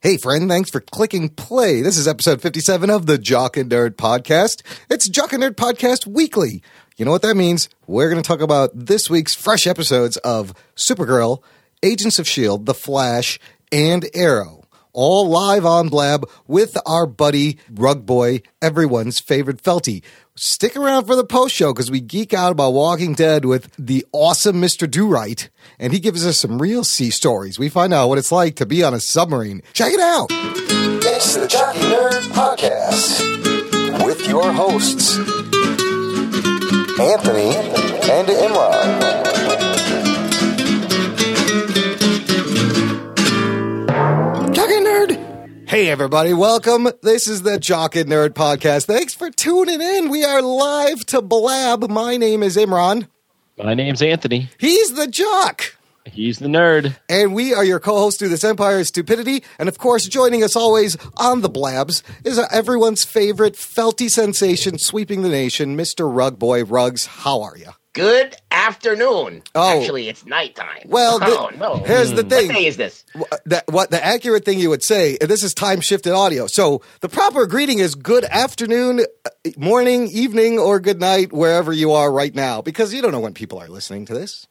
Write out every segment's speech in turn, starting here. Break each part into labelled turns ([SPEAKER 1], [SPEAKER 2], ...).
[SPEAKER 1] Hey, friend, thanks for clicking play. This is episode 57 of the Jock and Nerd Podcast. It's Jock and Nerd Podcast Weekly. You know what that means? We're going to talk about this week's fresh episodes of Supergirl, Agents of S.H.I.E.L.D., E The Flash, and Arrow. All live on Blab with our buddy, Rug Boy, everyone's favorite Felty. Stick around for the post show because we geek out about Walking Dead with the awesome Mr. Do Right, and he gives us some real sea stories. We find out what it's like to be on a submarine. Check it out. It's the Jockey Nerd Podcast with your hosts, Anthony and Imran. Jock and Nerd. Hey, everybody, welcome. This is the Jock and Nerd Podcast. Thanks for tuning in. We are live to blab. My name is Imran.
[SPEAKER 2] My name's Anthony.
[SPEAKER 1] He's the Jock.
[SPEAKER 2] He's the nerd.
[SPEAKER 1] And we are your co hosts through this empire of stupidity. And of course, joining us always on the blabs is everyone's favorite felty sensation sweeping the nation, Mr. Rug Boy Rugs. How are you?
[SPEAKER 3] Good afternoon.
[SPEAKER 1] Oh.
[SPEAKER 3] Actually, it's nighttime.
[SPEAKER 1] Well,
[SPEAKER 3] oh,
[SPEAKER 1] the-
[SPEAKER 3] no.
[SPEAKER 1] here's the
[SPEAKER 3] What
[SPEAKER 1] thing.
[SPEAKER 3] day is this?
[SPEAKER 1] Wh- that what the accurate thing you would say and this is time shifted audio so the proper greeting is good afternoon uh, morning evening or good night wherever you are right now because you don't know when people are listening to this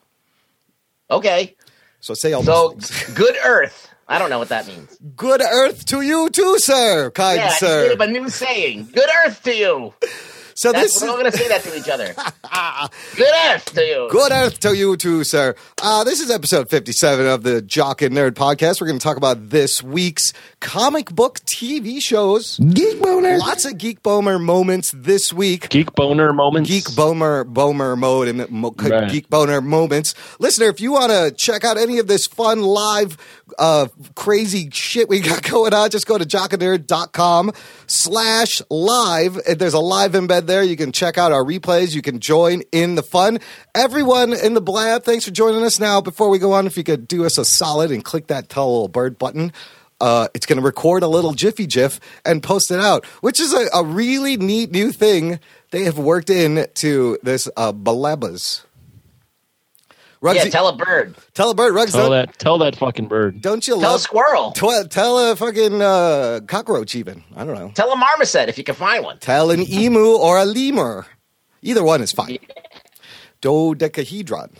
[SPEAKER 3] Okay.
[SPEAKER 1] so say all
[SPEAKER 3] So,
[SPEAKER 1] those things
[SPEAKER 3] good Earth. I don't know what that means.
[SPEAKER 1] good earth to you too sir kind
[SPEAKER 3] Yeah, I just made
[SPEAKER 1] sir
[SPEAKER 3] up a new saying. Good Earth to you.
[SPEAKER 1] so
[SPEAKER 3] That's
[SPEAKER 1] this
[SPEAKER 3] we're
[SPEAKER 1] is
[SPEAKER 3] all going to say that to each other. good Earth to you.
[SPEAKER 1] Good earth to you too, sir. Uh, this is episode 57 of the Jock and Nerd podcast. We're going to talk about this week's comic book TV shows.
[SPEAKER 4] Geek boner.
[SPEAKER 1] Lots of Geek Bomer moments this week.
[SPEAKER 2] Geek boner moments.
[SPEAKER 1] geek bomer bomer mode and mo- c-
[SPEAKER 2] Right.
[SPEAKER 1] geek boner moments listener if you want to check out any of this fun live uh, crazy shit we got going on just go to jockandnerd.com slash live And there's a live embed there you can check out our replays you can join in the fun everyone in the blab thanks for joining us now before we go on if you could do us a solid and click that tell little bird button uh, it's going to record a little jiffy jiff and post it out, which is a, a really neat new thing they have worked in to this uh, Balabas. Rugs,
[SPEAKER 3] Yeah, tell a bird.
[SPEAKER 1] tell a bird, Rugs,
[SPEAKER 2] Tell
[SPEAKER 1] don't,
[SPEAKER 2] that. Tell that fucking bird.
[SPEAKER 1] don't you
[SPEAKER 3] Tell a
[SPEAKER 1] love...
[SPEAKER 3] squirrel.
[SPEAKER 1] Tw- tell a fucking uh, cockroach even. I don't know.
[SPEAKER 3] Tell a marmoset if you can find one.
[SPEAKER 1] Tell an emu or a lemur. Either one is fine. Dodecahedron.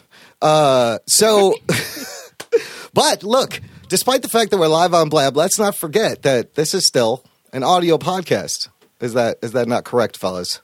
[SPEAKER 1] Uh, so, but look, despite the fact that we're live on Blab, let's not forget that this is still an audio podcast. Is that is that not correct, fellas?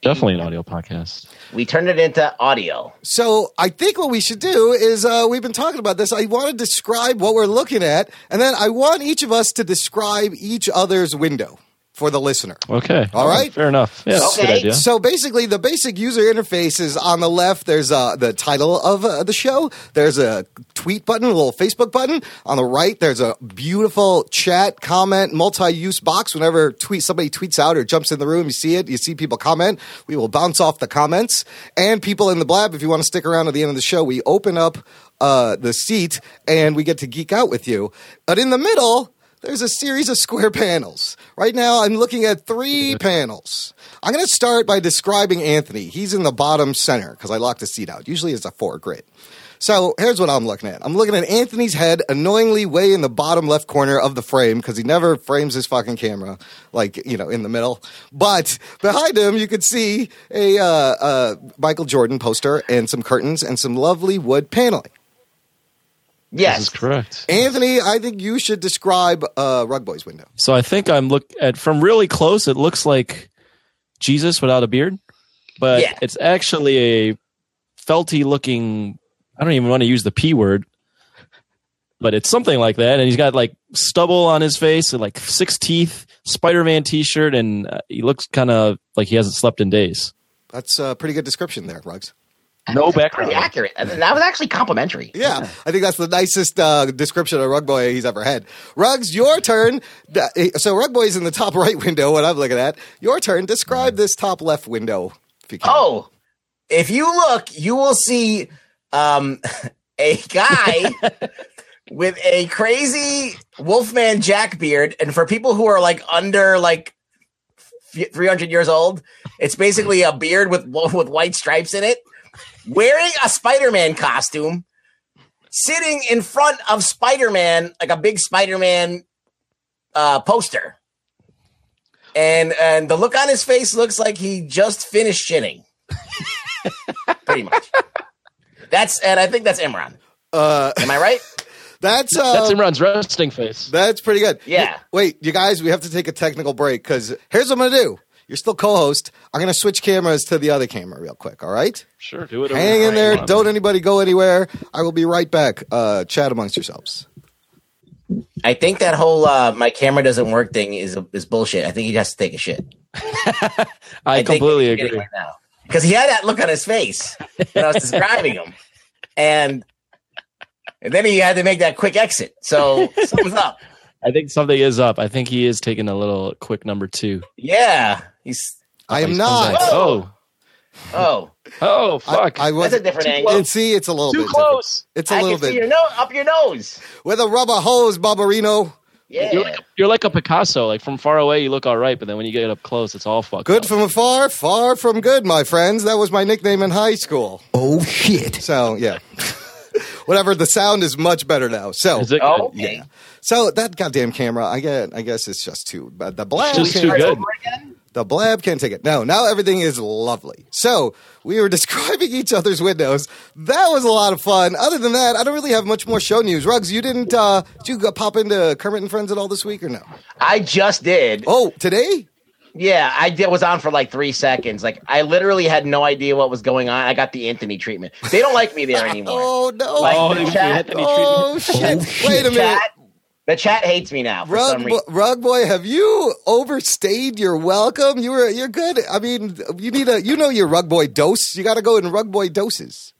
[SPEAKER 2] Definitely an audio podcast.
[SPEAKER 3] We turned it into audio.
[SPEAKER 1] So I think what we should do is uh, we've been talking about this. I want to describe what we're looking at, and then I want each of us to describe each other's window for the listener.
[SPEAKER 2] Okay.
[SPEAKER 1] All right.
[SPEAKER 2] Fair enough. Yeah, that's a good
[SPEAKER 3] Okay.
[SPEAKER 2] idea.
[SPEAKER 1] So basically, the basic user interface is on the left. There's uh, the title of uh, the show. There's a tweet button, a little Facebook button. On the right, there's a beautiful chat, comment, multi-use box. Whenever tweet somebody tweets out or jumps in the room, you see it. You see people comment. We will bounce off the comments and people in the blab. If you want to stick around to the end of the show, we open up uh, the seat and we get to geek out with you. But in the middle there's a series of square panels. Right now, I'm looking at three panels. I'm going to start by describing Anthony. He's in the bottom center because I locked a seat out. Usually it's a four grid. So here's what I'm looking at. I'm looking at Anthony's head annoyingly way in the bottom left corner of the frame because he never frames his fucking camera, like, you know, in the middle. But behind him, you could see a uh, uh, Michael Jordan poster and some curtains and some lovely wood paneling.
[SPEAKER 2] This is
[SPEAKER 3] Yes.
[SPEAKER 2] correct.
[SPEAKER 1] Anthony, I think you should describe uh, Rug Boy's window.
[SPEAKER 2] So I think I'm look at from really close. It looks like Jesus without a beard, but
[SPEAKER 3] Yeah.
[SPEAKER 2] it's actually a felty looking. I don't even want to use the p word, but it's something like that. And he's got like stubble on his face and like six teeth, Spider Man t shirt, and uh, he looks kind of like he hasn't slept in days.
[SPEAKER 1] That's a pretty good description there, Rugs.
[SPEAKER 2] No
[SPEAKER 3] Pretty
[SPEAKER 2] background.
[SPEAKER 3] accurate. And That was actually complimentary.
[SPEAKER 1] Yeah, I think that's the nicest uh, description of Rug Boy he's ever had. Rugs, your turn. Da- eh, So Rug Boy's in the top right window, what I'm looking at. Your turn. Describe this top left window, if you can.
[SPEAKER 3] Oh, if you look, you will see um, a guy with a crazy Wolfman Jack beard. And for people who are like under like f- 300 years old, it's basically a beard with with white stripes in it, wearing a Spider Man costume, sitting in front of Spider Man, like a big Spider Man uh, poster. And and the look on his face looks like he just finished shitting. Pretty much. That's and I think that's Imran.
[SPEAKER 1] Uh,
[SPEAKER 3] Am I right?
[SPEAKER 1] that's uh,
[SPEAKER 2] That's Imran's resting face.
[SPEAKER 1] That's pretty good.
[SPEAKER 3] Yeah.
[SPEAKER 1] Wait, you guys, we have to take a technical break because here's what I'm going to do. You're still co host. I'm going to switch cameras to the other camera real quick. All right?
[SPEAKER 2] Sure, do it.
[SPEAKER 1] Hang in
[SPEAKER 2] Imran.
[SPEAKER 1] there. Don't anybody go anywhere. I will be right back. Uh, chat amongst yourselves.
[SPEAKER 3] I think that whole uh, my camera doesn't work thing is is bullshit. I think he has to take a shit.
[SPEAKER 2] I, completely agree.
[SPEAKER 3] Because he had that look on his face when I was describing him, and and then he had to make that quick exit. So something's up.
[SPEAKER 2] I think something is up. I think he is taking a little quick number two.
[SPEAKER 3] Yeah, he's
[SPEAKER 1] I am
[SPEAKER 2] He's-
[SPEAKER 1] not.
[SPEAKER 2] Oh,
[SPEAKER 3] oh,
[SPEAKER 2] oh, fuck!
[SPEAKER 1] I, I was.
[SPEAKER 3] that's a different angle.
[SPEAKER 1] And see, it's a little
[SPEAKER 2] Too
[SPEAKER 1] bit.
[SPEAKER 2] close.
[SPEAKER 1] different. It's a
[SPEAKER 3] I
[SPEAKER 1] little
[SPEAKER 3] can see
[SPEAKER 1] bit.
[SPEAKER 3] your nose up your nose.
[SPEAKER 1] With a rubber hose, Barbarino.
[SPEAKER 2] You're,
[SPEAKER 3] Yeah,
[SPEAKER 2] like, you're like a Picasso. Like from far away, you look all right, but then when you get up close, it's all fucked.
[SPEAKER 1] Good
[SPEAKER 2] up.
[SPEAKER 1] from afar, far from good, my friends. That was my nickname in high school.
[SPEAKER 3] Oh shit.
[SPEAKER 1] So, yeah. Whatever, the sound is much better now. So,
[SPEAKER 2] Is it
[SPEAKER 3] Oh,
[SPEAKER 2] good?
[SPEAKER 3] okay.
[SPEAKER 1] So that goddamn camera, I get. I guess it's just too. But the blab,
[SPEAKER 2] It's just
[SPEAKER 1] can't-
[SPEAKER 2] too
[SPEAKER 3] Start
[SPEAKER 2] good.
[SPEAKER 3] over again?
[SPEAKER 1] the blab can't take it. No, now everything is lovely. So we were describing each other's windows. That was a lot of fun. Other than that, I don't really have much more show news. Rugs, you didn't? Uh, did you go pop into Kermit and Friends at all this week or no?
[SPEAKER 3] I just did.
[SPEAKER 1] Oh, today?
[SPEAKER 3] Yeah, I did, was on for like three seconds. Like I literally had no idea what was going on. I got the Anthony treatment. They don't like me there anymore.
[SPEAKER 1] Oh no!
[SPEAKER 3] Like,
[SPEAKER 2] Oh,
[SPEAKER 3] the
[SPEAKER 2] they-
[SPEAKER 3] chat-
[SPEAKER 2] they-
[SPEAKER 1] oh shit! Wait a
[SPEAKER 3] the
[SPEAKER 1] minute.
[SPEAKER 3] Chat, the chat hates me now for some
[SPEAKER 1] Rug,
[SPEAKER 3] reason.
[SPEAKER 1] bo- rug boy, have you overstayed your welcome? You were, you're good. I mean, you need a, you know, your rug boy dose. You got to go in rug boy doses.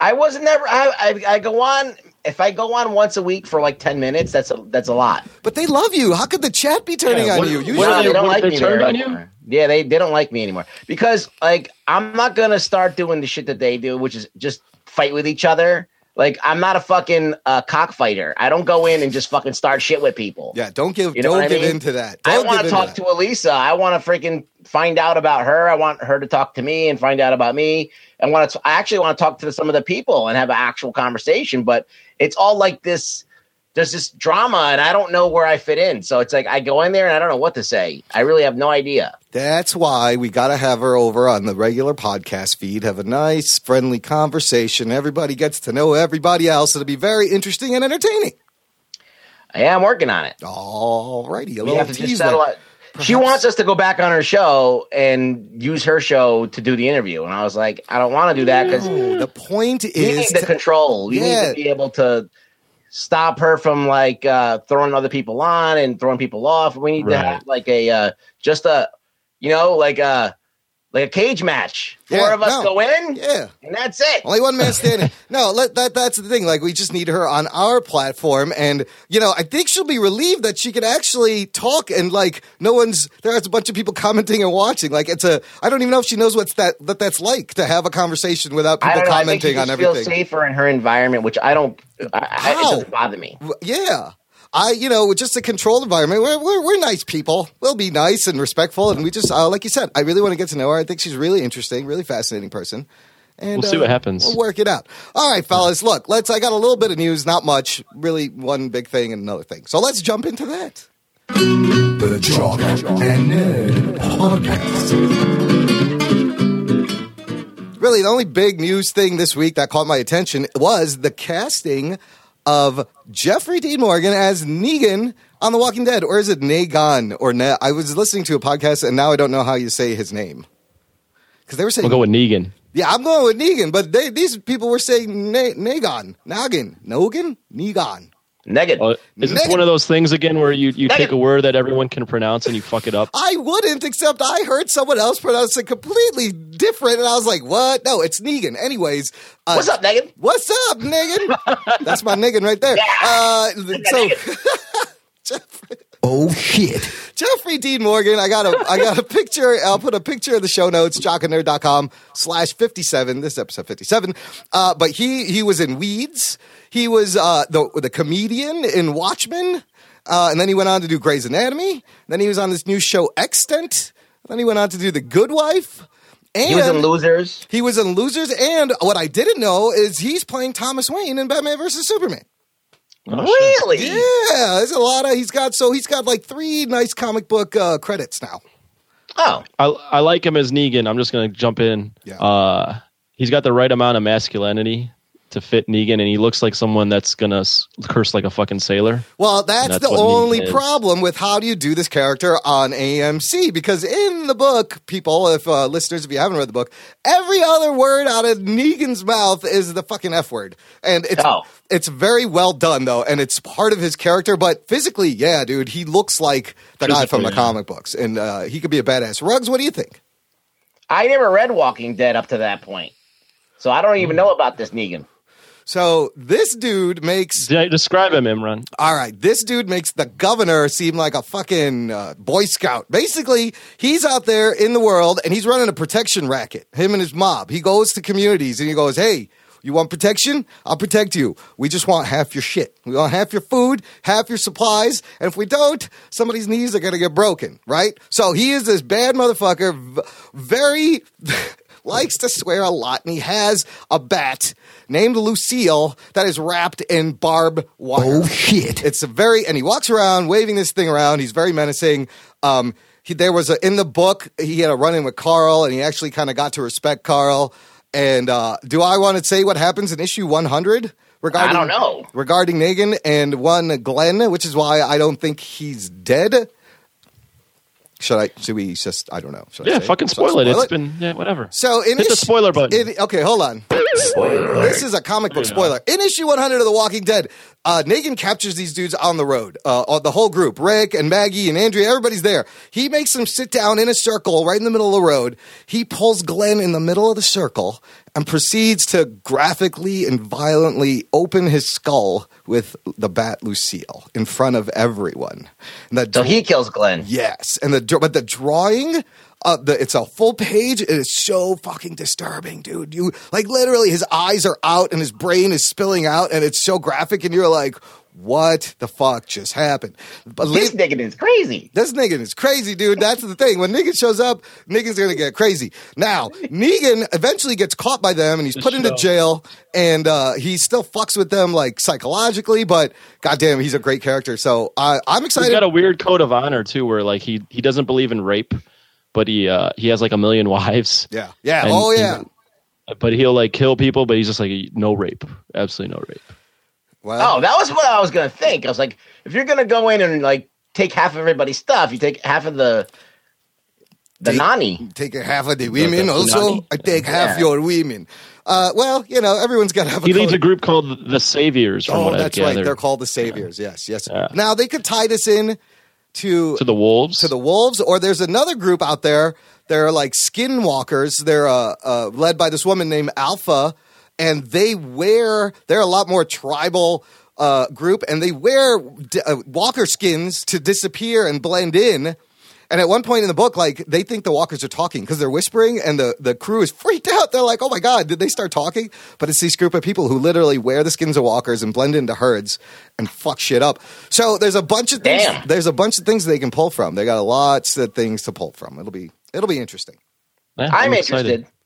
[SPEAKER 3] I was never. I, I I go on. If I go on once a week for like ten minutes, that's a that's a lot.
[SPEAKER 1] But they love you. How could the chat be turning
[SPEAKER 2] Yeah,
[SPEAKER 1] on
[SPEAKER 2] what-
[SPEAKER 1] you? You should-
[SPEAKER 2] what are
[SPEAKER 3] No,
[SPEAKER 2] they-
[SPEAKER 3] they don't
[SPEAKER 2] what,
[SPEAKER 3] like
[SPEAKER 2] they
[SPEAKER 3] me
[SPEAKER 2] turned
[SPEAKER 3] there
[SPEAKER 2] on you?
[SPEAKER 3] anymore. Yeah, they they don't like me anymore because like I'm not gonna start doing the shit that they do, which is just fight with each other. Like I'm not a fucking uh, cockfighter. I don't go in and just fucking start shit with people.
[SPEAKER 1] yeah, don't give,
[SPEAKER 3] You know what
[SPEAKER 1] don't
[SPEAKER 3] I
[SPEAKER 1] give
[SPEAKER 3] mean?
[SPEAKER 1] into that.
[SPEAKER 3] I
[SPEAKER 1] Don't
[SPEAKER 3] want
[SPEAKER 1] give
[SPEAKER 3] to
[SPEAKER 1] into
[SPEAKER 3] talk
[SPEAKER 1] that.
[SPEAKER 3] to Elisa. I want to freaking find out about her. I want her to talk to me and find out about me. I want to. I actually want to talk to some of the people and have an actual conversation. But it's all like this. There's this drama, and I don't know where I fit in. So it's like I go in there and I don't know what to say. I really have no idea.
[SPEAKER 1] That's why we got to have her over on the regular podcast feed. Have a nice, friendly conversation. Everybody gets to know everybody else. It'll be very interesting and entertaining.
[SPEAKER 3] I am working on it.
[SPEAKER 1] All righty, a
[SPEAKER 3] We
[SPEAKER 1] little
[SPEAKER 3] have to just
[SPEAKER 1] tease.
[SPEAKER 3] settle
[SPEAKER 1] there.
[SPEAKER 3] it. She wants us to go back on her show and use her show to do the interview. And I was like, I don't want to do that because
[SPEAKER 1] No, the point
[SPEAKER 3] you
[SPEAKER 1] is
[SPEAKER 3] need the
[SPEAKER 1] to-
[SPEAKER 3] control. You need
[SPEAKER 1] Yeah.
[SPEAKER 3] to be able to stop her from like uh, throwing other people on and throwing people off. We need
[SPEAKER 2] Right.
[SPEAKER 3] to have like a uh, just a you know like a like a cage match. Four
[SPEAKER 1] Yeah,
[SPEAKER 3] of us
[SPEAKER 1] no.
[SPEAKER 3] go in
[SPEAKER 1] yeah.
[SPEAKER 3] and that's it.
[SPEAKER 1] Only one man standing. No, let, that that's the thing. Like we just need her on our platform, and you know, I think she'll be relieved that she can actually talk and like no one's there's a bunch of people commenting and watching. Like it's a I don't even know if she knows what's that that that's like to have a conversation without
[SPEAKER 3] I
[SPEAKER 1] people
[SPEAKER 3] don't know. I think she
[SPEAKER 1] commenting on
[SPEAKER 3] just feels
[SPEAKER 1] everything.
[SPEAKER 3] safer in her environment, which I don't. I, I, it
[SPEAKER 1] How?
[SPEAKER 3] doesn't bother me.
[SPEAKER 1] W- Yeah. I, you know, just a controlled environment. We're, we're, we're nice people. We'll be nice and respectful. And we just, uh, like you said, I really want to get to know her. I think she's really interesting, really fascinating person. And uh,
[SPEAKER 2] We'll see what happens.
[SPEAKER 1] We'll work it out. All right, fellas. Look, let's. I got a little bit of news, not much. Really, one big thing and another thing. So let's jump into that.
[SPEAKER 4] The Jock and Nerd Podcast.
[SPEAKER 1] Really, the only big news thing this week that caught my attention was the casting of Jeffrey Dean Morgan as Negan on The Walking Dead, or is it Negan? Or ne- I was listening to a podcast and now I don't know how you say his name because they were saying,
[SPEAKER 2] We'll go with Negan.
[SPEAKER 1] "Yeah, I'm going with Negan," but they, these people were saying ne- Negan, Noggin, Nogan, Negan.
[SPEAKER 3] Negative.
[SPEAKER 2] Oh, is this
[SPEAKER 1] Negan.
[SPEAKER 2] one of those things again where you, you take
[SPEAKER 3] Negan.
[SPEAKER 2] a word that everyone can pronounce and you fuck it up?
[SPEAKER 1] I wouldn't, except I heard someone else pronounce it completely different, and I was like, "What? No, it's Negan." Anyways, uh,
[SPEAKER 3] What's up, negative?
[SPEAKER 1] What's up, Negan? That's my Negan right there. Uh, so
[SPEAKER 4] Oh shit.
[SPEAKER 1] Jeffrey Dean Morgan, I got a I got a picture. I'll put a picture in the show notes, jockandnerd.com slash fifty seven. This is episode fifty seven. Uh, but he he was in Weeds. He was uh, the the comedian in Watchmen, uh, and then he went on to do Grey's Anatomy. Then he was on this new show Extant. Then he went on to do The Good Wife. And
[SPEAKER 3] He was in Losers.
[SPEAKER 1] he was in Losers, and what I didn't know is he's playing Thomas Wayne in Batman versus Superman.
[SPEAKER 3] really?
[SPEAKER 1] Yeah, there's a lot of he's got. So he's got like three nice comic book uh, credits now.
[SPEAKER 3] Oh,
[SPEAKER 2] I, I like him as Negan. I'm just going to jump in.
[SPEAKER 1] Yeah.
[SPEAKER 2] Uh, he's got the right amount of masculinity to fit Negan, and he looks like someone that's going to s- curse like a fucking sailor.
[SPEAKER 1] Well, that's,
[SPEAKER 2] That's
[SPEAKER 1] the
[SPEAKER 2] what Negan
[SPEAKER 1] only
[SPEAKER 2] is.
[SPEAKER 1] problem with how do you do this character on AMC because in the book, people, if uh, listeners, if you haven't read the book, every other word out of Negan's mouth is the fucking f word, and it's
[SPEAKER 3] Oh.
[SPEAKER 1] it's very well done though, and it's part of his character. But physically, yeah, dude, he looks like the guy from the
[SPEAKER 2] Physically, yeah.
[SPEAKER 1] comic books, and uh, he could be a badass. Rugs, what do you think?
[SPEAKER 3] I never read Walking Dead up to that point, so I don't even know about this Negan.
[SPEAKER 1] So this dude makes
[SPEAKER 2] Did I describe him, Imran?
[SPEAKER 1] All right, this dude makes the governor seem like a fucking uh, boy scout. Basically, he's out there in the world and he's running a protection racket. Him and his mob. He goes to communities and he goes, "Hey, you want protection? I'll protect you. We just want half your shit. We want half your food, half your supplies, and if we don't, somebody's knees are gonna get broken, right?" So he is this bad motherfucker, v- very. likes to swear a lot, and he has a bat named Lucille that is wrapped in barbed wire.
[SPEAKER 4] Oh shit.
[SPEAKER 1] It's a very, and he walks around waving this thing around. He's very menacing. Um, he, there was a, in the book, he had a run in with Carl, and he actually kind of got to respect Carl. And uh, do I want to say what happens in issue 100? Regarding,
[SPEAKER 3] I don't know.
[SPEAKER 1] Regarding Negan and one Glenn, which is why I don't think he's dead. Should I? Should we just? I don't know. Should I
[SPEAKER 2] Yeah,
[SPEAKER 1] say
[SPEAKER 2] fucking
[SPEAKER 1] Should I
[SPEAKER 2] spoil, it. It's been, yeah, whatever.
[SPEAKER 1] so in
[SPEAKER 2] Hit the
[SPEAKER 1] issue-
[SPEAKER 2] spoiler button.
[SPEAKER 1] in- okay, hold on. This is a comic book spoiler. In issue 100 of The Walking Dead, uh, Negan captures these dudes on the road. Uh, uh, the whole group, Rick and Maggie and Andrea, everybody's there. He makes them sit down in a circle right in the middle of the road. He pulls Glenn in the middle of the circle and proceeds to graphically and violently open his skull with the bat Lucille in front of everyone. And that
[SPEAKER 3] So he kills Glenn.
[SPEAKER 1] Yes, and the dr- but the drawing, uh, the it's a full page. It is so fucking disturbing, dude. You like literally, his eyes are out and his brain is spilling out, and it's so graphic, and you're like, what the fuck just happened? But leave-
[SPEAKER 3] This Negan is crazy.
[SPEAKER 1] this nigga is crazy, dude. That's the thing. When Negan shows up, Negan's gonna get crazy. Now, Negan eventually gets caught by them and he's put into
[SPEAKER 2] show.
[SPEAKER 1] jail, and uh, he still fucks with them like psychologically. But goddamn, he's a great character. So I, I'm
[SPEAKER 2] He's
[SPEAKER 1] excited.
[SPEAKER 2] got a weird code of honor, too, where like he, he doesn't believe in rape, but he, uh, he has like a million wives.
[SPEAKER 1] yeah, yeah.
[SPEAKER 2] And-
[SPEAKER 1] oh
[SPEAKER 2] and-
[SPEAKER 1] yeah.
[SPEAKER 2] But he'll like kill people, but he's just like, no rape. Absolutely no rape.
[SPEAKER 1] Well,
[SPEAKER 3] Oh, that was what I was gonna think. I was like, if you're gonna go in and like take half of everybody's stuff, you take half of the the
[SPEAKER 1] Take-
[SPEAKER 3] nani.
[SPEAKER 1] take half of the women.
[SPEAKER 2] that's
[SPEAKER 1] Also,
[SPEAKER 2] Punani.
[SPEAKER 1] I take half
[SPEAKER 3] Yeah.
[SPEAKER 1] your women. Uh, well, you know, everyone's got to have a
[SPEAKER 2] He leads a
[SPEAKER 1] code.
[SPEAKER 2] group called the Saviors, from
[SPEAKER 1] Oh,
[SPEAKER 2] what
[SPEAKER 1] that's
[SPEAKER 2] I've
[SPEAKER 1] right.
[SPEAKER 2] gathered.
[SPEAKER 1] They're called the saviors. Yes, yes.
[SPEAKER 2] Yeah.
[SPEAKER 1] Now they could tie this in to
[SPEAKER 2] to the wolves.
[SPEAKER 1] to the wolves, or there's another group out there. They're like skinwalkers. They're uh, uh, led by this woman named Alpha, and they wear. They're a lot more tribal uh, group, and they wear d- uh, walker skins to disappear and blend in. And at one point in the book, like they think the walkers are talking because they're whispering, and the, the crew is freaked out. They're like, "Oh my god, did they start talking?" But it's this group of people who literally wear the skins of walkers and blend into herds and fuck shit up. So there's a bunch of things
[SPEAKER 3] Damn.
[SPEAKER 1] there's a bunch of things they can pull from. They got lots of things to pull from. It'll be it'll be interesting.
[SPEAKER 2] Yeah,
[SPEAKER 3] I'm,
[SPEAKER 2] excited.
[SPEAKER 3] interested.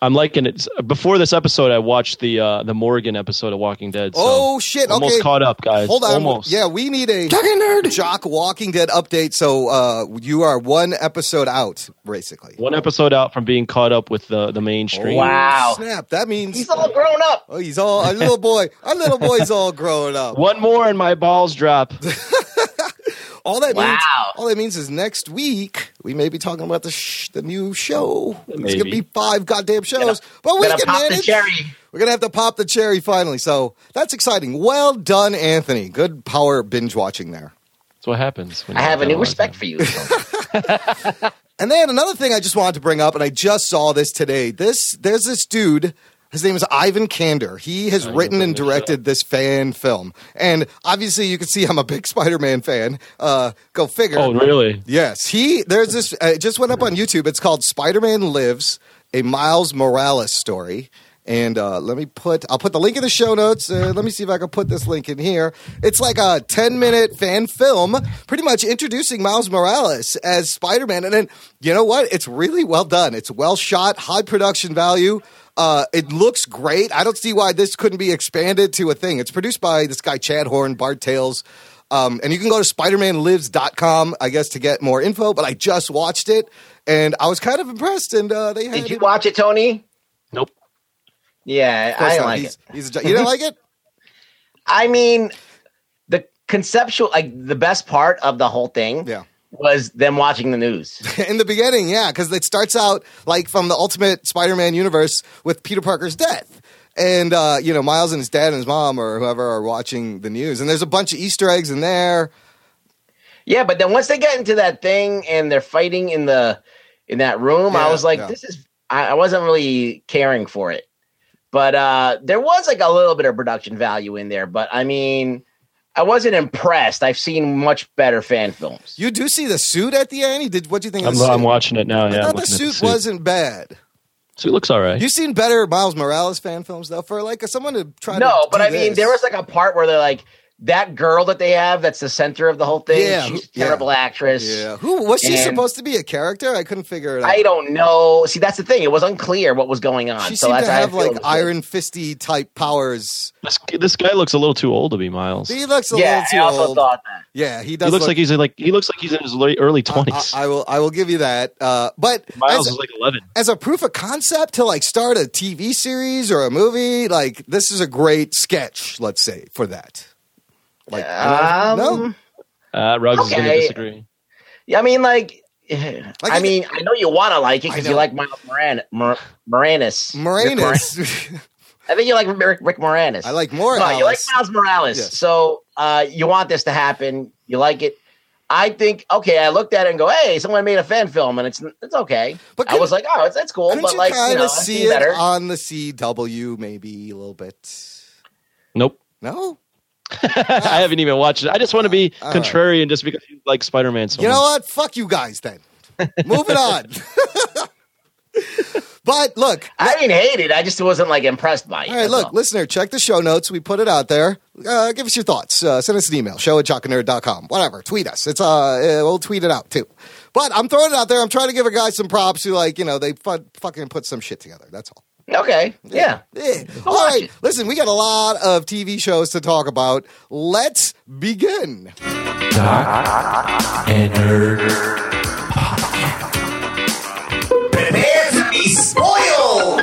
[SPEAKER 2] I'm liking it. Before this episode, I watched the uh, the Morgan episode of Walking Dead. So
[SPEAKER 1] oh shit!
[SPEAKER 2] almost
[SPEAKER 1] okay,
[SPEAKER 2] caught up, guys.
[SPEAKER 1] Hold on.
[SPEAKER 2] almost.
[SPEAKER 1] Yeah, we need a
[SPEAKER 4] Talking nerd.
[SPEAKER 1] Jock Walking Dead update. So uh, you are one episode out, basically.
[SPEAKER 2] one episode out from being caught up with the the mainstream.
[SPEAKER 3] Wow.
[SPEAKER 1] Snap! That means
[SPEAKER 3] He's all grown up.
[SPEAKER 1] oh, he's all a little boy. Our little boy's all growing up.
[SPEAKER 2] One more and my balls drop.
[SPEAKER 1] All that means,
[SPEAKER 3] Wow.
[SPEAKER 1] all that means is next week we may be talking about the sh- the new show. It's gonna
[SPEAKER 2] Maybe.
[SPEAKER 1] be five goddamn shows, but we
[SPEAKER 3] Gonna
[SPEAKER 1] can
[SPEAKER 3] pop the
[SPEAKER 1] manage.
[SPEAKER 3] cherry.
[SPEAKER 1] We're gonna have to pop the cherry finally. So that's exciting. Well done, Anthony. Good power binge watching there.
[SPEAKER 2] That's what happens. when
[SPEAKER 3] I
[SPEAKER 2] you
[SPEAKER 3] have a
[SPEAKER 2] got
[SPEAKER 3] new
[SPEAKER 2] lot of
[SPEAKER 3] respect
[SPEAKER 2] time.
[SPEAKER 3] for you. So.
[SPEAKER 1] And then another thing I just wanted to bring up, and I just saw this today. This there's this dude. His name is Ivan Kander. He has written and
[SPEAKER 2] Kander, yeah.
[SPEAKER 1] directed this fan film, and obviously you can see I'm a big Spider-Man fan. Uh, go figure.
[SPEAKER 2] Oh really?
[SPEAKER 1] Yes, he. There's this. Uh, it just went up on YouTube. It's called Spider-Man Lives: A Miles Morales Story, And uh, let me put, I'll put the link in the show notes. Uh, let me see if I can put this link in here. It's like a 10 minute fan film, pretty much introducing Miles Morales as Spider Man. And then, you know what? It's really well done. It's well shot, high production value. Uh, it looks great. I don't see why this couldn't be expanded to a thing. It's produced by this guy, Chad Horn, Bart Tales. Um, and you can go to spidermanlives.com, I guess, to get more info. But I just watched it and I was kind of impressed. And uh, they had
[SPEAKER 3] Did you
[SPEAKER 1] it-
[SPEAKER 3] watch it, Tony?
[SPEAKER 2] Nope.
[SPEAKER 3] Yeah,
[SPEAKER 1] Of course
[SPEAKER 3] I
[SPEAKER 1] not.
[SPEAKER 3] like
[SPEAKER 1] he's,
[SPEAKER 3] it.
[SPEAKER 1] he's a jo- you didn't like it?
[SPEAKER 3] I mean, the conceptual, like the best part of the whole thing,
[SPEAKER 1] Yeah.
[SPEAKER 3] was them watching the news.
[SPEAKER 1] in the beginning, yeah, because it starts out like from the Ultimate Spider-Man universe with Peter Parker's death. And uh, you know, Miles and his dad and his mom or whoever are watching the news, and there's a bunch of Easter eggs in there.
[SPEAKER 3] Yeah, but then once they got into that thing and they're fighting in the in that room,
[SPEAKER 1] Yeah,
[SPEAKER 3] I was like,
[SPEAKER 1] yeah.
[SPEAKER 3] this is I, I wasn't really caring for it. But uh there was like a little bit of production value in there, but I mean I wasn't impressed. I've seen much better fan films.
[SPEAKER 1] You do see the suit at the end. You did what do you think?
[SPEAKER 2] I'm,
[SPEAKER 1] of the
[SPEAKER 2] I'm
[SPEAKER 1] suit?
[SPEAKER 2] watching it now.
[SPEAKER 1] I
[SPEAKER 2] Yeah, I'm
[SPEAKER 1] thought the
[SPEAKER 2] looking at
[SPEAKER 1] suit wasn't bad.
[SPEAKER 2] Suit looks all right.
[SPEAKER 1] You've seen better Miles Morales fan films though. For like someone to try.
[SPEAKER 3] no,
[SPEAKER 1] to
[SPEAKER 3] but
[SPEAKER 1] do
[SPEAKER 3] I mean
[SPEAKER 1] this.
[SPEAKER 3] there was like a part where they're like that girl that they have that's the center of the whole thing,
[SPEAKER 1] Yeah,
[SPEAKER 3] she's a
[SPEAKER 1] yeah.
[SPEAKER 3] terrible actress.
[SPEAKER 1] yeah. Who was she
[SPEAKER 3] And-
[SPEAKER 1] supposed to be? A character? I couldn't figure it out.
[SPEAKER 3] I don't know. See, that's the thing. It was unclear what was going on.
[SPEAKER 1] she
[SPEAKER 3] so
[SPEAKER 1] seemed
[SPEAKER 3] that's
[SPEAKER 1] to
[SPEAKER 3] how I
[SPEAKER 1] have
[SPEAKER 3] feel
[SPEAKER 1] like
[SPEAKER 3] with it.
[SPEAKER 1] iron fisty type powers.
[SPEAKER 2] This, this guy looks a little too old to be Miles. He
[SPEAKER 1] He looks a
[SPEAKER 3] Yeah,
[SPEAKER 1] little too
[SPEAKER 3] I also
[SPEAKER 1] old.
[SPEAKER 3] thought that.
[SPEAKER 1] Yeah, he does.
[SPEAKER 2] looks
[SPEAKER 1] look-
[SPEAKER 2] like he's in, like he looks like he's in his late, early twenties.
[SPEAKER 1] I, I will. I will give you that. Uh, but
[SPEAKER 2] Miles
[SPEAKER 1] as,
[SPEAKER 2] is like eleven.
[SPEAKER 1] as a proof of concept to like start a TV series or a movie, like this is a great sketch. Let's say for that. Like I
[SPEAKER 3] Um,
[SPEAKER 1] don't- no,
[SPEAKER 2] Uh, Ruggs is going to
[SPEAKER 3] Okay.
[SPEAKER 2] disagree.
[SPEAKER 3] Yeah, I mean, like, I
[SPEAKER 1] it-
[SPEAKER 3] mean, I know you want to like it
[SPEAKER 1] I
[SPEAKER 3] because
[SPEAKER 1] know.
[SPEAKER 3] you like Miles Moran, Mor- Moranis. Rick Moran-
[SPEAKER 1] Moranis.
[SPEAKER 3] I think you like Rick, Rick Moranis.
[SPEAKER 1] I like more.
[SPEAKER 3] But you like
[SPEAKER 1] Alice.
[SPEAKER 3] Miles Morales.
[SPEAKER 1] Yes.
[SPEAKER 3] So uh, you want this to happen. You like it. I think okay. I looked at it and go, "Hey, someone made a fan film, and it's it's okay."
[SPEAKER 1] But
[SPEAKER 3] I was like, "Oh, it's, that's cool,"
[SPEAKER 1] couldn't
[SPEAKER 3] but
[SPEAKER 1] you
[SPEAKER 3] like,
[SPEAKER 1] kind
[SPEAKER 3] you
[SPEAKER 1] of
[SPEAKER 3] know, I've
[SPEAKER 1] see
[SPEAKER 3] seen
[SPEAKER 1] it Uh,
[SPEAKER 3] better.
[SPEAKER 1] on the CW maybe a little bit?
[SPEAKER 2] Nope.
[SPEAKER 1] No.
[SPEAKER 2] I haven't even watched it. I just want to be
[SPEAKER 1] All right.
[SPEAKER 2] contrarian just because you like Spider Man so
[SPEAKER 1] You know
[SPEAKER 2] much.
[SPEAKER 1] what? Fuck you guys then. Moving on. but look,
[SPEAKER 3] I didn't hate it. I just wasn't like impressed by it.
[SPEAKER 1] All right,
[SPEAKER 3] that's
[SPEAKER 1] look,
[SPEAKER 3] all.
[SPEAKER 1] listener, check the show notes. We put it out there. Uh, give us your thoughts. Uh, send us an email, show at jockandnerd.com. Whatever. Tweet us. It's uh, uh, We'll tweet it out, too. But I'm throwing it out there. I'm trying to give a guy some props who, like, you know, they fu- fucking put some shit together. That's all.
[SPEAKER 3] okay, yeah.
[SPEAKER 1] Yeah.
[SPEAKER 3] I'll
[SPEAKER 1] All
[SPEAKER 3] watch
[SPEAKER 1] right.
[SPEAKER 3] it.
[SPEAKER 1] Listen, we got a lot of TV shows to talk about. Let's begin.
[SPEAKER 4] And nerd.
[SPEAKER 3] Prepare to be spoiled.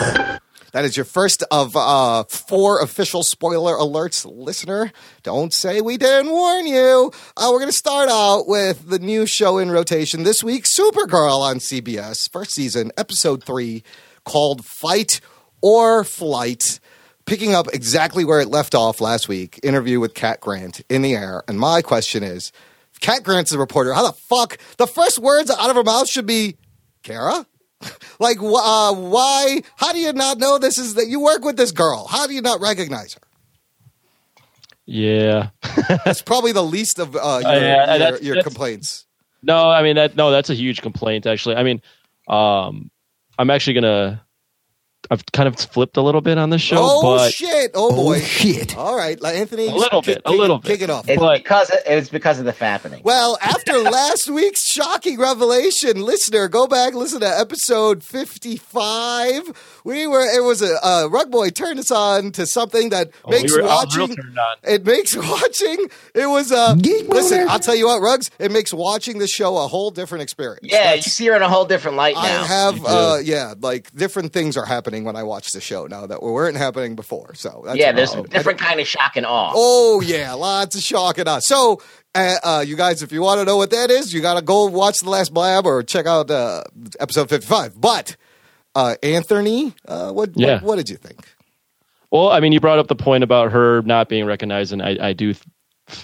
[SPEAKER 1] That is your first of uh, four official spoiler alerts, listener. Don't say we didn't warn you. Uh, we're going to start out with the new show in rotation this week Supergirl on CBS, first season, episode three, called Fight or Flight. Picking up exactly where it left off last week, interview with Cat Grant in the air. And my question is if Cat Grant's a reporter, how the fuck? The first words out of her mouth should be, Kara? Like, wh- uh, why? How do you not know this is that you work with this girl? How do you not recognize her?
[SPEAKER 2] Yeah.
[SPEAKER 1] That's probably the least of uh, your,
[SPEAKER 2] Uh, yeah,
[SPEAKER 1] your,
[SPEAKER 2] that's-
[SPEAKER 1] your
[SPEAKER 2] that's-
[SPEAKER 1] complaints.
[SPEAKER 2] No, I mean that. No, that's a huge complaint. Actually, I mean, um, I'm actually gonna. I've kind of flipped a little bit on this show,
[SPEAKER 1] oh
[SPEAKER 2] but
[SPEAKER 1] shit! Oh
[SPEAKER 4] Oh,
[SPEAKER 1] boy!
[SPEAKER 4] shit.
[SPEAKER 1] All right, like, Anthony,
[SPEAKER 2] A little
[SPEAKER 1] kick-
[SPEAKER 2] bit, a
[SPEAKER 1] kick
[SPEAKER 2] little
[SPEAKER 1] it- kick it
[SPEAKER 2] bit.
[SPEAKER 1] off.
[SPEAKER 3] It's
[SPEAKER 2] But-
[SPEAKER 3] because of, it's because of the fappening.
[SPEAKER 1] Well, after last week's shocking revelation, listener, go back listen to episode fifty-five. We were it was a uh, rug boy turned us on to something that
[SPEAKER 2] Oh,
[SPEAKER 1] makes
[SPEAKER 2] we were- I was real
[SPEAKER 1] watching
[SPEAKER 2] turned on.
[SPEAKER 1] It makes watching. It was uh,
[SPEAKER 4] Geek
[SPEAKER 1] listen.
[SPEAKER 4] Boomer.
[SPEAKER 1] I'll tell you what, Rugs. It makes watching the show a whole different experience.
[SPEAKER 3] Yeah, you see her in a whole different light
[SPEAKER 1] I
[SPEAKER 3] now.
[SPEAKER 1] have,
[SPEAKER 2] You
[SPEAKER 1] uh,
[SPEAKER 2] do.
[SPEAKER 1] yeah, like different things are happening when I watch the show now that weren't happening before. So that's
[SPEAKER 3] yeah, there's
[SPEAKER 1] Oh,
[SPEAKER 3] different kind of shock and awe.
[SPEAKER 1] Oh yeah, lots of shock and us. So. Uh, uh, you guys, if you want to know what that is, you gotta go watch the last blab or check out uh, episode fifty-five. But uh, Anthony, uh, what,
[SPEAKER 2] Yeah.
[SPEAKER 1] what what did you think?
[SPEAKER 2] well, I mean, you brought up the point about her not being recognized, and I, I do.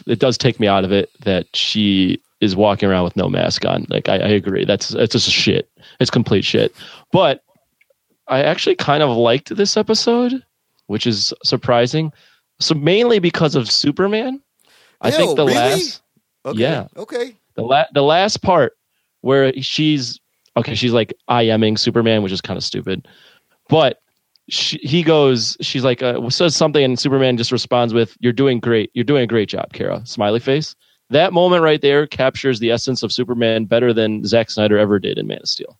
[SPEAKER 2] It does take me out of it that she is walking around with no mask on. Like, I, I agree. That's it's just shit. It's complete shit. But I actually kind of liked this episode, which is surprising. So mainly because of Superman. I
[SPEAKER 1] Ew,
[SPEAKER 2] think the
[SPEAKER 1] really?
[SPEAKER 2] last.
[SPEAKER 1] Okay.
[SPEAKER 2] Yeah.
[SPEAKER 1] Okay.
[SPEAKER 2] the la- the last part where she's okay, she's like I aming Superman, which is kind of stupid, but she, he goes, she's like, uh, says something, and Superman just responds with, "You're doing great. You're doing a great job, Kara." Smiley face. That moment right there captures the essence of Superman better than Zack Snyder ever did in Man of Steel.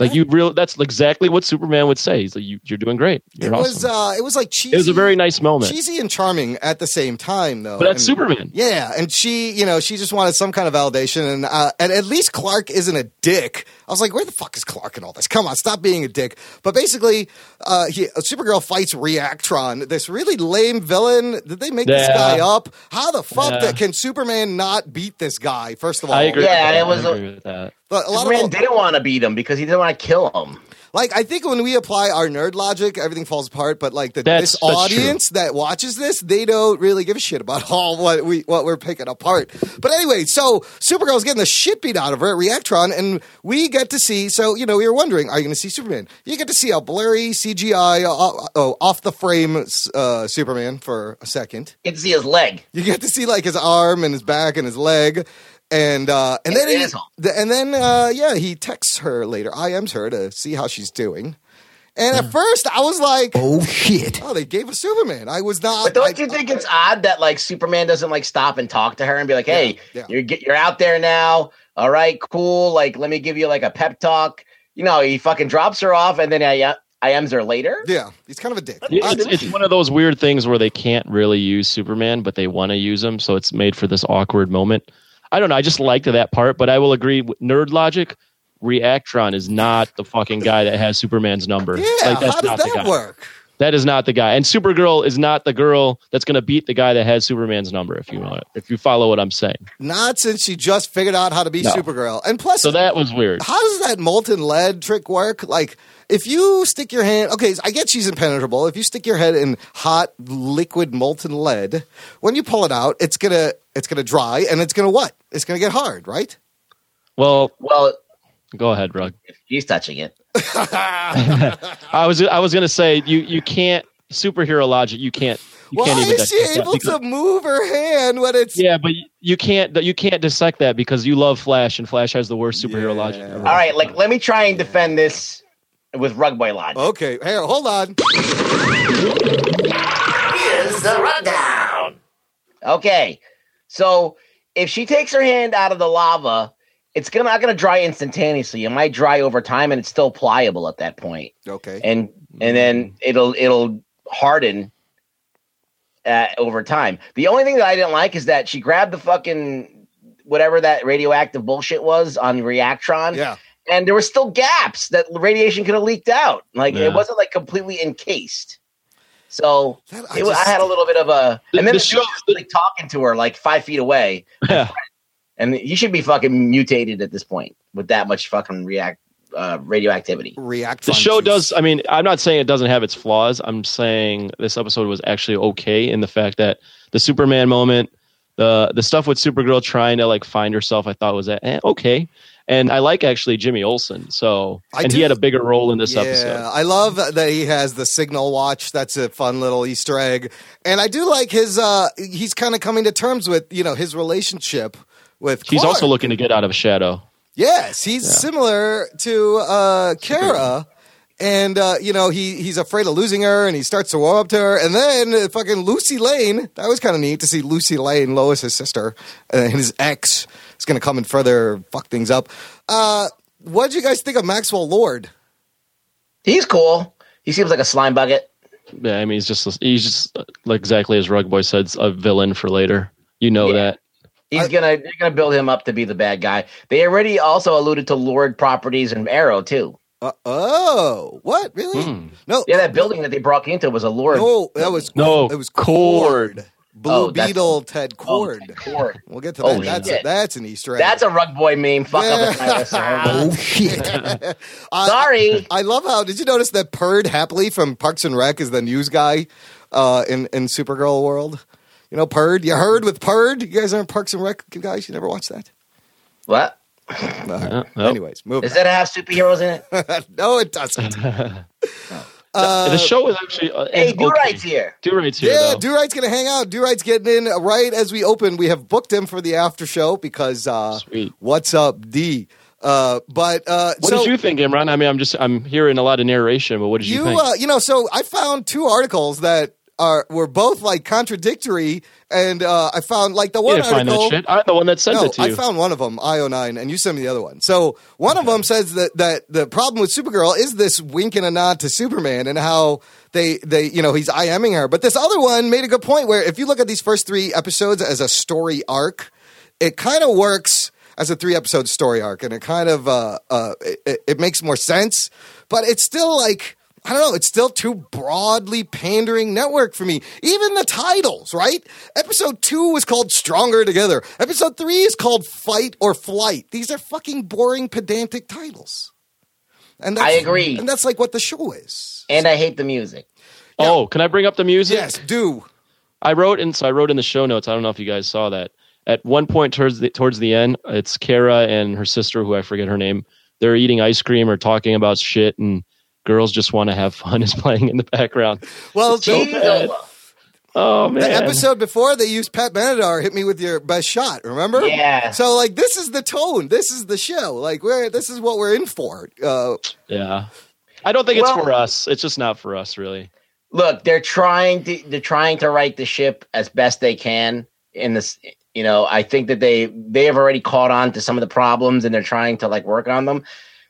[SPEAKER 2] Like you real, that's exactly what Superman would say. He's like, you, "You're doing great.
[SPEAKER 1] it
[SPEAKER 2] You're awesome."
[SPEAKER 1] was uh, it was like cheesy.
[SPEAKER 2] it was a very nice moment,
[SPEAKER 1] cheesy and charming at the same time, though.
[SPEAKER 2] but that's
[SPEAKER 1] And-
[SPEAKER 2] Superman.
[SPEAKER 1] Yeah, and she, you know, she just wanted some kind of validation, and uh, and at least Clark isn't a dick. I was like, where the fuck is Clark in all this? Come on, stop being a dick. But basically, uh, he, Supergirl fights Reactron, this really lame villain. Did they make this
[SPEAKER 2] Yeah.
[SPEAKER 1] guy up? How the fuck
[SPEAKER 2] Yeah.
[SPEAKER 1] that can Superman not beat this guy? First of all,
[SPEAKER 2] I agree.
[SPEAKER 3] Yeah,
[SPEAKER 2] with that.
[SPEAKER 3] it was
[SPEAKER 2] I
[SPEAKER 3] a-
[SPEAKER 2] agree with that.
[SPEAKER 1] But a lot of
[SPEAKER 3] Superman didn't want to beat him because he didn't want to kill him.
[SPEAKER 1] Like I think when we apply our nerd logic, everything falls apart. But like the,
[SPEAKER 2] That's-
[SPEAKER 1] this
[SPEAKER 2] that's
[SPEAKER 1] audience that watches this, they don't really give a shit about all what we what we're picking apart. But anyway, so Supergirl's getting the shit beat out of her at Reactron, and we get to see. So you know, we were wondering, are you going to see Superman? You get to see a blurry CGI, uh, oh, off the frame uh, Superman for a second.
[SPEAKER 3] You can see his leg.
[SPEAKER 1] You get to see like his arm and his back and his leg. And uh, and
[SPEAKER 3] He's
[SPEAKER 1] then
[SPEAKER 3] an
[SPEAKER 1] he,
[SPEAKER 3] asshole.
[SPEAKER 1] th- and then uh, yeah, he texts her later, IMs her to see how she's doing. And
[SPEAKER 2] Hmm.
[SPEAKER 1] at first, I was like,
[SPEAKER 4] Oh shit.
[SPEAKER 1] "Oh, they gave a Superman." I was not.
[SPEAKER 3] But don't
[SPEAKER 1] I-
[SPEAKER 3] you think it's odd that like Superman doesn't like stop and talk to her and be like, "Hey,
[SPEAKER 1] yeah.
[SPEAKER 3] you're get, you're out there now. All right, cool. Like, let me give you like a pep talk." You know, he fucking drops her off, and then I uh, I ams her later.
[SPEAKER 1] yeah, he's kind of a dick. I-
[SPEAKER 2] It's, it's one of those weird things where they can't really use Superman, but they want to use him, so it's made for this awkward moment. I don't know. I just liked that part, but I will agree. With nerd logic, Reactron is not the fucking guy that has Superman's number.
[SPEAKER 1] yeah,
[SPEAKER 2] Like, that's
[SPEAKER 1] how
[SPEAKER 2] not
[SPEAKER 1] does
[SPEAKER 2] the
[SPEAKER 1] that
[SPEAKER 2] guy.
[SPEAKER 1] work?
[SPEAKER 2] That is not the guy. And Supergirl is not the girl that's going to beat the guy that has Superman's number. If you want, if you follow what I'm saying,
[SPEAKER 1] Not since she just figured out how to be
[SPEAKER 2] No.
[SPEAKER 1] Supergirl, and plus,
[SPEAKER 2] so that was weird.
[SPEAKER 1] how does that molten lead trick work? Like, if you stick your hand, okay, I get she's impenetrable. If you stick your head in hot liquid molten lead, when you pull it out, it's gonna it's gonna dry and it's gonna what? It's gonna get hard, right?
[SPEAKER 2] Well,
[SPEAKER 3] Well,
[SPEAKER 2] go ahead, Rug.
[SPEAKER 3] he's touching it.
[SPEAKER 2] I was I was going to say you you can't superhero logic. You can't. You
[SPEAKER 1] Why
[SPEAKER 2] can't even
[SPEAKER 1] is she
[SPEAKER 2] dissect that
[SPEAKER 1] able to
[SPEAKER 2] because-
[SPEAKER 1] move her hand when it's?
[SPEAKER 2] Yeah, but you can't you can't dissect that because you love Flash and Flash has the worst superhero logic. Ever.
[SPEAKER 3] All right, like let me try and defend this with Rug Boy Lodge.
[SPEAKER 1] Okay, here, hold on.
[SPEAKER 3] Here's the rundown. Okay, so if she takes her hand out of the lava, it's gonna, not going to dry instantaneously. It might dry over time, and it's still pliable at that point,
[SPEAKER 1] Okay,
[SPEAKER 3] and and then it'll it'll harden uh, over time. The only thing that I didn't like is that she grabbed the fucking whatever that radioactive bullshit was on Reactron,
[SPEAKER 1] yeah,
[SPEAKER 3] and there were still gaps that radiation could have leaked out. Like
[SPEAKER 2] Yeah.
[SPEAKER 3] it wasn't like completely encased. So
[SPEAKER 1] That-
[SPEAKER 3] it was- I, had a little bit of a,
[SPEAKER 2] The-
[SPEAKER 3] and then
[SPEAKER 2] the
[SPEAKER 3] the show was like talking to her like five feet away,
[SPEAKER 2] Yeah.
[SPEAKER 3] and you should be fucking mutated at this point with that much fucking react uh, radioactivity.
[SPEAKER 1] react.
[SPEAKER 2] The
[SPEAKER 1] on
[SPEAKER 2] show
[SPEAKER 1] juice.
[SPEAKER 2] does. I mean, I'm not saying it doesn't have its flaws. I'm saying this episode was actually okay in the fact that the Superman moment, the the stuff with Supergirl trying to like find herself, I thought was that eh, okay. And I like actually Jimmy Olsen, so
[SPEAKER 1] I
[SPEAKER 2] and
[SPEAKER 1] do-
[SPEAKER 2] he had a bigger role in this episode.
[SPEAKER 1] I love that he has the signal watch. That's a fun little Easter egg. And I do like his uh he's kind of coming to terms with, you know, his relationship with
[SPEAKER 2] He's
[SPEAKER 1] Clark.
[SPEAKER 2] also looking to get out of shadow.
[SPEAKER 1] Yes, he's similar to uh Kara. And uh, you know he he's afraid of losing her, and he starts to warm up to her. And then uh, fucking Lucy Lane. That was kind of neat to see Lucy Lane, Lois, his sister, uh, and his ex is going to come and further fuck things up. Uh, what did you guys think of Maxwell Lord?
[SPEAKER 3] He's cool. He seems like a slime bucket.
[SPEAKER 2] Yeah, I mean, he's just he's just uh, like exactly as Rug Boy said, a villain for later. You know
[SPEAKER 3] Yeah.
[SPEAKER 2] that.
[SPEAKER 3] He's
[SPEAKER 1] I-
[SPEAKER 3] gonna they're gonna build him up to be the bad guy. They already also alluded to Lord properties and Arrow too.
[SPEAKER 1] Uh, oh, what really?
[SPEAKER 2] Mm-hmm.
[SPEAKER 1] No,
[SPEAKER 3] Yeah, that building that they broke into was a Lord.
[SPEAKER 1] no, that was
[SPEAKER 2] No,
[SPEAKER 1] It was
[SPEAKER 2] Cord.
[SPEAKER 1] Cord. Blue
[SPEAKER 3] Oh, that's-
[SPEAKER 1] Beetle, Ted
[SPEAKER 3] Oh,
[SPEAKER 1] Cord.
[SPEAKER 3] Cord.
[SPEAKER 1] We'll get to
[SPEAKER 3] Oh,
[SPEAKER 1] that. that's
[SPEAKER 3] shit.
[SPEAKER 1] that's an Easter egg.
[SPEAKER 3] That's a rug boy meme. Fuck up. If I was sorry.
[SPEAKER 4] Oh shit.
[SPEAKER 1] I-
[SPEAKER 3] Sorry.
[SPEAKER 1] I love how. Did you notice that Perd Hapley from Parks and Rec is the news guy uh, in in Supergirl world? You know, Perd. You heard with Perd. You guys aren't Parks and Rec guys. You never watched that.
[SPEAKER 3] What?
[SPEAKER 2] Uh, oh.
[SPEAKER 1] Anyways, move.
[SPEAKER 3] Does that have superheroes in it?
[SPEAKER 1] no, it doesn't.
[SPEAKER 2] the show is actually uh,
[SPEAKER 3] Hey,
[SPEAKER 2] is
[SPEAKER 3] do
[SPEAKER 2] okay.
[SPEAKER 3] right's here.
[SPEAKER 2] Do rights here.
[SPEAKER 1] Yeah,
[SPEAKER 2] though.
[SPEAKER 1] Do Right's gonna hang out. Do Right's getting in right as we open. We have booked him for the after show because uh,
[SPEAKER 2] Sweet.
[SPEAKER 1] what's up, D? Uh, but uh,
[SPEAKER 2] What
[SPEAKER 1] so
[SPEAKER 2] did you think, Imran? I mean, I'm just I'm hearing a lot of narration, but what did you,
[SPEAKER 1] you,
[SPEAKER 2] think?
[SPEAKER 1] uh, you know, so I found two articles that are were both like contradictory, and uh, I found like the
[SPEAKER 2] you
[SPEAKER 1] one
[SPEAKER 2] didn't find
[SPEAKER 1] article.
[SPEAKER 2] that shit. I'm the one that sent
[SPEAKER 1] no,
[SPEAKER 2] it to you.
[SPEAKER 1] I found one of them, IO9, and you sent me the other one. So one of them says that, that the problem with Supergirl is this wink and a nod to Superman and how they, they you know, he's IMing her. But this other one made a good point where if you look at these first three episodes as a story arc, it kind of works as a three episode story arc and it kind of, uh, uh, it- it, it makes more sense. But it's still like, I don't know. It's still too broadly pandering network for me. Even the titles, right? Episode two was called Stronger Together. Episode three is called Fight or Flight. These are fucking boring, pedantic titles. And
[SPEAKER 3] I agree.
[SPEAKER 1] And that's like what the show is.
[SPEAKER 3] and I hate the music.
[SPEAKER 2] Oh, can I bring up the music?
[SPEAKER 1] Yes, do.
[SPEAKER 2] I wrote and so I wrote in the show notes. I don't know if you guys saw that. At one point towards the towards the end, it's Kara and her sister, who I forget her name. They're eating ice cream or talking about shit, and girls just want to have fun is playing in the background.
[SPEAKER 1] Well, the,
[SPEAKER 3] Jesus.
[SPEAKER 2] Oh man!
[SPEAKER 1] the episode before they used Pat Benatar, hit me with your best shot, remember?
[SPEAKER 3] Yeah.
[SPEAKER 1] So like this is the tone. This is the show. Like we're this is what we're in for. Uh,
[SPEAKER 2] Yeah, I don't think it's
[SPEAKER 3] Well-
[SPEAKER 2] for us. It's just not for us, really.
[SPEAKER 3] Look, they're trying to they're trying to right the ship as best they can in this you know, I think that they they have already caught on to some of the problems and they're trying to like work on them.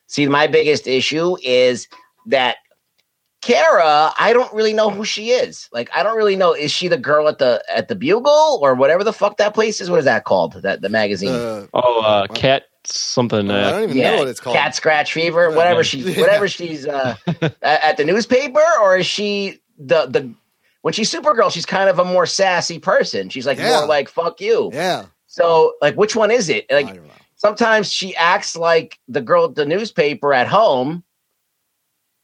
[SPEAKER 3] See, my biggest issue is that Kara, I don't really know who she is. Like, I don't really know. Is she the girl at the at the Bugle or whatever the fuck that place is? What is that called? That the magazine?
[SPEAKER 1] uh,
[SPEAKER 2] Oh, uh, cat something.
[SPEAKER 1] I
[SPEAKER 2] Uh,
[SPEAKER 1] don't even know what it's called.
[SPEAKER 3] Cat scratch fever,
[SPEAKER 1] Yeah.
[SPEAKER 3] whatever she, whatever she's uh, a- at the newspaper, or is she the the when she's Supergirl, she's kind of a more sassy person. She's like
[SPEAKER 1] Yeah.
[SPEAKER 3] more like fuck you.
[SPEAKER 1] Yeah.
[SPEAKER 3] So like, which one is it?
[SPEAKER 1] I
[SPEAKER 3] Like
[SPEAKER 1] don't know.
[SPEAKER 3] sometimes she acts like the girl at the newspaper at home.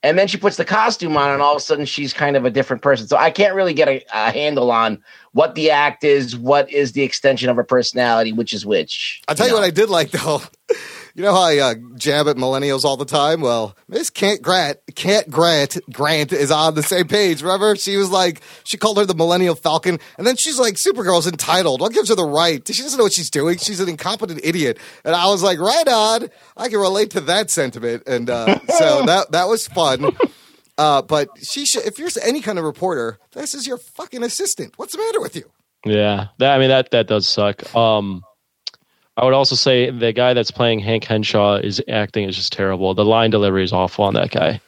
[SPEAKER 3] And then she puts the costume on, and all of a sudden she's kind of a different person. So I can't really get a, a handle on what the act is, what is the extension of her personality, which is which.
[SPEAKER 1] I'll tell you what I did like though. You know how I uh, jab at millennials all the time? Well, Miss Kent Grant, Kent Grant, Grant is on the same page. Remember, she was like, she called her the Millennial Falcon, and then she's like, Supergirl's entitled. What gives her the right? She doesn't know what she's doing. She's an incompetent idiot. And I was like, right on. I can relate to that sentiment, and uh, so that that was fun. Uh, but she, should, if you're any kind of reporter, this is your fucking assistant. What's the matter with you?
[SPEAKER 2] yeah, that I mean that that does suck. Um, I would also say the guy that's playing Hank Henshaw is acting is just terrible. The line delivery is awful on that guy.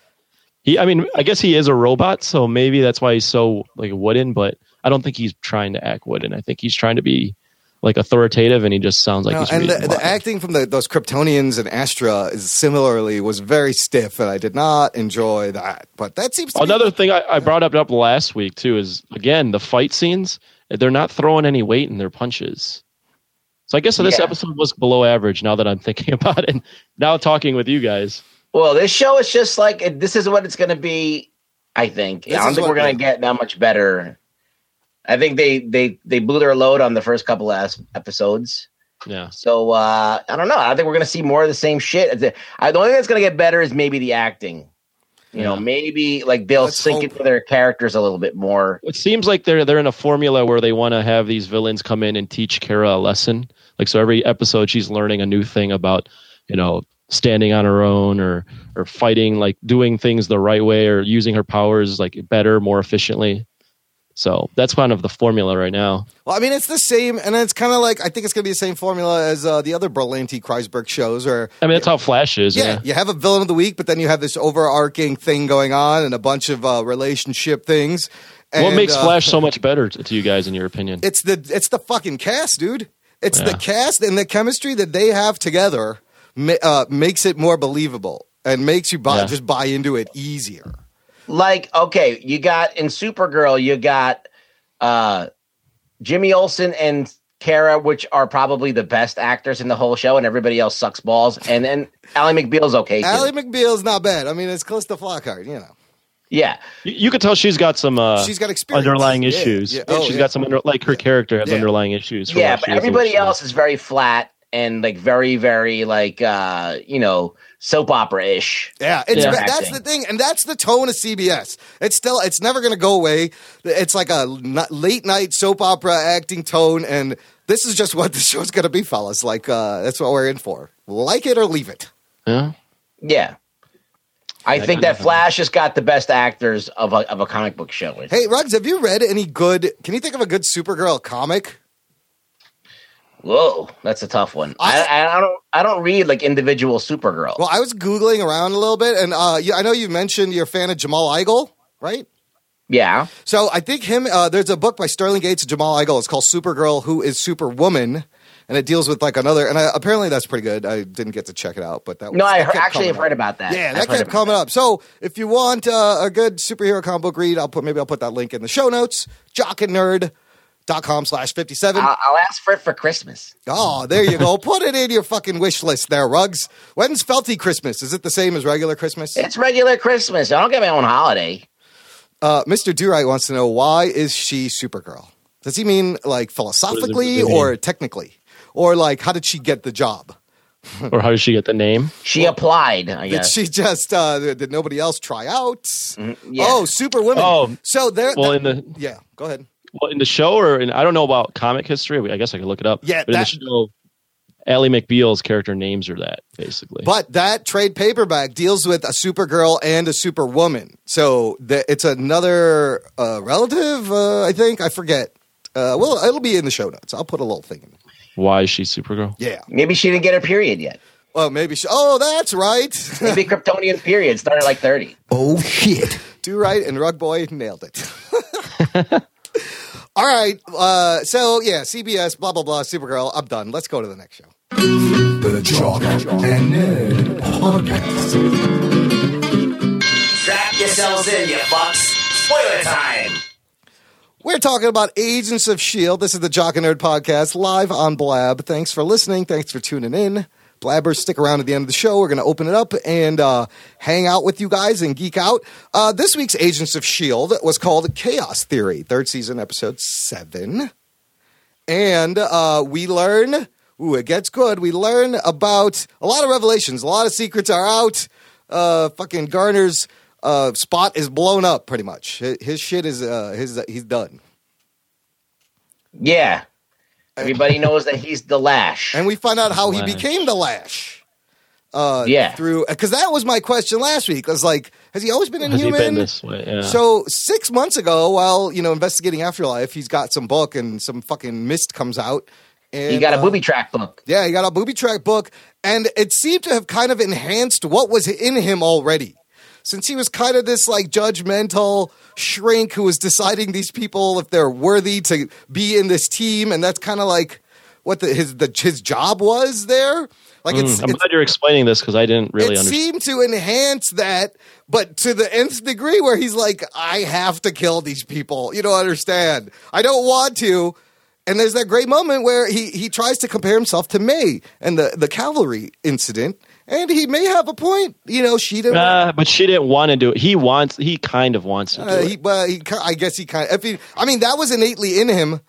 [SPEAKER 2] He, I mean, I guess he is a robot, so maybe that's why he's so like wooden. But I don't think he's trying to act wooden. I think he's trying to be like authoritative, and he just sounds like
[SPEAKER 1] No,
[SPEAKER 2] he's
[SPEAKER 1] and
[SPEAKER 2] reading
[SPEAKER 1] the,
[SPEAKER 2] a
[SPEAKER 1] the
[SPEAKER 2] lot.
[SPEAKER 1] acting from the, those Kryptonians and Astra is similarly was very stiff, and I did not enjoy that. But that seems to be-
[SPEAKER 2] Another thing I, I brought up up last week too is again the fight scenes. They're not throwing any weight in their punches. So I guess this
[SPEAKER 3] Yeah.
[SPEAKER 2] episode was below average. Now that I'm thinking about it, now talking with you guys,
[SPEAKER 3] Well, this show is just like it- this is what it's going to be. I think.
[SPEAKER 1] This
[SPEAKER 3] I don't
[SPEAKER 1] is
[SPEAKER 3] think
[SPEAKER 1] what-
[SPEAKER 3] we're going to get that much better. I think they they they blew their load on the first couple last episodes.
[SPEAKER 2] yeah,
[SPEAKER 3] So uh, I don't know. I think we're going to see more of the same shit. It's a- I, the only thing that's going to get better is maybe the acting. You know,
[SPEAKER 2] Yeah.
[SPEAKER 3] maybe like they'll
[SPEAKER 1] Let's
[SPEAKER 3] sink
[SPEAKER 1] hope.
[SPEAKER 3] into their characters a little bit more.
[SPEAKER 2] it seems like they're they're in a formula where they want to have these villains come in and teach Kara a lesson. Like so, every episode she's learning a new thing about you know standing on her own or or fighting like doing things the right way or using her powers like better, more efficiently. So that's kind of the formula right now.
[SPEAKER 1] Well, I mean, it's the same, and it's kind of like I think it's going to be the same formula as uh, the other Berlanti Kreisberg shows, where
[SPEAKER 2] I mean, that's how Flash is.
[SPEAKER 1] yeah,
[SPEAKER 2] Yeah.
[SPEAKER 1] you have a villain of the week, but then you have this overarching thing going on and a bunch of uh, relationship things. And,
[SPEAKER 2] what makes
[SPEAKER 1] uh,
[SPEAKER 2] Flash so much better t- to you guys, in your opinion?
[SPEAKER 1] It's the it's the fucking cast, dude. It's the
[SPEAKER 2] Yeah.
[SPEAKER 1] cast and the chemistry that they have together ma- uh, makes it more believable and makes you buy
[SPEAKER 2] Yeah.
[SPEAKER 1] just buy into it easier.
[SPEAKER 3] Like, okay, you got in Supergirl, you got uh Jimmy Olsen and Kara, which are probably the best actors in the whole show, and everybody else sucks balls. And then Ally McBeal's okay. Too.
[SPEAKER 1] Allie McBeal's not bad. I mean, it's close to Flockhart, you know.
[SPEAKER 3] yeah.
[SPEAKER 2] you, you could tell she's got some uh,
[SPEAKER 1] She's got experience.
[SPEAKER 2] underlying
[SPEAKER 1] Yeah,
[SPEAKER 2] issues.
[SPEAKER 1] Yeah.
[SPEAKER 2] She's
[SPEAKER 1] Oh, yeah.
[SPEAKER 2] got some under, like her character has
[SPEAKER 1] Yeah.
[SPEAKER 2] underlying issues. from
[SPEAKER 3] Yeah,
[SPEAKER 2] what
[SPEAKER 3] but
[SPEAKER 2] she was in the
[SPEAKER 3] everybody
[SPEAKER 2] show.
[SPEAKER 3] else is very flat. and like very very like uh you know soap opera ish.
[SPEAKER 1] Yeah, it's
[SPEAKER 2] Yeah.
[SPEAKER 1] that's the thing, and that's the tone of CBS. It's still, it's never going to go away. It's like a n- late night soap opera acting tone, and this is just what the show's going to be, fellas. Like uh, that's what we're in for. Like it or leave it.
[SPEAKER 2] Yeah.
[SPEAKER 3] Yeah. I
[SPEAKER 2] Yeah,
[SPEAKER 3] think
[SPEAKER 2] I
[SPEAKER 3] that
[SPEAKER 2] know.
[SPEAKER 3] Flash has got the best actors of a, of a comic book show.
[SPEAKER 1] Hey, Ruggs, have you read any good? Can you think of a good Supergirl comic?
[SPEAKER 3] Whoa, that's a tough one. I, I, I don't I don't read like individual Supergirl.
[SPEAKER 1] Well, I was googling around a little bit, and uh, you, I know you mentioned you're a fan of Jamal Igle, right?
[SPEAKER 3] yeah.
[SPEAKER 1] So I think him. Uh, there's a book by Sterling Gates and Jamal Igle. It's called Supergirl, who is Superwoman, and it deals with like another. And I, apparently that's pretty good. I didn't get to check it out, but that was,
[SPEAKER 3] No, I
[SPEAKER 1] that
[SPEAKER 3] heard,
[SPEAKER 1] kept coming
[SPEAKER 3] actually have heard
[SPEAKER 1] up.
[SPEAKER 3] about that.
[SPEAKER 1] Yeah,
[SPEAKER 3] I've
[SPEAKER 1] that
[SPEAKER 3] heard
[SPEAKER 1] kept
[SPEAKER 3] about
[SPEAKER 1] coming up. So if you want uh, a good superhero comic book read, I'll put maybe I'll put that link in the show notes. Jockandnerd.com slash fifty seven.
[SPEAKER 3] I'll, I'll ask for it for Christmas.
[SPEAKER 1] Oh, there you go. Put it in your fucking wish list there, Rugs. When's Felty Christmas? Is it the same as regular Christmas?
[SPEAKER 3] It's regular Christmas. I don't get my own holiday.
[SPEAKER 1] Uh, Mr. Durite wants to know why is she Supergirl? Does he mean like philosophically
[SPEAKER 2] What does it
[SPEAKER 1] or technically? Or like how did she get the job?
[SPEAKER 2] Or how did she get the name?
[SPEAKER 3] She applied. I
[SPEAKER 1] Oh. Did
[SPEAKER 3] guess. Mm,
[SPEAKER 1] she just uh, did nobody else try out?
[SPEAKER 3] yeah.
[SPEAKER 1] Oh, Superwoman.
[SPEAKER 2] Mm, Oh.
[SPEAKER 1] so there.
[SPEAKER 2] Well,
[SPEAKER 1] that-
[SPEAKER 2] in the
[SPEAKER 1] yeah, go ahead.
[SPEAKER 2] well, in the show, or in, I don't know about comic history. I guess I could look it up.
[SPEAKER 1] Yeah,
[SPEAKER 2] but
[SPEAKER 1] that-
[SPEAKER 2] in the show, Ally McBeal's character names are that basically.
[SPEAKER 1] But that trade paperback deals with a Supergirl and a Superwoman. So the, it's another uh, relative, uh, I think. I forget. Uh, well, it'll be in the show notes. I'll put a little thing in.
[SPEAKER 2] Why is she Supergirl?
[SPEAKER 1] Yeah.
[SPEAKER 3] Maybe she didn't get her period yet.
[SPEAKER 1] Well, maybe. She, oh, that's right.
[SPEAKER 3] Maybe Kryptonian period started like thirty.
[SPEAKER 4] Oh shit.
[SPEAKER 1] Do right and Rug Boy nailed it. All right. Uh, so, yeah, CBS, blah, blah, blah, Supergirl. I'm done. Let's go to the next show.
[SPEAKER 4] The Jock and Nerd Podcast.
[SPEAKER 3] Strap yourselves in, you fucks. Spoiler time.
[SPEAKER 1] We're talking about Agents of S.H.I.E.L.D. E This is the Jock and Nerd Podcast live on Blab. Thanks for listening. Thanks for tuning in. Blabbers, stick around at the end of the show. We're going to open it up and uh, hang out with you guys and geek out. Uh, this week's Agents of S.H.I.E.L.D. E was called Chaos Theory, third season, episode seven. And uh, we learn, ooh, it gets good. We learn about a lot of revelations, a lot of secrets are out. Uh, fucking Garner's uh, spot is blown up, pretty much. His, his shit is, uh, his, he's done.
[SPEAKER 3] Yeah. Everybody knows that he's the Lash.
[SPEAKER 1] and we find out how he
[SPEAKER 2] Lash.
[SPEAKER 1] became the Lash. Uh,
[SPEAKER 3] Yeah.
[SPEAKER 1] through because that was my question last week. I was like, has he always been
[SPEAKER 2] Has he
[SPEAKER 1] inhuman?
[SPEAKER 2] been this way? Yeah.
[SPEAKER 1] So six months ago, while you know investigating afterlife, he's got some book and some fucking mist comes out. And,
[SPEAKER 3] He got a
[SPEAKER 1] uh,
[SPEAKER 3] booby track book.
[SPEAKER 1] yeah, he got a booby track book, and it seemed to have kind of enhanced what was in him already. Since he was kind of this like judgmental shrink who was deciding these people if they're worthy to be in this team, and that's kind of like what the, his the, his job was there. Like it's,
[SPEAKER 2] I'm
[SPEAKER 1] it's
[SPEAKER 2] glad you're explaining this because I didn't really
[SPEAKER 1] it seemed
[SPEAKER 2] understand.
[SPEAKER 1] to enhance that, but to the nth degree where he's like, I have to kill these people. You don't understand. I don't want to. And there's that great moment where he, he tries to compare himself to May and the, the cavalry incident, and he may have a point. You know, she didn't.
[SPEAKER 2] Uh, but she didn't want to do it. He wants. He kind of wants to. Do
[SPEAKER 1] Uh,
[SPEAKER 2] it.
[SPEAKER 1] he, well, he, ki- I guess he kind of. If he, I mean, that was innately in him,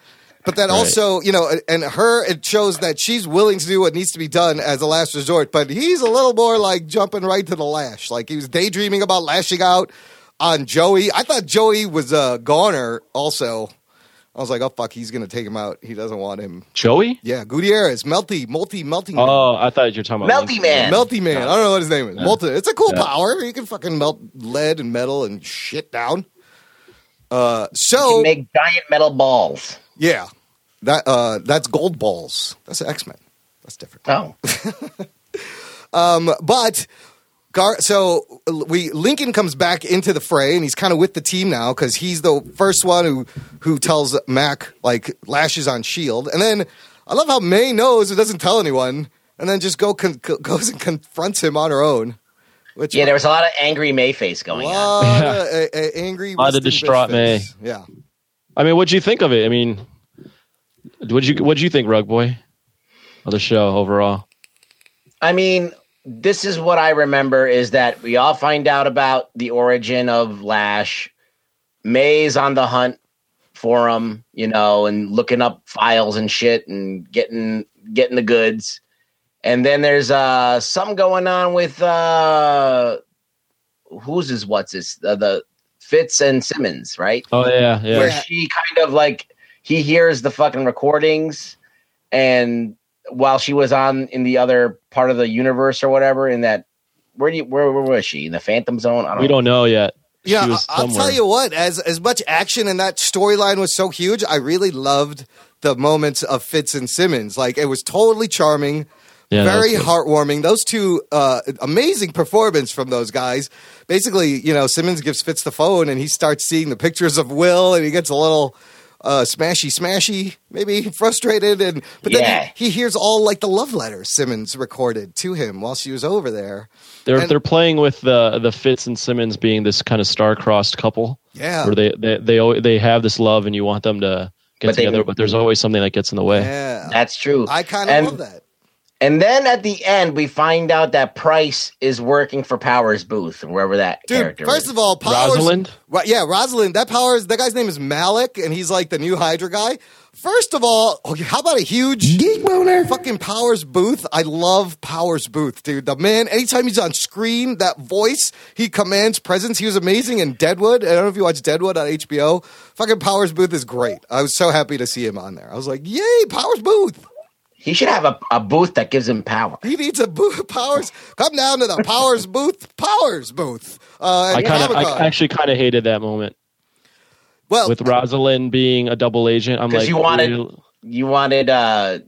[SPEAKER 1] but that also, you know, and her, it shows that she's willing to do what needs to be done as a last resort. But he's a little more like jumping right to the lash. Like he was daydreaming about lashing out on Joey. I thought Joey was a goner. Also, I was like, oh fuck, he's gonna take him out. He doesn't want him.
[SPEAKER 2] Joey?
[SPEAKER 1] Yeah, Gutierrez, melty, multi, melting. man.
[SPEAKER 2] Oh, I thought you were talking about
[SPEAKER 3] Melty Man.
[SPEAKER 1] Melty man. I don't know what his name is. Molten. It's a cool
[SPEAKER 2] Yeah.
[SPEAKER 1] power. You can fucking melt lead and metal and shit down. Uh,
[SPEAKER 3] Can
[SPEAKER 1] so
[SPEAKER 3] make giant metal balls.
[SPEAKER 1] yeah, that uh, that's gold balls. That's X Men. That's different.
[SPEAKER 3] Oh.
[SPEAKER 1] But Gar- so we Lincoln comes back into the fray and he's kind of with the team now because he's the first one who who tells Mac like lashes on Shield, E and then I love how May knows and doesn't tell anyone, and then just go con- co- goes and confronts him on her own. Which
[SPEAKER 3] Yeah, there was a lot of angry Mayface going on.
[SPEAKER 1] lot
[SPEAKER 2] Yeah.
[SPEAKER 1] of, uh, uh, angry,
[SPEAKER 2] Lot of
[SPEAKER 1] rusty
[SPEAKER 2] distraught
[SPEAKER 1] bitch
[SPEAKER 2] May.
[SPEAKER 1] face. Yeah,
[SPEAKER 2] I mean, what'd you think of it? I mean, what'd you what'd you think, Rug Boy, of the show overall?
[SPEAKER 3] I mean, this is what I remember is that we all find out about the origin of Lash. May's on the hunt for him, you know, and looking up files and shit and getting getting the goods. And then there's uh something going on with uh who's his what's his the, the Fitz and Simmons, right?
[SPEAKER 2] Oh yeah, yeah.
[SPEAKER 3] Where
[SPEAKER 1] Yeah.
[SPEAKER 3] she kind of like he hears the fucking recordings and while she was on in the other part of the universe or whatever in that where do you where, where was she? In the Phantom Zone? I don't
[SPEAKER 2] we
[SPEAKER 3] know.
[SPEAKER 2] don't know yet. She
[SPEAKER 1] Yeah,
[SPEAKER 2] was
[SPEAKER 1] I- I'll
[SPEAKER 2] somewhere.
[SPEAKER 1] tell you what. As as much action and that storyline was so huge, I really loved the moments of Fitz and Simmons. Like it was totally charming,
[SPEAKER 2] Yeah, that
[SPEAKER 1] very
[SPEAKER 2] was good.
[SPEAKER 1] heartwarming. Those two uh, amazing performance from those guys. Basically, you know, Simmons gives Fitz the phone, and he starts seeing the pictures of Will, and he gets a little. Uh, smashy, smashy, maybe frustrated, and but then
[SPEAKER 3] Yeah.
[SPEAKER 1] he, he hears all like the love letters Simmons recorded to him while she was over there.
[SPEAKER 2] They're
[SPEAKER 1] and-
[SPEAKER 2] they're playing with the the Fitz and Simmons being this kind of star-crossed couple
[SPEAKER 1] Yeah,
[SPEAKER 2] where they they they, al- they have this love and you want them to get
[SPEAKER 3] But they-
[SPEAKER 2] together, but there's always something that gets in the way.
[SPEAKER 1] yeah,
[SPEAKER 3] That's true.
[SPEAKER 1] I kind of
[SPEAKER 3] And-
[SPEAKER 1] love that.
[SPEAKER 3] And then at the end, we find out that Price is working for Powers Booth, wherever that
[SPEAKER 1] Dude,
[SPEAKER 3] character
[SPEAKER 1] first
[SPEAKER 3] is.
[SPEAKER 1] of all, Powers.
[SPEAKER 2] Rosalind?
[SPEAKER 1] Ro- yeah, Rosalind. That Powers. That guy's name is Malik, and he's like the new Hydra guy. First of all, okay, how about a huge
[SPEAKER 4] Geek boner.
[SPEAKER 1] fucking Powers Booth? I love Powers Booth, dude. The man, anytime he's on screen, that voice, he commands presence. He was amazing in Deadwood. I don't know if you watch Deadwood on HBO. Fucking Powers Booth is great. I was so happy to see him on there. I was like, yay, Powers Booth.
[SPEAKER 3] he should have a, a booth that gives him power.
[SPEAKER 1] He needs a booth. Powers. Come down to the Powers Booth. Powers Booth. Uh,
[SPEAKER 2] I
[SPEAKER 1] at
[SPEAKER 2] kind of
[SPEAKER 1] Comic-Con.
[SPEAKER 2] I actually kind of hated that moment
[SPEAKER 1] well,
[SPEAKER 2] with Rosalind being a double agent. I'm
[SPEAKER 3] 'Cause
[SPEAKER 2] like
[SPEAKER 3] you wanted-
[SPEAKER 2] "Ew."
[SPEAKER 3] You wanted uh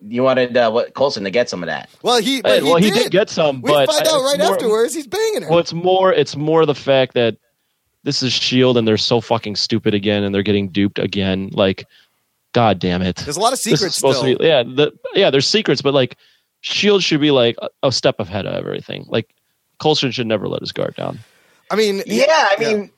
[SPEAKER 3] you wanted uh what Colson to get some of that.
[SPEAKER 1] Well, he,
[SPEAKER 2] Hey,
[SPEAKER 1] but
[SPEAKER 2] well, he did. get some,
[SPEAKER 1] We
[SPEAKER 2] but
[SPEAKER 1] find
[SPEAKER 2] I-
[SPEAKER 1] out
[SPEAKER 2] it's
[SPEAKER 1] right
[SPEAKER 2] more-
[SPEAKER 1] afterwards he's banging her.
[SPEAKER 2] Well, it's more it's more the fact that this is Shield E and they're so fucking stupid again and they're getting duped again. Like, god damn it!
[SPEAKER 1] There's a lot of
[SPEAKER 2] This
[SPEAKER 1] secrets
[SPEAKER 2] is supposed
[SPEAKER 1] still.
[SPEAKER 2] to be yeah, the, yeah. There's secrets, but like, Shield E should be like a, a step ahead of everything. Like, Coulson should never let his guard down.
[SPEAKER 1] I mean,
[SPEAKER 3] Yeah, I mean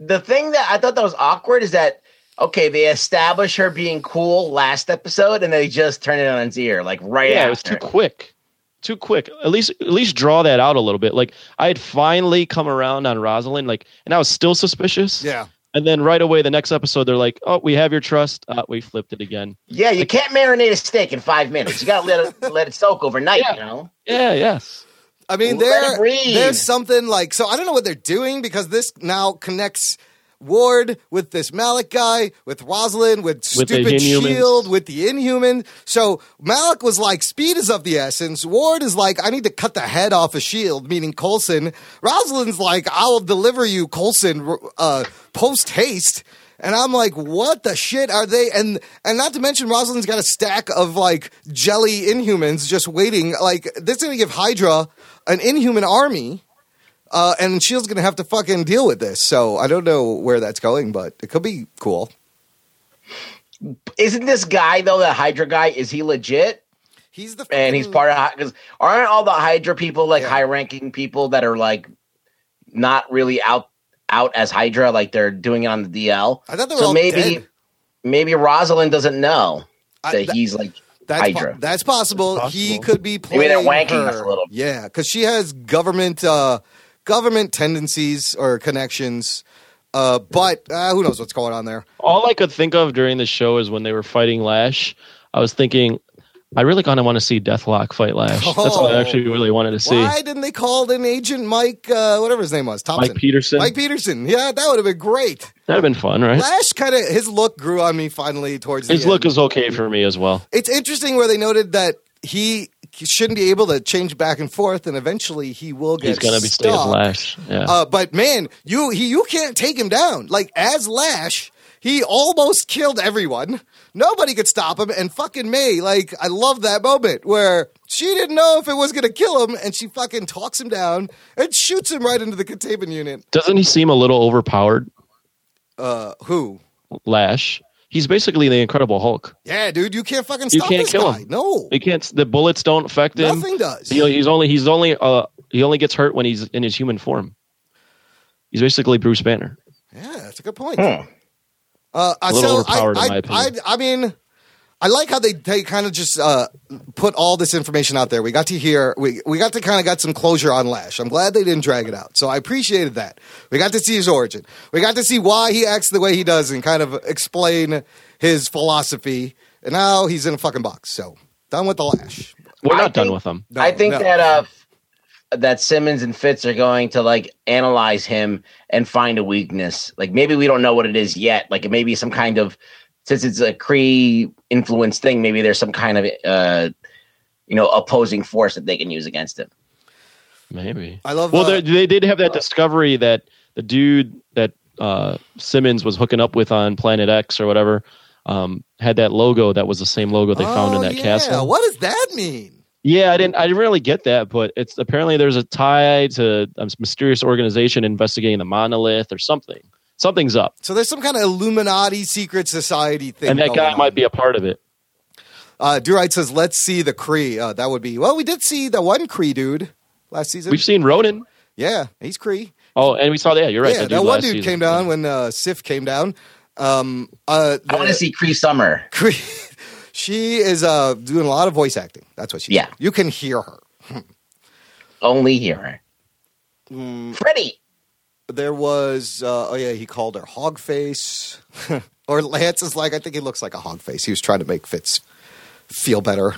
[SPEAKER 3] the thing that I thought that was awkward is that okay, they establish her being cool last episode and they just turn it on its ear, like right
[SPEAKER 2] yeah,
[SPEAKER 3] after.
[SPEAKER 2] it was too quick. Too quick. At least, at least draw that out a little bit. Like, I had finally come around on Rosalind, like, and I was still suspicious.
[SPEAKER 1] yeah.
[SPEAKER 2] And then right away, the next episode, they're like, "Oh, we have your trust. Uh, we flipped it again."
[SPEAKER 3] yeah, you can't marinate a steak in five minutes. You gotta let it let it soak overnight,
[SPEAKER 2] Yeah.
[SPEAKER 3] you know?
[SPEAKER 2] Yeah. Yes.
[SPEAKER 1] I mean,
[SPEAKER 3] Let
[SPEAKER 1] there,
[SPEAKER 3] it breathe.
[SPEAKER 1] there's something like so. I don't know what they're doing because this now connects Ward with this Malik guy, with Rosalind, with
[SPEAKER 2] With the
[SPEAKER 1] stupid
[SPEAKER 2] Inhumans.
[SPEAKER 1] Shield, with the Inhuman. So Malik was like, "Speed is of the essence." Ward is like, "I need to cut the head off a Shield," meaning Colson. Rosalind's like, "I'll deliver you, Colson, uh, post haste." And I'm like, what the shit are they? And and not to mention, Rosalind's got a stack of like jelly Inhumans just waiting. Like this is gonna give Hydra an Inhuman army, uh, and Shield's gonna have to fucking deal with this. So I don't know where that's going, but it could be cool.
[SPEAKER 3] Isn't this guy though, the Hydra guy, is he legit?
[SPEAKER 1] He's the
[SPEAKER 3] and he's
[SPEAKER 2] Mm.
[SPEAKER 1] fucking-
[SPEAKER 3] part of because aren't all the Hydra people like high ranking people that are like not really out out as Hydra like they're doing it on the DL?
[SPEAKER 1] I thought they were
[SPEAKER 3] So
[SPEAKER 1] all
[SPEAKER 3] maybe
[SPEAKER 1] dead.
[SPEAKER 3] maybe Rosalind doesn't know
[SPEAKER 1] I-
[SPEAKER 3] that
[SPEAKER 1] that-
[SPEAKER 3] he's like
[SPEAKER 1] That's, po-
[SPEAKER 3] Hydra.
[SPEAKER 1] that's possible.
[SPEAKER 2] That's
[SPEAKER 1] He
[SPEAKER 2] possible.
[SPEAKER 1] could be playing
[SPEAKER 3] Maybe they're wanking
[SPEAKER 1] her.
[SPEAKER 3] us a little.
[SPEAKER 1] Yeah, because she has government uh, government tendencies or connections. Uh, but uh, who knows what's going on there?
[SPEAKER 2] All I could think of during the show is when they were fighting Lash. I was thinking, I really kind of want to see Deathlock fight Lash. That's what
[SPEAKER 1] Oh.
[SPEAKER 2] I actually really wanted to see.
[SPEAKER 1] Why didn't they call in Agent Mike, uh, whatever his name was, Thompson?
[SPEAKER 2] Mike Peterson.
[SPEAKER 1] Mike Peterson. Yeah, that would have been great.
[SPEAKER 2] That'd have been fun, right?
[SPEAKER 1] Lash kind of his look grew on me finally towards the
[SPEAKER 2] His
[SPEAKER 1] end.
[SPEAKER 2] look is okay for me as well.
[SPEAKER 1] it's interesting where they noted that he shouldn't be able to change back and forth, and eventually he will get.
[SPEAKER 2] He's gonna be staying
[SPEAKER 1] stuck.
[SPEAKER 2] Lash. Yeah.
[SPEAKER 1] Uh, but man, you he you can't take him down. Like as Lash, he almost killed everyone. Nobody could stop him, and fucking May, like I love that moment where she didn't know if it was gonna kill him, and she fucking talks him down and shoots him right into the containment unit.
[SPEAKER 2] Doesn't he seem a little overpowered,
[SPEAKER 1] Uh, who?
[SPEAKER 2] Lash? He's basically the Incredible Hulk.
[SPEAKER 1] Yeah, dude, you can't fucking
[SPEAKER 2] You
[SPEAKER 1] stop
[SPEAKER 2] can't
[SPEAKER 1] this
[SPEAKER 2] kill
[SPEAKER 1] guy.
[SPEAKER 2] him.
[SPEAKER 1] No,
[SPEAKER 2] He can't. The bullets don't affect him.
[SPEAKER 1] nothing does.
[SPEAKER 2] He, he's only he's only uh he only gets hurt when he's in his human form. He's basically Bruce Banner.
[SPEAKER 1] Yeah, that's a good point.
[SPEAKER 3] Hmm.
[SPEAKER 1] Uh,
[SPEAKER 2] A little
[SPEAKER 1] so
[SPEAKER 2] overpowered,
[SPEAKER 1] I,
[SPEAKER 2] in my
[SPEAKER 1] I-
[SPEAKER 2] opinion.
[SPEAKER 1] I, I mean, I like how they, they kind of just uh, put all this information out there. We got to hear, we, we got to kind of got some closure on Lash. I'm glad they didn't drag it out. So I appreciated that. We got to see his origin. We got to see why he acts the way he does and kind of explain his philosophy. And now he's in a fucking box. So done with the Lash.
[SPEAKER 2] We're
[SPEAKER 5] I
[SPEAKER 2] not done
[SPEAKER 5] think-
[SPEAKER 2] with them.
[SPEAKER 1] No,
[SPEAKER 5] I think
[SPEAKER 1] no.
[SPEAKER 5] that uh that Simmons and Fitz are going to like analyze him and find a weakness. Like maybe we don't know what it is yet. Like it may be some kind of since it's a Cree influenced thing, maybe there's some kind of uh you know opposing force that they can use against him.
[SPEAKER 2] Maybe.
[SPEAKER 1] I love.
[SPEAKER 2] Well,
[SPEAKER 1] uh,
[SPEAKER 2] they they did have that discovery that the dude that uh, Simmons was hooking up with on Planet X or whatever um, had that logo that was the same logo they found in
[SPEAKER 1] oh,
[SPEAKER 2] that
[SPEAKER 1] yeah.
[SPEAKER 2] castle.
[SPEAKER 1] What does that mean?
[SPEAKER 2] Yeah, I didn't. I didn't really get that, but it's apparently there's a tie to a mysterious organization investigating the monolith or something. Something's up,
[SPEAKER 1] So there's some kind of Illuminati secret society thing.
[SPEAKER 2] and that
[SPEAKER 1] going
[SPEAKER 2] guy
[SPEAKER 1] on.
[SPEAKER 2] might be a part of it.
[SPEAKER 1] Uh, Durite says, "Let's see the Cree." Uh, that would be well. We did see the one Cree dude last season.
[SPEAKER 2] We've seen Ronan.
[SPEAKER 1] yeah, he's Cree.
[SPEAKER 2] Oh, and we saw that. You're right.
[SPEAKER 1] yeah,
[SPEAKER 2] dude
[SPEAKER 1] that one
[SPEAKER 2] last
[SPEAKER 1] dude
[SPEAKER 2] season.
[SPEAKER 1] came down when uh, Sif came down. Um, uh,
[SPEAKER 5] I want to
[SPEAKER 1] the-
[SPEAKER 5] see Cree Summer.
[SPEAKER 1] Cree. She is uh, doing a lot of voice acting. That's what she.
[SPEAKER 5] Yeah.
[SPEAKER 1] did. you can hear her.
[SPEAKER 5] Only here.
[SPEAKER 1] Mm,
[SPEAKER 5] Freddy.
[SPEAKER 1] there was uh, oh yeah, he called her hog face. or Lance is like, I think he looks like a hog face. He was trying to make Fitz feel better.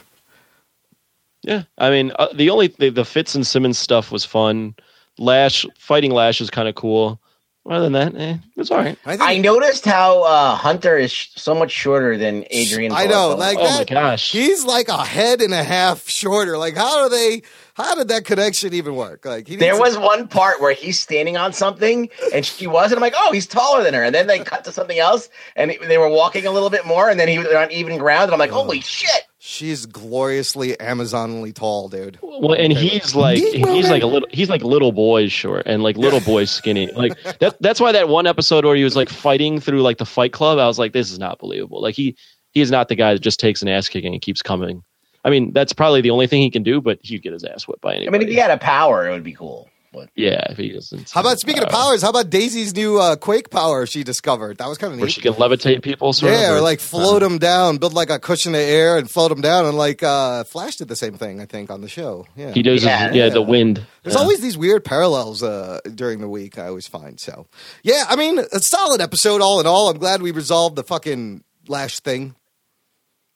[SPEAKER 2] Yeah, I mean uh, the only the, the Fitz and Simmons stuff was fun. Lash fighting Lash is kind of cool. Other than that, eh, it's all right.
[SPEAKER 1] I think
[SPEAKER 5] I noticed how uh, Hunter is sh- so much shorter than Adrian.
[SPEAKER 1] I
[SPEAKER 5] Barbeau.
[SPEAKER 1] know, like
[SPEAKER 2] oh my
[SPEAKER 1] that.
[SPEAKER 2] gosh,
[SPEAKER 1] He's like a head and a half shorter. Like, how do they? How did that connection even work? Like, he
[SPEAKER 5] There
[SPEAKER 1] needs-
[SPEAKER 5] was one part where he's standing on something and she wasn't. I'm like, oh, he's taller than her. And then they cut to something else and it- they were walking a little bit more and then he was on even ground. And I'm like, holy shit.
[SPEAKER 1] she's gloriously Amazonly tall, dude.
[SPEAKER 2] Well, and he's like he's like a little he's like little boy short and like little boy skinny. Like that that's why that one episode where he was like fighting through like the Fight Club, I was like, this is not believable. Like he he is not the guy that just takes an ass kicking and keeps coming. I mean, that's probably the only thing he can do, but he'd get his ass whipped by
[SPEAKER 5] I
[SPEAKER 2] anybody.
[SPEAKER 5] mean, if he had a power, it would be cool. But
[SPEAKER 2] yeah, if he doesn't. Uh,
[SPEAKER 1] How about speaking of powers? How about Daisy's new uh, quake power she discovered? That was kind of
[SPEAKER 2] where
[SPEAKER 1] neat.
[SPEAKER 2] she can levitate people? Sort of,
[SPEAKER 1] yeah, or like float them down, build like a cushion of air and float them down. And like uh, Flash did the same thing, I think, on the show. Yeah,
[SPEAKER 2] He does. Yeah,
[SPEAKER 5] Yeah.
[SPEAKER 2] yeah the wind.
[SPEAKER 1] There's
[SPEAKER 2] Yeah.
[SPEAKER 1] always these weird parallels uh, during the week. I always find so. Yeah, I mean, a solid episode all in all. I'm glad we resolved the fucking Lash thing.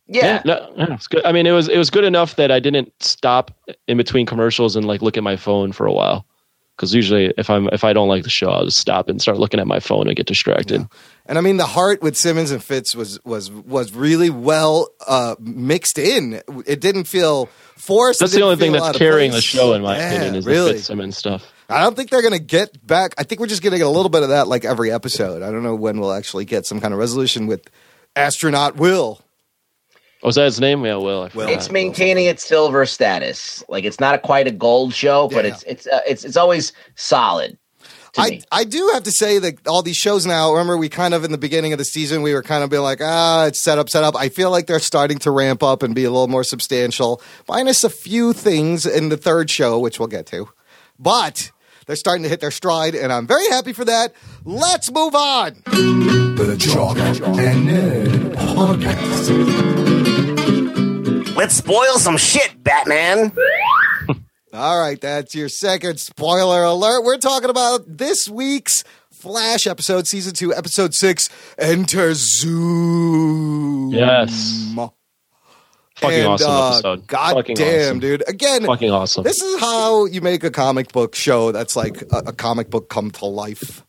[SPEAKER 5] yeah.
[SPEAKER 2] no, yeah, it's good. I mean, it was it was good enough that I didn't stop in between commercials and like look at my phone for a while. Because usually, if I'm if I don't like the show, I'll just stop and start looking at my phone and get distracted.
[SPEAKER 1] And I mean, the heart with Simmons and Fitz was was was really well uh, mixed in. It didn't feel forced. It
[SPEAKER 2] That's the
[SPEAKER 1] didn't
[SPEAKER 2] only thing
[SPEAKER 1] feel out
[SPEAKER 2] that's
[SPEAKER 1] of
[SPEAKER 2] carrying the
[SPEAKER 1] place.
[SPEAKER 2] show, in my
[SPEAKER 1] Yeah,
[SPEAKER 2] opinion, is
[SPEAKER 1] really.
[SPEAKER 2] the Fitzsimmons stuff.
[SPEAKER 1] I don't think they're going to get back. I think we're just going to get a little bit of that, like every episode. I don't know when we'll actually get some kind of resolution with astronaut Will.
[SPEAKER 2] Oh, is that his name? Yeah, Will. I forgot.
[SPEAKER 5] It's maintaining its silver status. Like it's not a, quite a gold show, but
[SPEAKER 1] Yeah.
[SPEAKER 5] it's it's uh, it's it's always solid. To
[SPEAKER 1] I,
[SPEAKER 5] me.
[SPEAKER 1] I do have to say that all these shows now, remember we kind of in the beginning of the season, we were kind of being like, ah, it's set up, set up. I feel like they're starting to ramp up and be a little more substantial, minus a few things in the third show, which we'll get to. But they're starting to hit their stride, and I'm very happy for that. Let's move on.
[SPEAKER 4] The Jock and Nerd Podcast.
[SPEAKER 3] Let's spoil some shit, Batman.
[SPEAKER 1] All right, that's your second spoiler alert. We're talking about this week's Flash episode, season two, episode six, Enter Zoom.
[SPEAKER 2] Yes. Fucking
[SPEAKER 1] And,
[SPEAKER 2] awesome
[SPEAKER 1] uh,
[SPEAKER 2] episode.
[SPEAKER 1] God
[SPEAKER 2] Fucking
[SPEAKER 1] damn,
[SPEAKER 2] awesome.
[SPEAKER 1] dude. Again,
[SPEAKER 2] Fucking awesome.
[SPEAKER 1] this is how you make a comic book show that's like a, a comic book come to life.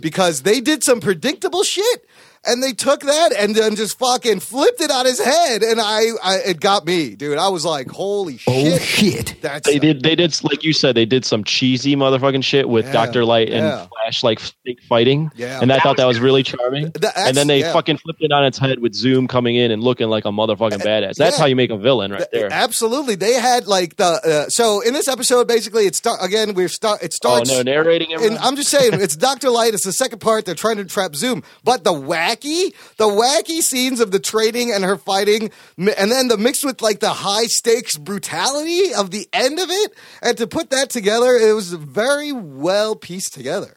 [SPEAKER 1] Because they did some predictable shit and they took that and then just fucking flipped it on his head. And I, I it got me, dude. I was like, holy
[SPEAKER 4] Oh,
[SPEAKER 1] shit.
[SPEAKER 4] shit.
[SPEAKER 1] That's
[SPEAKER 2] they did. They did like you said. They did some cheesy motherfucking shit with
[SPEAKER 1] Yeah,
[SPEAKER 2] Doctor Light and
[SPEAKER 1] yeah.
[SPEAKER 2] Flash, like fake fighting.
[SPEAKER 1] Yeah.
[SPEAKER 2] and I thought that was really charming.
[SPEAKER 1] Th-
[SPEAKER 2] and then
[SPEAKER 1] that's-
[SPEAKER 2] they
[SPEAKER 1] yeah.
[SPEAKER 2] fucking flipped it on its head with Zoom coming in and looking like a motherfucking badass. That's
[SPEAKER 1] yeah.
[SPEAKER 2] how you make a villain, right there.
[SPEAKER 1] Absolutely, they had like the uh, so in this episode, basically, it's sta- again we're start it
[SPEAKER 2] oh
[SPEAKER 1] starts.
[SPEAKER 2] no, narrating everything.
[SPEAKER 1] and I'm just saying, it's Doctor Light. It's the second part. They're trying to trap Zoom, but the wacky, the wacky scenes of the trading and her fighting, mi- and then the mixed with like the high stakes brutality of the end of it, and to put that together, it was very well pieced together.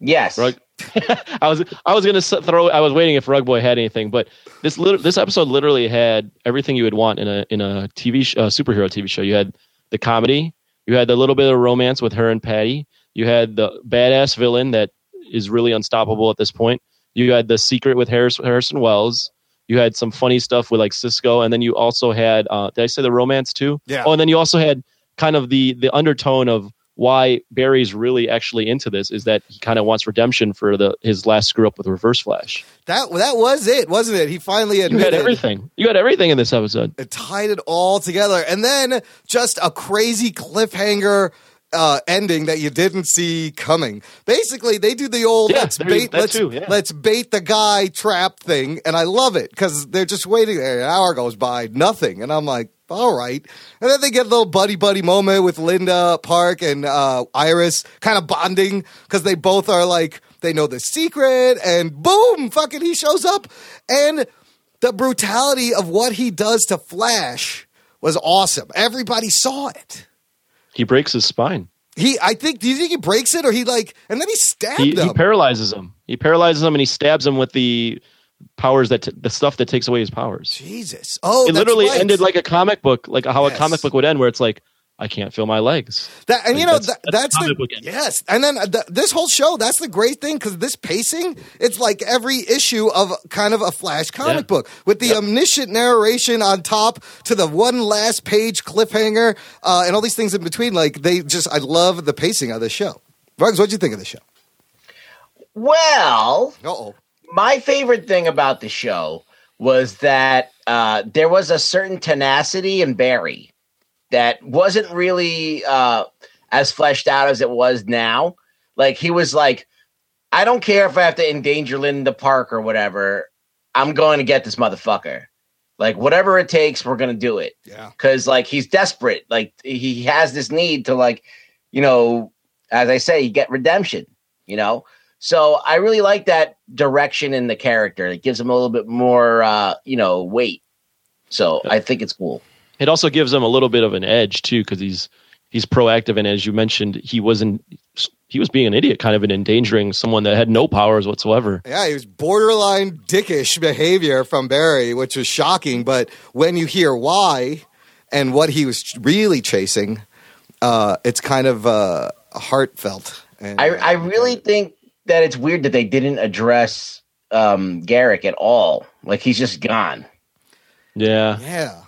[SPEAKER 5] yes.
[SPEAKER 2] Rug- I was I was gonna s- throw. I was waiting if Rugboy had anything, but this lit- this episode literally had everything you would want in a in a TV sh- uh, superhero TV show. You had the comedy, you had the little bit of romance with her and Patty, you had the badass villain that is really unstoppable at this point. You had the secret with Harris, Harrison Wells. You had some funny stuff with like Cisco, and then you also had uh, did I say the romance too?
[SPEAKER 1] Yeah.
[SPEAKER 2] Oh, and then you also had kind of the the undertone of why Barry's really actually into this is that he kind of wants redemption for the his last screw up with Reverse Flash.
[SPEAKER 1] That that was it, wasn't it? He finally
[SPEAKER 2] You had
[SPEAKER 1] admitted.
[SPEAKER 2] everything. You had everything in this episode.
[SPEAKER 1] It tied it all together, and then just a crazy cliffhanger. Uh, ending that you didn't see coming. Basically, they do the old
[SPEAKER 2] Yeah,
[SPEAKER 1] let's
[SPEAKER 2] there you-
[SPEAKER 1] bait
[SPEAKER 2] that
[SPEAKER 1] let's,
[SPEAKER 2] too, yeah.
[SPEAKER 1] let's bait the guy trap thing, and I love it because they're just waiting. An hour goes by, nothing, and I'm like, all right. And then they get a little buddy buddy moment with Linda Park and uh, Iris, kind of bonding because they both are like they know the secret, and boom, fucking he shows up, and the brutality of what he does to Flash was awesome. Everybody saw it.
[SPEAKER 2] He breaks his spine.
[SPEAKER 1] He, I think, do you think he breaks it or he like, and then he stabbed
[SPEAKER 2] He,
[SPEAKER 1] him.
[SPEAKER 2] he paralyzes him. He paralyzes him, and he stabs him with the powers that t- the stuff that takes away his powers.
[SPEAKER 1] Jesus. Oh,
[SPEAKER 2] it
[SPEAKER 1] that's
[SPEAKER 2] literally
[SPEAKER 1] right.
[SPEAKER 2] ended like a comic book, like how
[SPEAKER 1] Yes.
[SPEAKER 2] a comic book would end, where it's like, I can't feel my legs.
[SPEAKER 1] that. And you
[SPEAKER 2] like,
[SPEAKER 1] know,
[SPEAKER 2] that's-
[SPEAKER 1] that,
[SPEAKER 2] that's
[SPEAKER 1] that's,
[SPEAKER 2] comic
[SPEAKER 1] the,
[SPEAKER 2] book ending.
[SPEAKER 1] yes. And then uh, th- this whole show, that's the great thing because this pacing, it's like every issue of kind of a Flash comic
[SPEAKER 2] Yeah.
[SPEAKER 1] book with the omniscient narration on top to the one last page cliffhanger uh, and all these things in between. Like, they just, I love the pacing of this show. Ruggs, what'd you think of this show?
[SPEAKER 3] Well,
[SPEAKER 1] Uh oh.
[SPEAKER 3] my favorite thing about the show was that uh, there was a certain tenacity in Barry that wasn't really uh, as fleshed out as it was now. Like he was like, I don't care if I have to endanger Linda Park or whatever. I'm going to get this motherfucker. Like whatever it takes, we're gonna do it
[SPEAKER 1] Yeah.
[SPEAKER 3] because like he's desperate like he has this need to like you know as i say get redemption you know so i really like that direction in the character it gives him a little bit more uh you know weight so i think it's cool
[SPEAKER 2] It also gives him a little bit of an edge too, because he's he's proactive, and as you mentioned, he wasn't he was being an idiot, kind of an endangering someone that had no powers whatsoever.
[SPEAKER 1] Yeah, it was borderline dickish behavior from Barry, which was shocking. But when you hear why and what he was ch- really chasing, uh, it's kind of uh, heartfelt. And, uh,
[SPEAKER 3] i i really think that it's weird that they didn't address um garrick at all like he's just gone
[SPEAKER 2] Yeah.
[SPEAKER 1] yeah,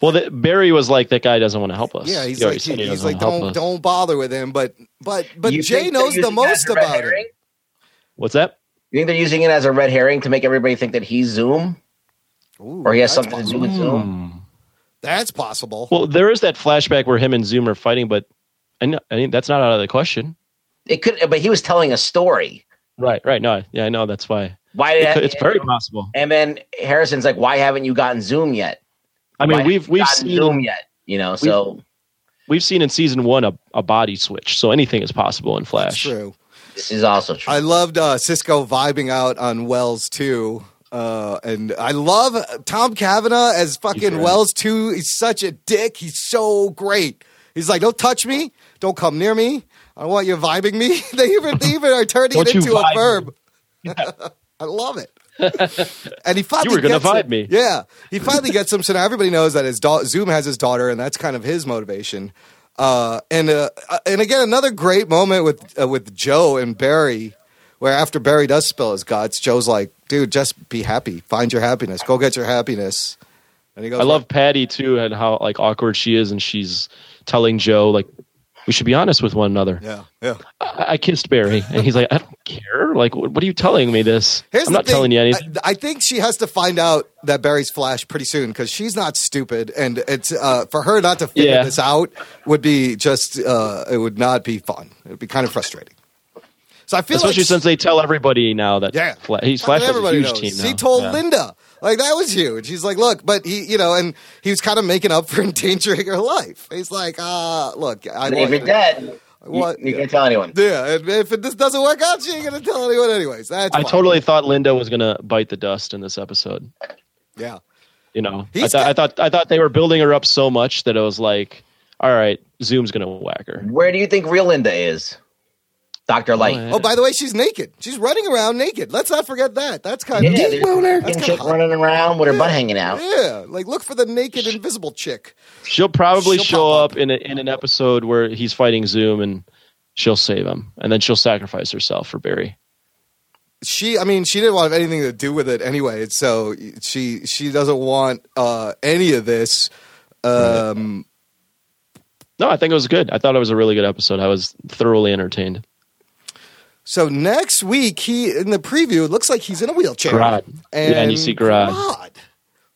[SPEAKER 2] Well, the, Barry was like, that guy doesn't want to help us.
[SPEAKER 1] yeah. He's
[SPEAKER 2] He already
[SPEAKER 1] like,
[SPEAKER 2] said he
[SPEAKER 1] he- he's
[SPEAKER 2] doesn't
[SPEAKER 1] like,
[SPEAKER 2] wanna help
[SPEAKER 1] don't
[SPEAKER 2] us.
[SPEAKER 1] don't bother with him. But but but
[SPEAKER 3] You
[SPEAKER 1] Jay
[SPEAKER 3] think they're
[SPEAKER 1] knows the
[SPEAKER 3] using that as
[SPEAKER 1] most
[SPEAKER 3] a red
[SPEAKER 1] about
[SPEAKER 3] herring?
[SPEAKER 1] it.
[SPEAKER 2] What's that?
[SPEAKER 3] you think they're using it as a red herring to make everybody think that he's zoom
[SPEAKER 1] Ooh,
[SPEAKER 3] or he has
[SPEAKER 1] that's
[SPEAKER 3] something to do
[SPEAKER 1] possible.
[SPEAKER 3] with zoom
[SPEAKER 1] That's possible.
[SPEAKER 2] Well, there is that flashback where him and Zoom are fighting, but I, know, I mean, that's not out of the question.
[SPEAKER 3] it could but he was telling a story
[SPEAKER 2] Right. Right. No. Yeah, I know. That's why.
[SPEAKER 3] why did
[SPEAKER 2] It could- it's very possible.
[SPEAKER 3] And then Harrison's like, "Why haven't you gotten Zoom yet?
[SPEAKER 2] I
[SPEAKER 3] Why
[SPEAKER 2] mean, we've we've
[SPEAKER 3] Gotten
[SPEAKER 2] seen
[SPEAKER 3] Zoom yet? You know." So
[SPEAKER 2] we've seen in season one a, a body switch, so anything is possible in
[SPEAKER 1] That's
[SPEAKER 2] Flash.
[SPEAKER 1] true.
[SPEAKER 3] this is also true.
[SPEAKER 1] I loved uh, Cisco vibing out on Wells too. Uh, and I love Tom Kavanaugh as fucking
[SPEAKER 2] right.
[SPEAKER 1] Wells too. He's such a dick. He's so great. He's like, don't touch me. Don't come near me. I want you vibing me. they even they even are turning it
[SPEAKER 2] Don't you
[SPEAKER 1] into a
[SPEAKER 2] vibe
[SPEAKER 1] verb. I love it. and he finally
[SPEAKER 2] You were gonna
[SPEAKER 1] gets him.
[SPEAKER 2] vibe me.
[SPEAKER 1] Yeah, he finally gets him. So now everybody knows that his da- Zoom has his daughter, and that's kind of his motivation. Uh, and uh, uh, and again, another great moment with uh, with Joe and Barry, where after Barry does spill his guts, Joe's like, "Dude, just be happy. Find your happiness. Go get your happiness." And he goes,
[SPEAKER 2] I love Patty too, and how like awkward she is, and she's telling Joe like, "We should be honest with one another."
[SPEAKER 1] "Yeah, yeah."
[SPEAKER 2] I, I kissed Barry, and he's like, "I don't care. Like, what, what are you telling me this?
[SPEAKER 1] Here's
[SPEAKER 2] I'm
[SPEAKER 1] the
[SPEAKER 2] not
[SPEAKER 1] thing.
[SPEAKER 2] telling you anything."
[SPEAKER 1] I, I think she has to find out that Barry's Flash pretty soon because she's not stupid, and it's uh, for her not to figure
[SPEAKER 2] Yeah.
[SPEAKER 1] this out would be just uh, it would not be fun. It would be kind of frustrating. So I feel
[SPEAKER 2] Especially
[SPEAKER 1] like
[SPEAKER 2] since they tell everybody now that
[SPEAKER 1] yeah,
[SPEAKER 2] Fla- he's
[SPEAKER 1] Fucking
[SPEAKER 2] Flash has a huge team now.
[SPEAKER 1] He told
[SPEAKER 2] Yeah.
[SPEAKER 1] Linda like that was huge. He's like, look, but he, you know, and he was kind of making up for endangering her life. He's like, uh, look, I
[SPEAKER 3] and if
[SPEAKER 1] want-
[SPEAKER 3] you're dead,
[SPEAKER 1] What-
[SPEAKER 3] you, you can't tell anyone.
[SPEAKER 1] Yeah, and if this doesn't work out, she ain't gonna tell anyone, anyways. That's
[SPEAKER 2] I
[SPEAKER 1] fine.
[SPEAKER 2] totally thought Linda was gonna bite the dust in this episode.
[SPEAKER 1] yeah.
[SPEAKER 2] You know, I,
[SPEAKER 1] He's
[SPEAKER 2] thought I thought I thought they were building her up so much that it was like, all right, Zoom's gonna whack her.
[SPEAKER 3] Where do you think real Linda is, Doctor Light?
[SPEAKER 2] yeah.
[SPEAKER 1] Oh, by the way, she's naked. She's running around naked. Let's not forget that. That's kind of
[SPEAKER 3] Yeah, there's a
[SPEAKER 1] That's
[SPEAKER 3] fucking
[SPEAKER 1] kinda
[SPEAKER 3] chick
[SPEAKER 1] hot.
[SPEAKER 3] running around with her butt hanging out.
[SPEAKER 1] Yeah, like look for the naked invisible chick.
[SPEAKER 2] She'll probably
[SPEAKER 1] She'll
[SPEAKER 2] show
[SPEAKER 1] pop
[SPEAKER 2] up in a, in an episode where he's fighting Zoom and she'll save him, and then she'll sacrifice herself for Barry.
[SPEAKER 1] she i mean she didn't want to have anything to do with it anyway so she she doesn't want uh any of this um
[SPEAKER 2] No, I think it was good. I thought it was a really good episode. I was thoroughly entertained.
[SPEAKER 1] so next week he in the preview it looks like he's in a wheelchair
[SPEAKER 2] Grodd. Yeah, and you see Grodd.
[SPEAKER 1] Grodd,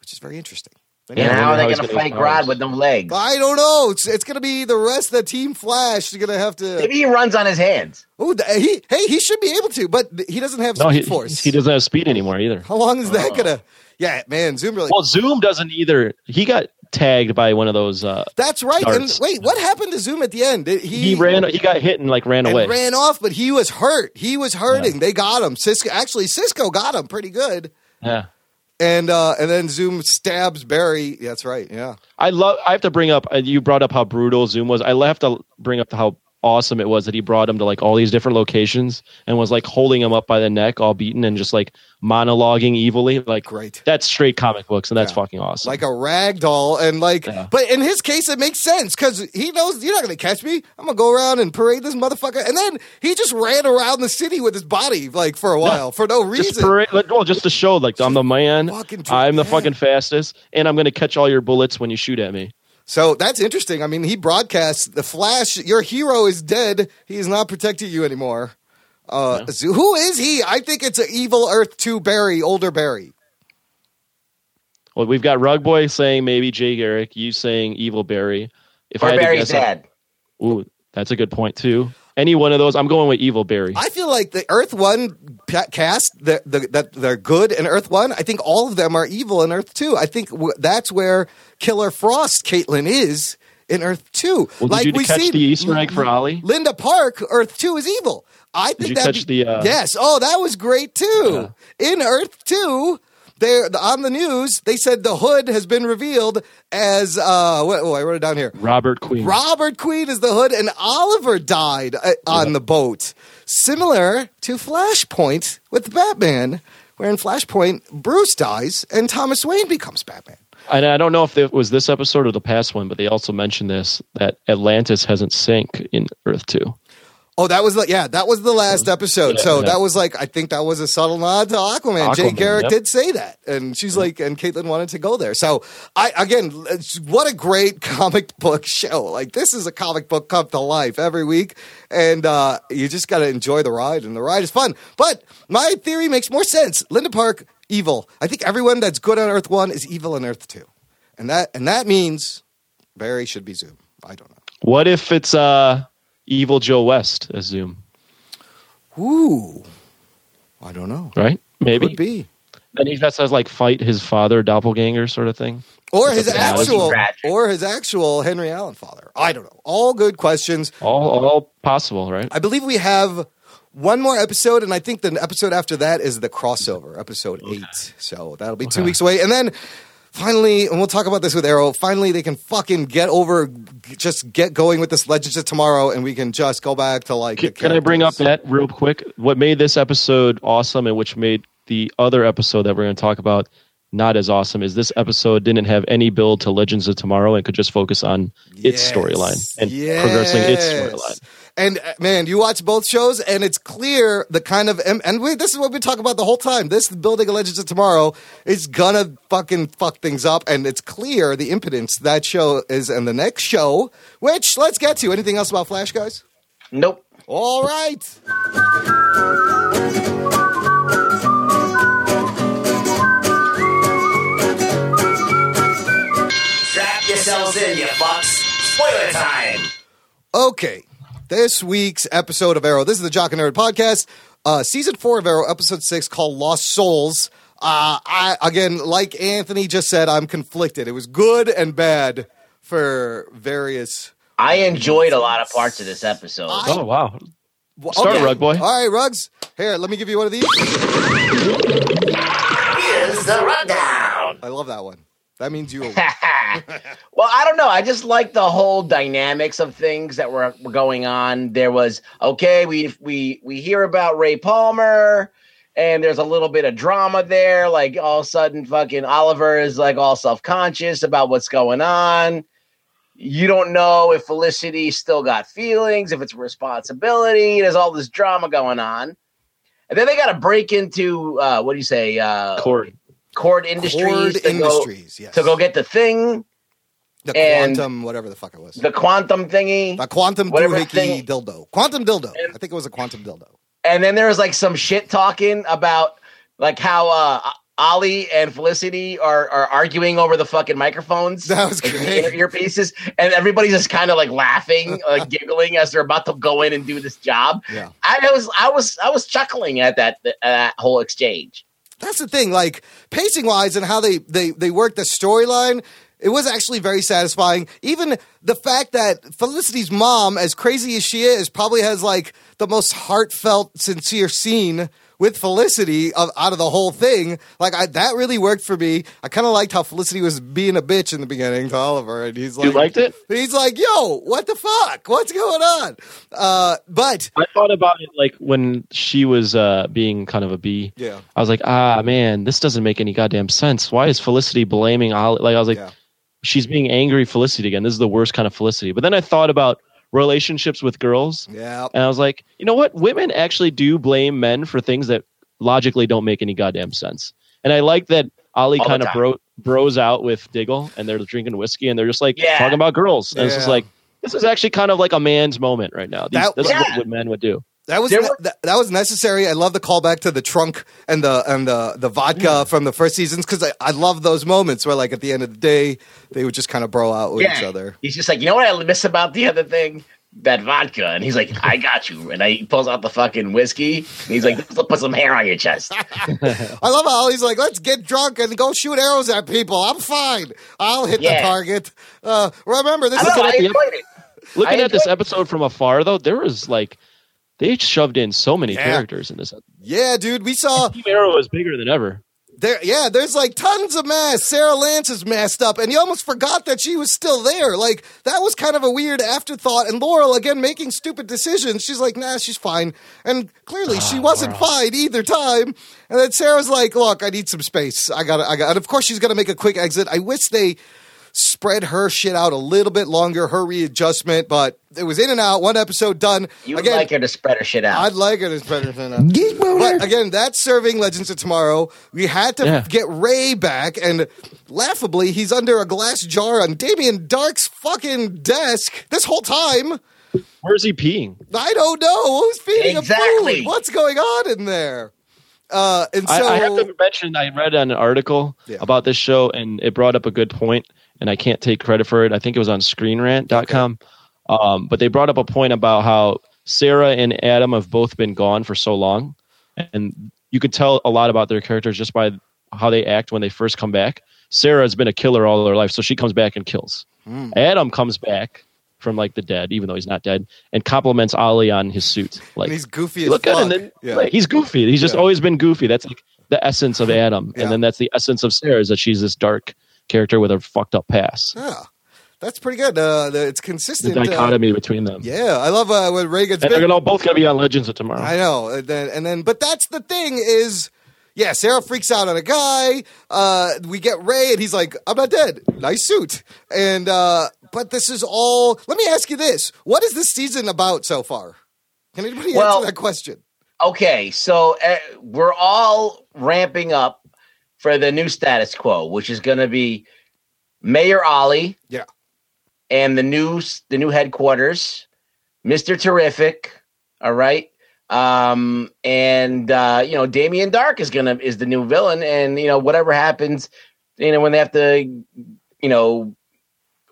[SPEAKER 1] which is very interesting
[SPEAKER 5] And
[SPEAKER 2] Yeah,
[SPEAKER 5] how
[SPEAKER 2] I wonder
[SPEAKER 5] are
[SPEAKER 2] how
[SPEAKER 5] they
[SPEAKER 2] he's
[SPEAKER 5] going to
[SPEAKER 2] gonna
[SPEAKER 5] fight
[SPEAKER 2] get powers.
[SPEAKER 5] Grodd with no legs?
[SPEAKER 1] i don't know it's, it's gonna be the rest of the team flash is gonna have to
[SPEAKER 5] Maybe he runs on his hands.
[SPEAKER 1] Ooh, th- he hey he should be able to but he doesn't have
[SPEAKER 2] No,
[SPEAKER 1] speed
[SPEAKER 2] he,
[SPEAKER 1] force
[SPEAKER 2] he doesn't have speed anymore either.
[SPEAKER 1] how long is that gonna yeah man zoom really
[SPEAKER 2] Well, Zoom doesn't either. He got tagged by one of those. Uh,
[SPEAKER 1] that's right
[SPEAKER 2] darts.
[SPEAKER 1] and wait what happened to zoom at the end Did
[SPEAKER 2] he, ran. He got hit and like ran
[SPEAKER 1] and
[SPEAKER 2] away.
[SPEAKER 1] ran off, but he was hurt. He was hurting. They got him. Cisco actually Cisco got him pretty good.
[SPEAKER 2] yeah,
[SPEAKER 1] And uh, and then Zoom stabs Barry. That's right. Yeah.
[SPEAKER 2] I love. I have to bring up. Uh, you brought up how brutal Zoom was. I have to bring up how awesome it was that he brought him to like all these different locations and was like holding him up by the neck, all beaten, and just like monologuing evilly. Like
[SPEAKER 1] Great.
[SPEAKER 2] That's straight comic books, and that's
[SPEAKER 1] Yeah.
[SPEAKER 2] fucking awesome.
[SPEAKER 1] Like a rag doll, and like,
[SPEAKER 2] Yeah.
[SPEAKER 1] but in his case, it makes sense because he knows you're not gonna catch me. I'm gonna go around and parade this motherfucker, and then he just ran around the city with his body like for a while for no
[SPEAKER 2] just
[SPEAKER 1] reason.
[SPEAKER 2] parade, like, well, just to show like I'm the man.
[SPEAKER 1] Fucking do
[SPEAKER 2] I'm the
[SPEAKER 1] that.
[SPEAKER 2] fucking fastest, and I'm gonna catch all your bullets when you shoot at me.
[SPEAKER 1] so that's interesting. I mean, he broadcasts the Flash. Your hero is dead. He is not protecting you anymore. Uh, Zo- Who is he? I think it's an evil Earth Two Barry, older Barry.
[SPEAKER 2] Well, we've got Rug Boy saying maybe Jay Garrick, you saying Evil Barry. If
[SPEAKER 5] Or
[SPEAKER 2] I had
[SPEAKER 5] Barry's
[SPEAKER 2] to guess, I-
[SPEAKER 5] dad.
[SPEAKER 2] ooh, that's a good point too. Any one of those, I'm going with Evil Barry.
[SPEAKER 1] I feel like the Earth One pa- cast that the, that they're good in Earth One. I think all of them are evil in Earth Two. I think w- that's where Killer Frost Caitlin is in Earth Two.
[SPEAKER 2] well, did you catch the Easter egg for Ollie?
[SPEAKER 1] Linda Park, Earth Two is evil. I think
[SPEAKER 2] you
[SPEAKER 1] that
[SPEAKER 2] catch the, uh,
[SPEAKER 1] yes. Oh, that was great too. In Earth Two, they on the news. They said the Hood has been revealed as uh. What, oh, I wrote it down here.
[SPEAKER 2] Robert Queen.
[SPEAKER 1] Robert Queen is the Hood, and Oliver died uh, on the boat. Similar to Flashpoint with Batman, where in Flashpoint Bruce dies and Thomas Wayne becomes Batman.
[SPEAKER 2] and I don't know if it was this episode or the past one, but they also mentioned this that Atlantis hasn't sank in Earth Two.
[SPEAKER 1] Oh, that was the, yeah, that was the last episode.
[SPEAKER 2] Yeah,
[SPEAKER 1] so
[SPEAKER 2] yeah.
[SPEAKER 1] that was like I think that was a subtle nod to Aquaman. Jay
[SPEAKER 2] Aquaman,
[SPEAKER 1] Garrick
[SPEAKER 2] yep.
[SPEAKER 1] did say that, and she's like, and Caitlin wanted to go there. So I again, it's- what a great comic book show! Like this is a comic book come to life every week, and uh, you just got to enjoy the ride, and the ride is fun. But my theory makes more sense. Linda Park evil. I think everyone that's good on Earth One is evil on Earth Two, and that and that means Barry should be Zoom. I don't know.
[SPEAKER 2] What if it's uh, Evil Joe West as Zoom?
[SPEAKER 1] Ooh, I don't know.
[SPEAKER 2] Right? Maybe.
[SPEAKER 1] Could be.
[SPEAKER 2] Then he just has like fight his father doppelganger sort of thing.
[SPEAKER 1] or his
[SPEAKER 2] That would be
[SPEAKER 1] actual
[SPEAKER 5] tragic.
[SPEAKER 1] or his actual Henry Allen father. I don't know. All good questions.
[SPEAKER 2] All all possible, right?
[SPEAKER 1] I believe we have one more episode, and I think the episode after that is the crossover episode eight. So that'll be two
[SPEAKER 2] Okay.
[SPEAKER 1] weeks away, and then. Finally, and we'll talk about this with Arrow. Finally, they can fucking get over, just get going with this Legends of Tomorrow, and we can just go back to like.
[SPEAKER 2] Can,
[SPEAKER 1] the
[SPEAKER 2] can I bring up
[SPEAKER 1] characters.
[SPEAKER 2] that real quick? What made this episode awesome and which made the other episode that we're going to talk about not as awesome is this episode didn't have any build to Legends of Tomorrow and could just focus on its
[SPEAKER 1] Yes.
[SPEAKER 2] storyline and progressing its
[SPEAKER 1] Yes.
[SPEAKER 2] storyline.
[SPEAKER 1] And uh, man, you watch both shows, and it's clear the kind of and, and we, this is what we talk about the whole time. This building of Legends of Tomorrow is gonna fucking fuck things up, and it's clear the impotence that show is in the next show. Which let's get to. Anything else about Flash, guys?
[SPEAKER 5] Nope.
[SPEAKER 1] All right.
[SPEAKER 3] Strap yourselves in, you fucks. Spoiler time.
[SPEAKER 1] Okay, this week's episode of Arrow. This is the Jock and Nerd podcast, uh, season four of Arrow, episode six, called Lost Souls. Uh, I again, like Anthony just said, I'm conflicted. It was good and bad for various.
[SPEAKER 5] I enjoyed a lot of parts of this episode.
[SPEAKER 1] I-
[SPEAKER 2] Oh, wow.
[SPEAKER 1] Well,
[SPEAKER 2] Start, Rug Boy.
[SPEAKER 1] All right, Rugs. Here, let me give you one of these.
[SPEAKER 3] Here's the rundown.
[SPEAKER 1] I love that one. That means you.
[SPEAKER 5] well, I don't know. I just like the whole dynamics of things that were, were going on. There was okay, we we we hear about Ray Palmer, and there's a little bit of drama there. Like all of a sudden, fucking Oliver is like all self conscious about what's going on. You don't know if Felicity still got feelings, if it's responsibility. There's all this drama going on.
[SPEAKER 3] And then they got to break into uh, what do you say? Uh,
[SPEAKER 2] Court.
[SPEAKER 3] Cord Industries.
[SPEAKER 1] Cord
[SPEAKER 3] to,
[SPEAKER 1] Industries, yes.
[SPEAKER 3] Go, to go get the thing,
[SPEAKER 1] the
[SPEAKER 3] and-
[SPEAKER 1] quantum, whatever the fuck it was. The,
[SPEAKER 3] the quantum thingy.
[SPEAKER 1] quantum
[SPEAKER 3] whatever
[SPEAKER 1] doohickey
[SPEAKER 3] thing-
[SPEAKER 1] dildo. Quantum dildo.
[SPEAKER 3] And-
[SPEAKER 1] I think it was a quantum dildo.
[SPEAKER 3] And then there was like some shit talking about like how uh, Ollie and Felicity are, are arguing over the fucking microphones.
[SPEAKER 1] That was
[SPEAKER 3] like, the
[SPEAKER 1] great.
[SPEAKER 3] ear- earpieces. And everybody's just kind of like laughing, like giggling as they're about to go in and do this job.
[SPEAKER 1] Yeah.
[SPEAKER 3] I was I was I was chuckling at that at that whole exchange.
[SPEAKER 1] That's the thing, like pacing wise and how they they they worked the storyline. It was actually very satisfying. Even the fact that Felicity's mom, as crazy as she is, probably has like the most heartfelt, sincere scene with Felicity of, out of the whole thing. Like I, that really worked for me. I kind of liked how Felicity was being a bitch in the beginning to Oliver, and he's like,
[SPEAKER 2] You liked it?
[SPEAKER 1] He's like, "Yo, what the fuck? What's going on?" Uh, but
[SPEAKER 2] I thought about it like when she was uh, being kind of a bee.
[SPEAKER 1] yeah,
[SPEAKER 2] I was like, ah, man, this doesn't make any goddamn sense. Why is Felicity blaming Ollie? Like, I was like,
[SPEAKER 1] Yeah.
[SPEAKER 2] she's being angry Felicity again. This is the worst kind of Felicity. But then I thought about relationships with girls,
[SPEAKER 1] yeah,
[SPEAKER 2] and I was like, you know what? Women actually do blame men for things that logically don't make any goddamn sense. And I like that Ollie
[SPEAKER 3] All the
[SPEAKER 2] kind of
[SPEAKER 3] time.
[SPEAKER 2] bro- bros out with Diggle, and they're drinking whiskey, and they're just like
[SPEAKER 3] Yeah.
[SPEAKER 2] talking about girls. And it's just
[SPEAKER 1] Yeah.
[SPEAKER 2] like, this is actually kind of like a man's moment right now. These,
[SPEAKER 1] That-
[SPEAKER 2] this is
[SPEAKER 3] Yeah.
[SPEAKER 2] what, what men would do.
[SPEAKER 1] That was
[SPEAKER 3] There
[SPEAKER 1] ne-
[SPEAKER 3] were-
[SPEAKER 1] that, that was necessary. I love the callback to the trunk and the and the the vodka from the first seasons because I, I love those moments where like at the end of the day they would just kind of bro out with each other.
[SPEAKER 3] He's just like, you know what I miss about the other thing? That vodka. And he's like, I got you. And I, he pulls out the fucking whiskey. And he's like, put some hair on your chest.
[SPEAKER 1] I love how he's like, let's get drunk and go shoot arrows at people. I'm fine. I'll hit
[SPEAKER 3] Yeah.
[SPEAKER 1] the target. Uh, remember this is
[SPEAKER 3] I don't know. I
[SPEAKER 2] at the-
[SPEAKER 3] enjoyed it.
[SPEAKER 2] Looking
[SPEAKER 3] I
[SPEAKER 2] at this episode from afar, though, there was like they shoved in so many
[SPEAKER 1] Yeah.
[SPEAKER 2] characters in this.
[SPEAKER 1] yeah, dude. We saw
[SPEAKER 2] Team Arrow is bigger than ever.
[SPEAKER 1] there. Yeah, there's like tons of masks. Sarah Lance is masked up, and you almost forgot that she was still there. Like that was kind of a weird afterthought. And Laurel again making stupid decisions. She's like, "Nah, she's fine," and clearly she wasn't fine either time. And then Sarah's like, "Look, I need some space. I got. to I got." And of course, she's gonna make a quick exit. I wish they spread her shit out a little bit longer. Her readjustment, but it was in and out. One episode done.
[SPEAKER 3] You would like her to spread her shit out.
[SPEAKER 1] I'd like it as better than that. But again, that's serving Legends of Tomorrow. We had to
[SPEAKER 2] Yeah.
[SPEAKER 1] get Ray back, and laughably, he's under a glass jar on Damien Dark's fucking desk this whole time.
[SPEAKER 2] Where is he peeing?
[SPEAKER 1] I don't know who's feeding him
[SPEAKER 3] Exactly.
[SPEAKER 1] food. What's going on in there? Uh, and so
[SPEAKER 2] I, I have to mention I read an article
[SPEAKER 1] Yeah.
[SPEAKER 2] about this show and it brought up a good point, and I can't take credit for it. I think it was on ScreenRant.com, um, but they brought up a point about how Sarah and Adam have both been gone for so long, and you could tell a lot about their characters just by how they act when they first come back. Sarah has been a killer all her life, so she comes back and kills.
[SPEAKER 1] Hmm.
[SPEAKER 2] Adam comes back from like the dead, even though he's not dead, and compliments Ollie on his suit. Like
[SPEAKER 1] and he's goofy as
[SPEAKER 2] look
[SPEAKER 1] fuck.
[SPEAKER 2] at him. Then,
[SPEAKER 1] yeah.
[SPEAKER 2] like, he's goofy. He's just
[SPEAKER 1] Yeah.
[SPEAKER 2] always been goofy. That's like the essence of Adam,
[SPEAKER 1] Yeah.
[SPEAKER 2] and then that's the essence of Sarah is that she's this dark character with a fucked up past.
[SPEAKER 1] yeah, Ah, that's pretty good. Uh, the, it's
[SPEAKER 2] The
[SPEAKER 1] consistent. uh,
[SPEAKER 2] dichotomy between them.
[SPEAKER 1] yeah, I love uh, when Ray gets bit.
[SPEAKER 2] And they're gonna, both going to be on Legends of
[SPEAKER 3] Oh.
[SPEAKER 2] Tomorrow.
[SPEAKER 1] I know. And then, and then, but that's the thing is, yeah, Sarah freaks out on a guy. Uh, we get Ray, and he's like, "I'm not dead. Nice suit." And uh, but this is all. Let me ask you this: What is this season about so far? Can anybody
[SPEAKER 3] Well-
[SPEAKER 1] answer that question?
[SPEAKER 3] okay, so uh, we're all ramping up for the new status quo, which is going to be Mayor Ollie.
[SPEAKER 1] Yeah.
[SPEAKER 3] And the new the new headquarters, Mister Terrific. All right. Um, and uh, you know, Damien Dark is gonna is the new villain, and you know, whatever happens, you know, when they have to, you know,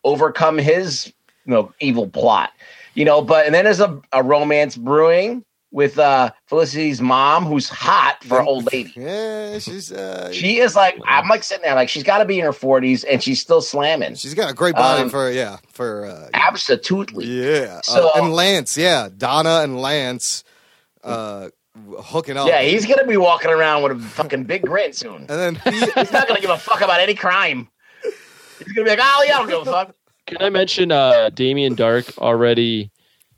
[SPEAKER 3] overcome his you know evil plot. You know, but and then there's a, a romance brewing with uh Felicity's mom, who's hot for an old lady.
[SPEAKER 1] Yeah, she's uh,
[SPEAKER 3] She is like I'm like sitting there like she's got to be in her 40s and she's still slamming.
[SPEAKER 1] she's got a great body
[SPEAKER 3] Um,
[SPEAKER 1] for yeah for uh,
[SPEAKER 3] Absolutely.
[SPEAKER 1] yeah.
[SPEAKER 3] So-
[SPEAKER 1] Uh, and Lance, yeah, Donna and Lance uh, hooking up.
[SPEAKER 3] Yeah, he's gonna be walking around with a fucking big grin soon.
[SPEAKER 1] and then the-
[SPEAKER 3] He's not gonna give a fuck about any crime. He's gonna be like, oh yeah, I don't give a fuck.
[SPEAKER 2] Can I mention uh, Damien Dark already?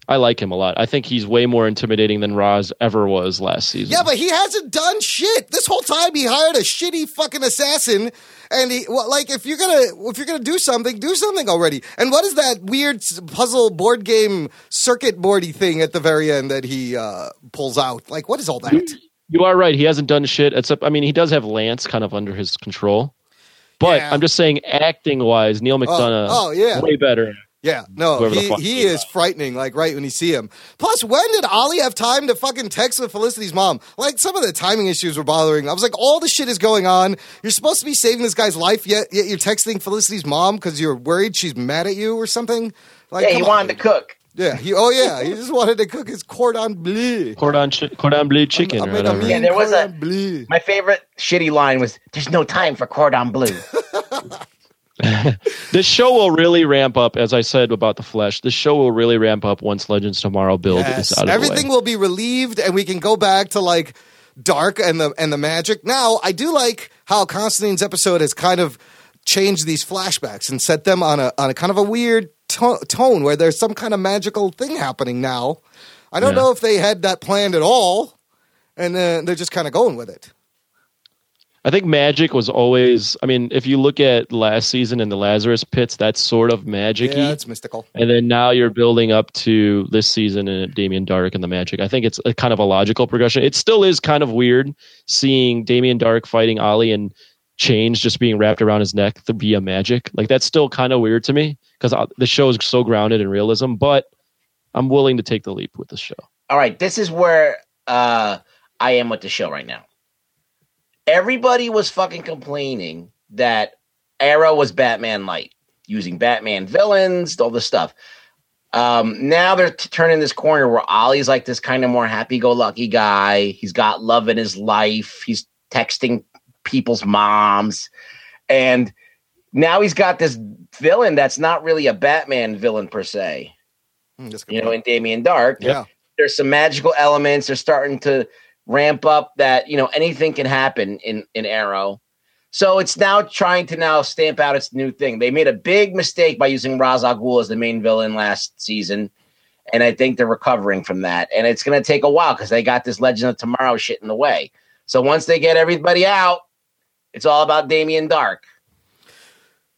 [SPEAKER 2] I like him a lot. I think he's way more intimidating than Roz ever was last season.
[SPEAKER 1] Yeah, but he hasn't done shit this whole time. He hired a shitty fucking assassin, and he well, like if you're gonna if you're gonna do something, do something already. And what is that weird s- puzzle board game circuit boardy thing at the very end that he uh, pulls out? Like, what is all that?
[SPEAKER 2] You are right. He hasn't done shit except I mean he does have Lance kind of under his control. But
[SPEAKER 1] Yeah.
[SPEAKER 2] I'm just saying acting wise, Neil McDonough
[SPEAKER 1] oh, yeah.
[SPEAKER 2] way better.
[SPEAKER 1] Yeah, no,
[SPEAKER 2] Whoever the
[SPEAKER 1] he,
[SPEAKER 2] fuck
[SPEAKER 1] he
[SPEAKER 2] he
[SPEAKER 1] is frightening, like right when you see him. Plus, when did Ollie have time to fucking text with Felicity's mom? Like, some of the timing issues were bothering. I was like, all the shit is going on. You're supposed to be saving this guy's life, yet, yet you're texting Felicity's mom because you're worried she's mad at you or something. Like,
[SPEAKER 3] yeah, he
[SPEAKER 1] come on.
[SPEAKER 3] wanted to cook.
[SPEAKER 1] Yeah, he, oh yeah, he just wanted to cook his cordon bleu.
[SPEAKER 2] Cordon chi- cordon bleu chicken or
[SPEAKER 1] made a
[SPEAKER 2] whatever.
[SPEAKER 1] mean
[SPEAKER 3] Yeah, there was a-
[SPEAKER 1] cordon bleu.
[SPEAKER 3] My favorite shitty line was, "There's no time for cordon bleu."
[SPEAKER 2] This show will really ramp up, as I said about the flesh. This show will really ramp up once Legends Tomorrow build is
[SPEAKER 1] Yes.
[SPEAKER 2] out of the
[SPEAKER 1] Everything
[SPEAKER 2] way.
[SPEAKER 1] will be relieved, and we can go back to like dark and the and the magic. Now, I do like how Constantine's episode has kind of changed these flashbacks and set them on a on a kind of a weird to- tone where there's some kind of magical thing happening now. I don't
[SPEAKER 2] Yeah.
[SPEAKER 1] know if they had that planned at all, and uh, they're just kind of going with it.
[SPEAKER 2] I think magic was always. I mean, if you look at last season and the Lazarus pits, that's sort of magic
[SPEAKER 1] Yeah, it's mystical.
[SPEAKER 2] and then now you're building up to this season and Damien Dark and the Magic. I think it's a kind of a logical progression. It still is kind of weird seeing Damien Dark fighting Ollie and Change just being wrapped around his neck to be a Magic. Like that's still kind of weird to me because the show is so grounded in realism. But I'm willing to take the leap with the show.
[SPEAKER 3] All right, this is where uh, I am with the show right now. Everybody was fucking complaining that Arrow was Batman light, using Batman villains, all this stuff. Um, now they're t- turning this corner where Ollie's like this kind of more happy-go-lucky guy. He's got love in his life. He's texting people's moms, and now he's got this villain that's not really a Batman villain per se.
[SPEAKER 1] Mm, that's a good
[SPEAKER 3] You know,
[SPEAKER 1] point.
[SPEAKER 3] in Damien Dark
[SPEAKER 1] yeah.
[SPEAKER 3] there's some magical elements. They're starting to ramp up that you know anything can happen in in Arrow. So it's now trying to now stamp out its new thing. They made a big mistake by using Ra's al Ghul as the main villain last season, and I think they're recovering from that. And it's going to take a while because they got this Legend of Tomorrow shit in the way. So once they get everybody out, it's all about Damien Dark.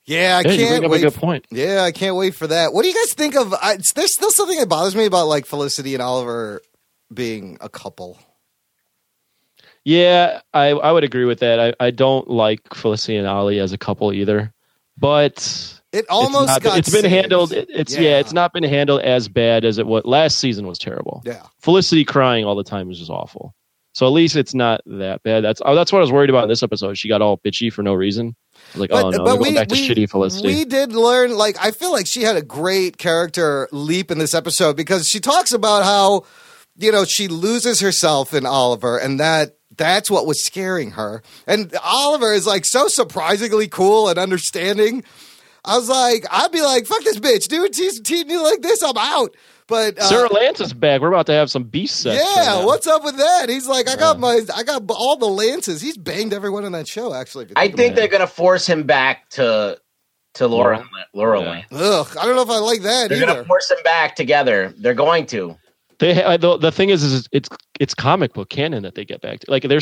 [SPEAKER 1] Yeah, I
[SPEAKER 2] Yeah, you bring
[SPEAKER 1] can't
[SPEAKER 2] up
[SPEAKER 1] wait
[SPEAKER 2] a good point.
[SPEAKER 1] Yeah, I can't wait for that. What do you guys think of? I, it's- there's still something that bothers me about like Felicity and Oliver being a couple.
[SPEAKER 2] Yeah, I, I would agree with that. I, I don't like Felicity and Ollie as a couple either, but
[SPEAKER 1] It almost
[SPEAKER 2] it's not-
[SPEAKER 1] got.
[SPEAKER 2] it's been
[SPEAKER 1] saved.
[SPEAKER 2] handled it- it's yeah.
[SPEAKER 1] Yeah.
[SPEAKER 2] it's not been handled as bad as it was last season was terrible
[SPEAKER 1] Yeah,
[SPEAKER 2] felicity crying all the time was just awful so at least it's not that bad that's oh, that's what i was worried about in this episode she got all bitchy for no reason I was like oh no they're going back to shitty felicity
[SPEAKER 1] we did learn. Like, I feel like she had a great character leap in this episode because she talks about how you know she loses herself in Oliver, and that that's what was scaring her. And Oliver is like so surprisingly cool and understanding. I was like, I'd be like, fuck this bitch, dude. She's treating me like this. I'm out. But uh,
[SPEAKER 2] sarah lance is back we're about to have some beast sex right
[SPEAKER 1] yeah,
[SPEAKER 2] now.
[SPEAKER 1] what's up with that? He's like, I got my, I got b- all the lances. He's banged everyone on that show. Actually, if you
[SPEAKER 3] I
[SPEAKER 1] think
[SPEAKER 3] think they're going to force him back to to Laura Laura
[SPEAKER 2] Yeah.
[SPEAKER 3] Lance.
[SPEAKER 1] about it. ugh, I don't know if I like that
[SPEAKER 3] They're going
[SPEAKER 1] either.
[SPEAKER 3] to force them back together. They're going to.
[SPEAKER 2] they ha- the, the thing is, is it's it's comic book canon that they get back to like they're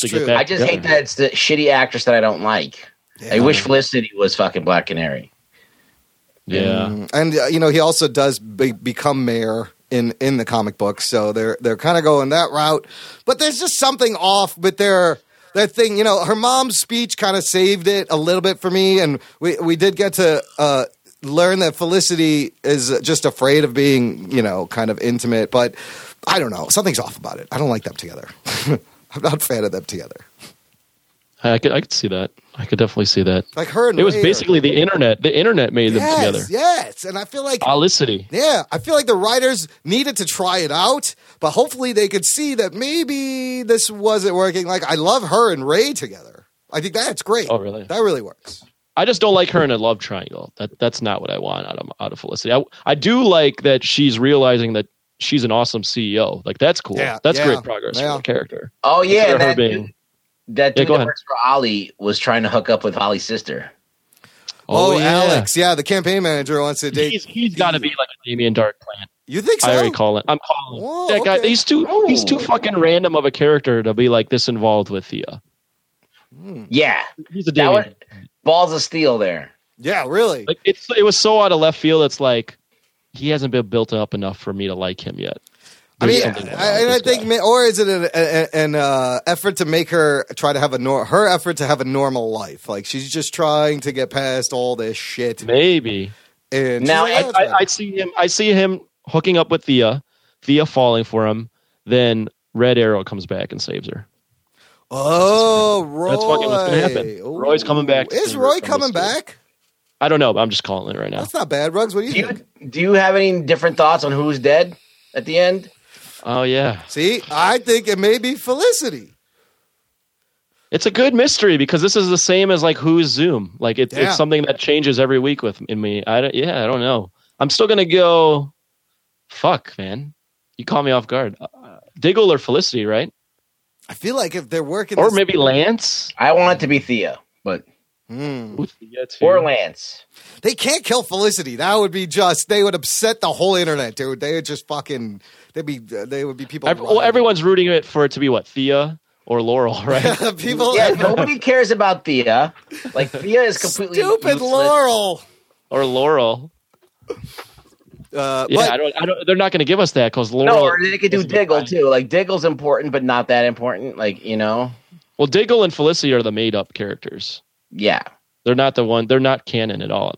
[SPEAKER 1] That's
[SPEAKER 2] to
[SPEAKER 1] true.
[SPEAKER 2] get back
[SPEAKER 3] I just
[SPEAKER 2] together.
[SPEAKER 3] hate that it's the shitty actress that I don't like. I
[SPEAKER 1] Yeah.
[SPEAKER 3] wish Felicity was fucking Black Canary.
[SPEAKER 2] yeah
[SPEAKER 1] Mm, and uh, you know he also does be- become mayor in in the comic book, so they're they're kind of going that route. But there's just something off with their their thing. You know, her mom's speech kind of saved it a little bit for me, and we we did get to. Uh, Learn that Felicity is just afraid of being, you know, kind of intimate, but I don't know. Something's off about it. I don't like them together. I'm not a fan of them together.
[SPEAKER 2] I could I could see that I could definitely see that
[SPEAKER 1] Like her and
[SPEAKER 2] it was
[SPEAKER 1] Ray are-
[SPEAKER 2] basically the internet the internet made them
[SPEAKER 1] yes,
[SPEAKER 2] together
[SPEAKER 1] Yes, and I feel like
[SPEAKER 2] Olicity.
[SPEAKER 1] Yeah, I feel like the writers needed to try it out, but hopefully they could see that maybe this wasn't working. Like I love her and Ray together. I think that's great.
[SPEAKER 2] Oh, really?
[SPEAKER 1] That really works.
[SPEAKER 2] I just don't like her in a love triangle. That that's not what I want out of out of Felicity. I, I do like that she's realizing that she's an awesome CEO. Like that's cool.
[SPEAKER 1] Yeah,
[SPEAKER 2] that's
[SPEAKER 1] yeah,
[SPEAKER 2] great progress
[SPEAKER 1] yeah.
[SPEAKER 2] for the character.
[SPEAKER 3] Oh yeah,
[SPEAKER 2] Consider her
[SPEAKER 3] that dude,
[SPEAKER 2] being-
[SPEAKER 3] that
[SPEAKER 2] Yeah,
[SPEAKER 3] dude
[SPEAKER 2] go
[SPEAKER 3] that
[SPEAKER 2] ahead.
[SPEAKER 3] works for Ollie was trying to hook up with Ollie's sister.
[SPEAKER 1] Oh,
[SPEAKER 2] yeah.
[SPEAKER 1] Alex, yeah, the campaign manager wants to date.
[SPEAKER 2] he's he's got to be like a Damien Dark plant.
[SPEAKER 1] you think so?
[SPEAKER 2] I already call it. I'm calling
[SPEAKER 1] Whoa,
[SPEAKER 2] that guy.
[SPEAKER 1] okay. Oh.
[SPEAKER 2] He's too he's too fucking random of a character to be like this involved with Thea.
[SPEAKER 1] Hmm.
[SPEAKER 3] Yeah,
[SPEAKER 2] He's a
[SPEAKER 3] that
[SPEAKER 2] Damien.
[SPEAKER 3] one, balls of steel there.
[SPEAKER 1] yeah, really.
[SPEAKER 2] Like it's it was so out of left field. It's like he hasn't been built up enough for me to like him yet.
[SPEAKER 1] I mean,
[SPEAKER 2] There's something
[SPEAKER 1] I, and I
[SPEAKER 2] about this
[SPEAKER 1] think, ma- or is it an, a- an uh, effort to make her try to have a nor- her effort to have a normal life? Like she's just trying to get past all this shit.
[SPEAKER 2] guy. maybe.
[SPEAKER 1] And
[SPEAKER 5] Now,
[SPEAKER 1] she's like, "Oh, it's
[SPEAKER 2] I, I see him. I see him hooking up with Thea. Thea falling for him. Then Red Arrow comes back and saves her.
[SPEAKER 1] Oh, Roy.
[SPEAKER 2] That's fucking what's gonna happen. Roy's coming back to
[SPEAKER 1] Is
[SPEAKER 2] save her
[SPEAKER 1] Roy
[SPEAKER 2] from
[SPEAKER 1] coming
[SPEAKER 2] this dude.
[SPEAKER 1] back?
[SPEAKER 2] I don't know. But I'm just calling it right now.
[SPEAKER 1] That's not bad, Rugs. What do you
[SPEAKER 5] Do you,
[SPEAKER 1] think?
[SPEAKER 5] do you have any different thoughts on who's dead at the end?
[SPEAKER 2] Oh yeah,
[SPEAKER 1] See, I think it may be Felicity.
[SPEAKER 2] it's a good mystery because this is the same as like who's Zoom. Like it,
[SPEAKER 1] Yeah.
[SPEAKER 2] it's something that changes every week with in me. I don't. Yeah, I don't know. I'm still gonna go. Fuck, man. You caught me off guard. Uh, Diggle or Felicity, right?
[SPEAKER 1] I feel like if they're working,
[SPEAKER 2] Or
[SPEAKER 1] this-
[SPEAKER 2] maybe Lance.
[SPEAKER 5] I want it to be Thea, but
[SPEAKER 1] Hmm.
[SPEAKER 2] Ooh, Thea, too.
[SPEAKER 5] or Lance.
[SPEAKER 1] they can't kill Felicity. That would be just they would upset the whole internet, dude. They would just fucking they'd be uh, they would be people.
[SPEAKER 2] Ev- well, everyone's rooting it for it to be what Thea or Laurel, right?
[SPEAKER 1] people.
[SPEAKER 5] Yeah, nobody cares about Thea. Like Thea is completely
[SPEAKER 1] Stupid
[SPEAKER 5] useless.
[SPEAKER 1] Laurel.
[SPEAKER 2] or Laurel.
[SPEAKER 1] Uh,
[SPEAKER 2] Yeah,
[SPEAKER 1] but
[SPEAKER 2] I don't. I don't. They're not going to give us that because Laurel.
[SPEAKER 5] No, or they could do Diggle too. Like Diggle's important, but not that important. Like you know,
[SPEAKER 2] Well, Diggle and Felicity are the made-up characters.
[SPEAKER 5] yeah.
[SPEAKER 2] They're not the one. They're not canon at all.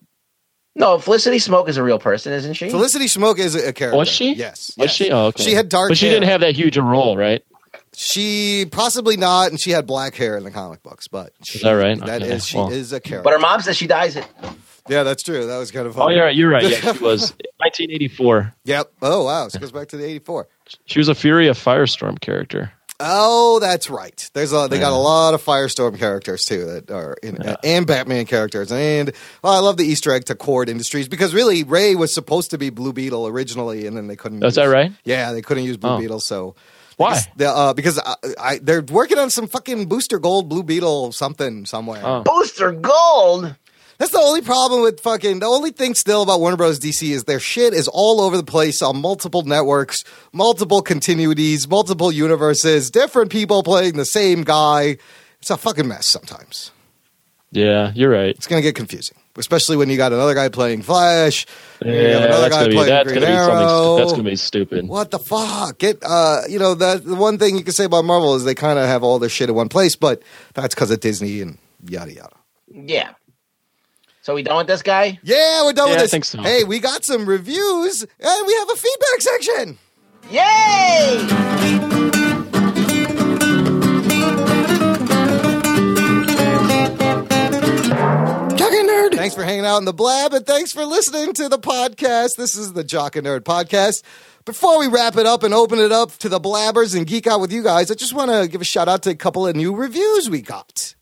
[SPEAKER 5] No, Felicity Smoke is a real person, isn't she?
[SPEAKER 1] Felicity Smoke is a character.
[SPEAKER 2] Was she?
[SPEAKER 1] Yes.
[SPEAKER 2] Was
[SPEAKER 1] yes.
[SPEAKER 2] she? Oh, okay.
[SPEAKER 1] She had dark
[SPEAKER 2] but she
[SPEAKER 1] hair.
[SPEAKER 2] didn't have that huge a role, right?
[SPEAKER 1] She possibly not, and she had black hair in the comic books. But she,
[SPEAKER 2] that right?
[SPEAKER 1] That is
[SPEAKER 2] Okay,
[SPEAKER 1] she
[SPEAKER 2] well.
[SPEAKER 1] is a character.
[SPEAKER 5] But her mom says she dies it.
[SPEAKER 1] yeah, that's true. That was kind of
[SPEAKER 2] Oh,
[SPEAKER 1] funny.
[SPEAKER 2] you're right. You're right. Yeah, she was 1984.
[SPEAKER 1] Yep. Oh wow, so it goes back to the '84.
[SPEAKER 2] She was a Fury of Firestorm character.
[SPEAKER 1] Oh, that's right. There's a they got a lot of Firestorm characters too that are in and Batman characters and well, I love the Easter egg to Cord Industries because really Ray was supposed to be Blue Beetle originally and then they couldn't. use-
[SPEAKER 2] Is that right?
[SPEAKER 1] Yeah, they couldn't use Blue
[SPEAKER 2] Oh.
[SPEAKER 1] Beetle so.
[SPEAKER 2] Why?
[SPEAKER 1] The, uh, because I, I, they're working on some fucking Booster Gold Blue Beetle something somewhere.
[SPEAKER 2] Oh.
[SPEAKER 5] Booster Gold.
[SPEAKER 1] That's the only problem with fucking. The only thing still about Warner Bros. DC is their shit is all over the place on multiple networks, multiple continuities, multiple universes, different people playing the same guy. It's a fucking mess sometimes.
[SPEAKER 2] Yeah, you're right.
[SPEAKER 1] It's going to get confusing, especially when you got another guy playing Flash. and you have
[SPEAKER 2] Yeah,
[SPEAKER 1] another
[SPEAKER 2] that's
[SPEAKER 1] guy
[SPEAKER 2] gonna be
[SPEAKER 1] playing
[SPEAKER 2] that's
[SPEAKER 1] Green
[SPEAKER 2] gonna be something.
[SPEAKER 1] Arrow.
[SPEAKER 2] stu- That's gonna be stupid.
[SPEAKER 1] What the fuck? It, uh, you know, that the one thing you can say about Marvel is they kind of have all their shit in one place, but that's because of Disney and yada yada.
[SPEAKER 5] Yeah. So we done with this guy?
[SPEAKER 1] Yeah, we're done
[SPEAKER 2] Yeah,
[SPEAKER 1] with
[SPEAKER 2] I
[SPEAKER 1] this.
[SPEAKER 2] think so.
[SPEAKER 1] Hey, we got some reviews and we have a feedback section.
[SPEAKER 5] Yay!
[SPEAKER 1] Jock and Nerd. Thanks for hanging out in the blab and thanks for listening to the podcast. This is the Jock and Nerd podcast. Before we wrap it up and open it up to the blabbers and geek out with you guys, I just want to give a shout out to a couple of new reviews we got.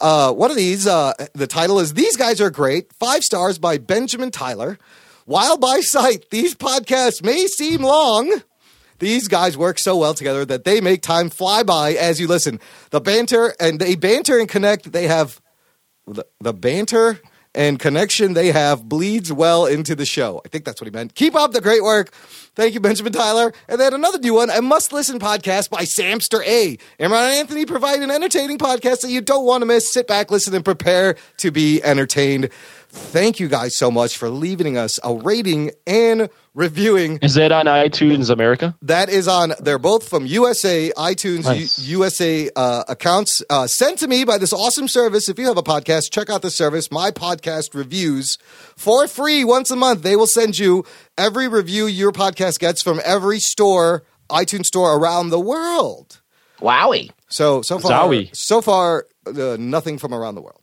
[SPEAKER 1] Uh, one of these, uh, the title is These Guys Are Great, five stars by Benjamin Tyler. While by sight, these podcasts may seem long. These guys work so well together that they make time fly by as you listen. The banter and they banter and connect that they have the, the banter and connection they have bleeds well into the show. I think that's what he meant. Keep up the great work. Thank you, Benjamin Tyler. And then another new one, a must listen podcast by Samster A. Imran and Anthony provide an entertaining podcast that you don't want to miss. Sit back, listen, and prepare to be entertained. Thank you guys so much for leaving us a rating and reviewing.
[SPEAKER 2] Is that on iTunes America?
[SPEAKER 1] That is on. They're both from USA iTunes
[SPEAKER 2] Nice.
[SPEAKER 1] U- USA uh, accounts uh, sent to me by this awesome service. If you have a podcast, check out the service. My podcast reviews for free once a month. They will send you every review your podcast gets from every store, iTunes store around the world.
[SPEAKER 5] Wowie.
[SPEAKER 1] So so far,
[SPEAKER 2] Zowie.
[SPEAKER 1] so far, uh, nothing from around the world.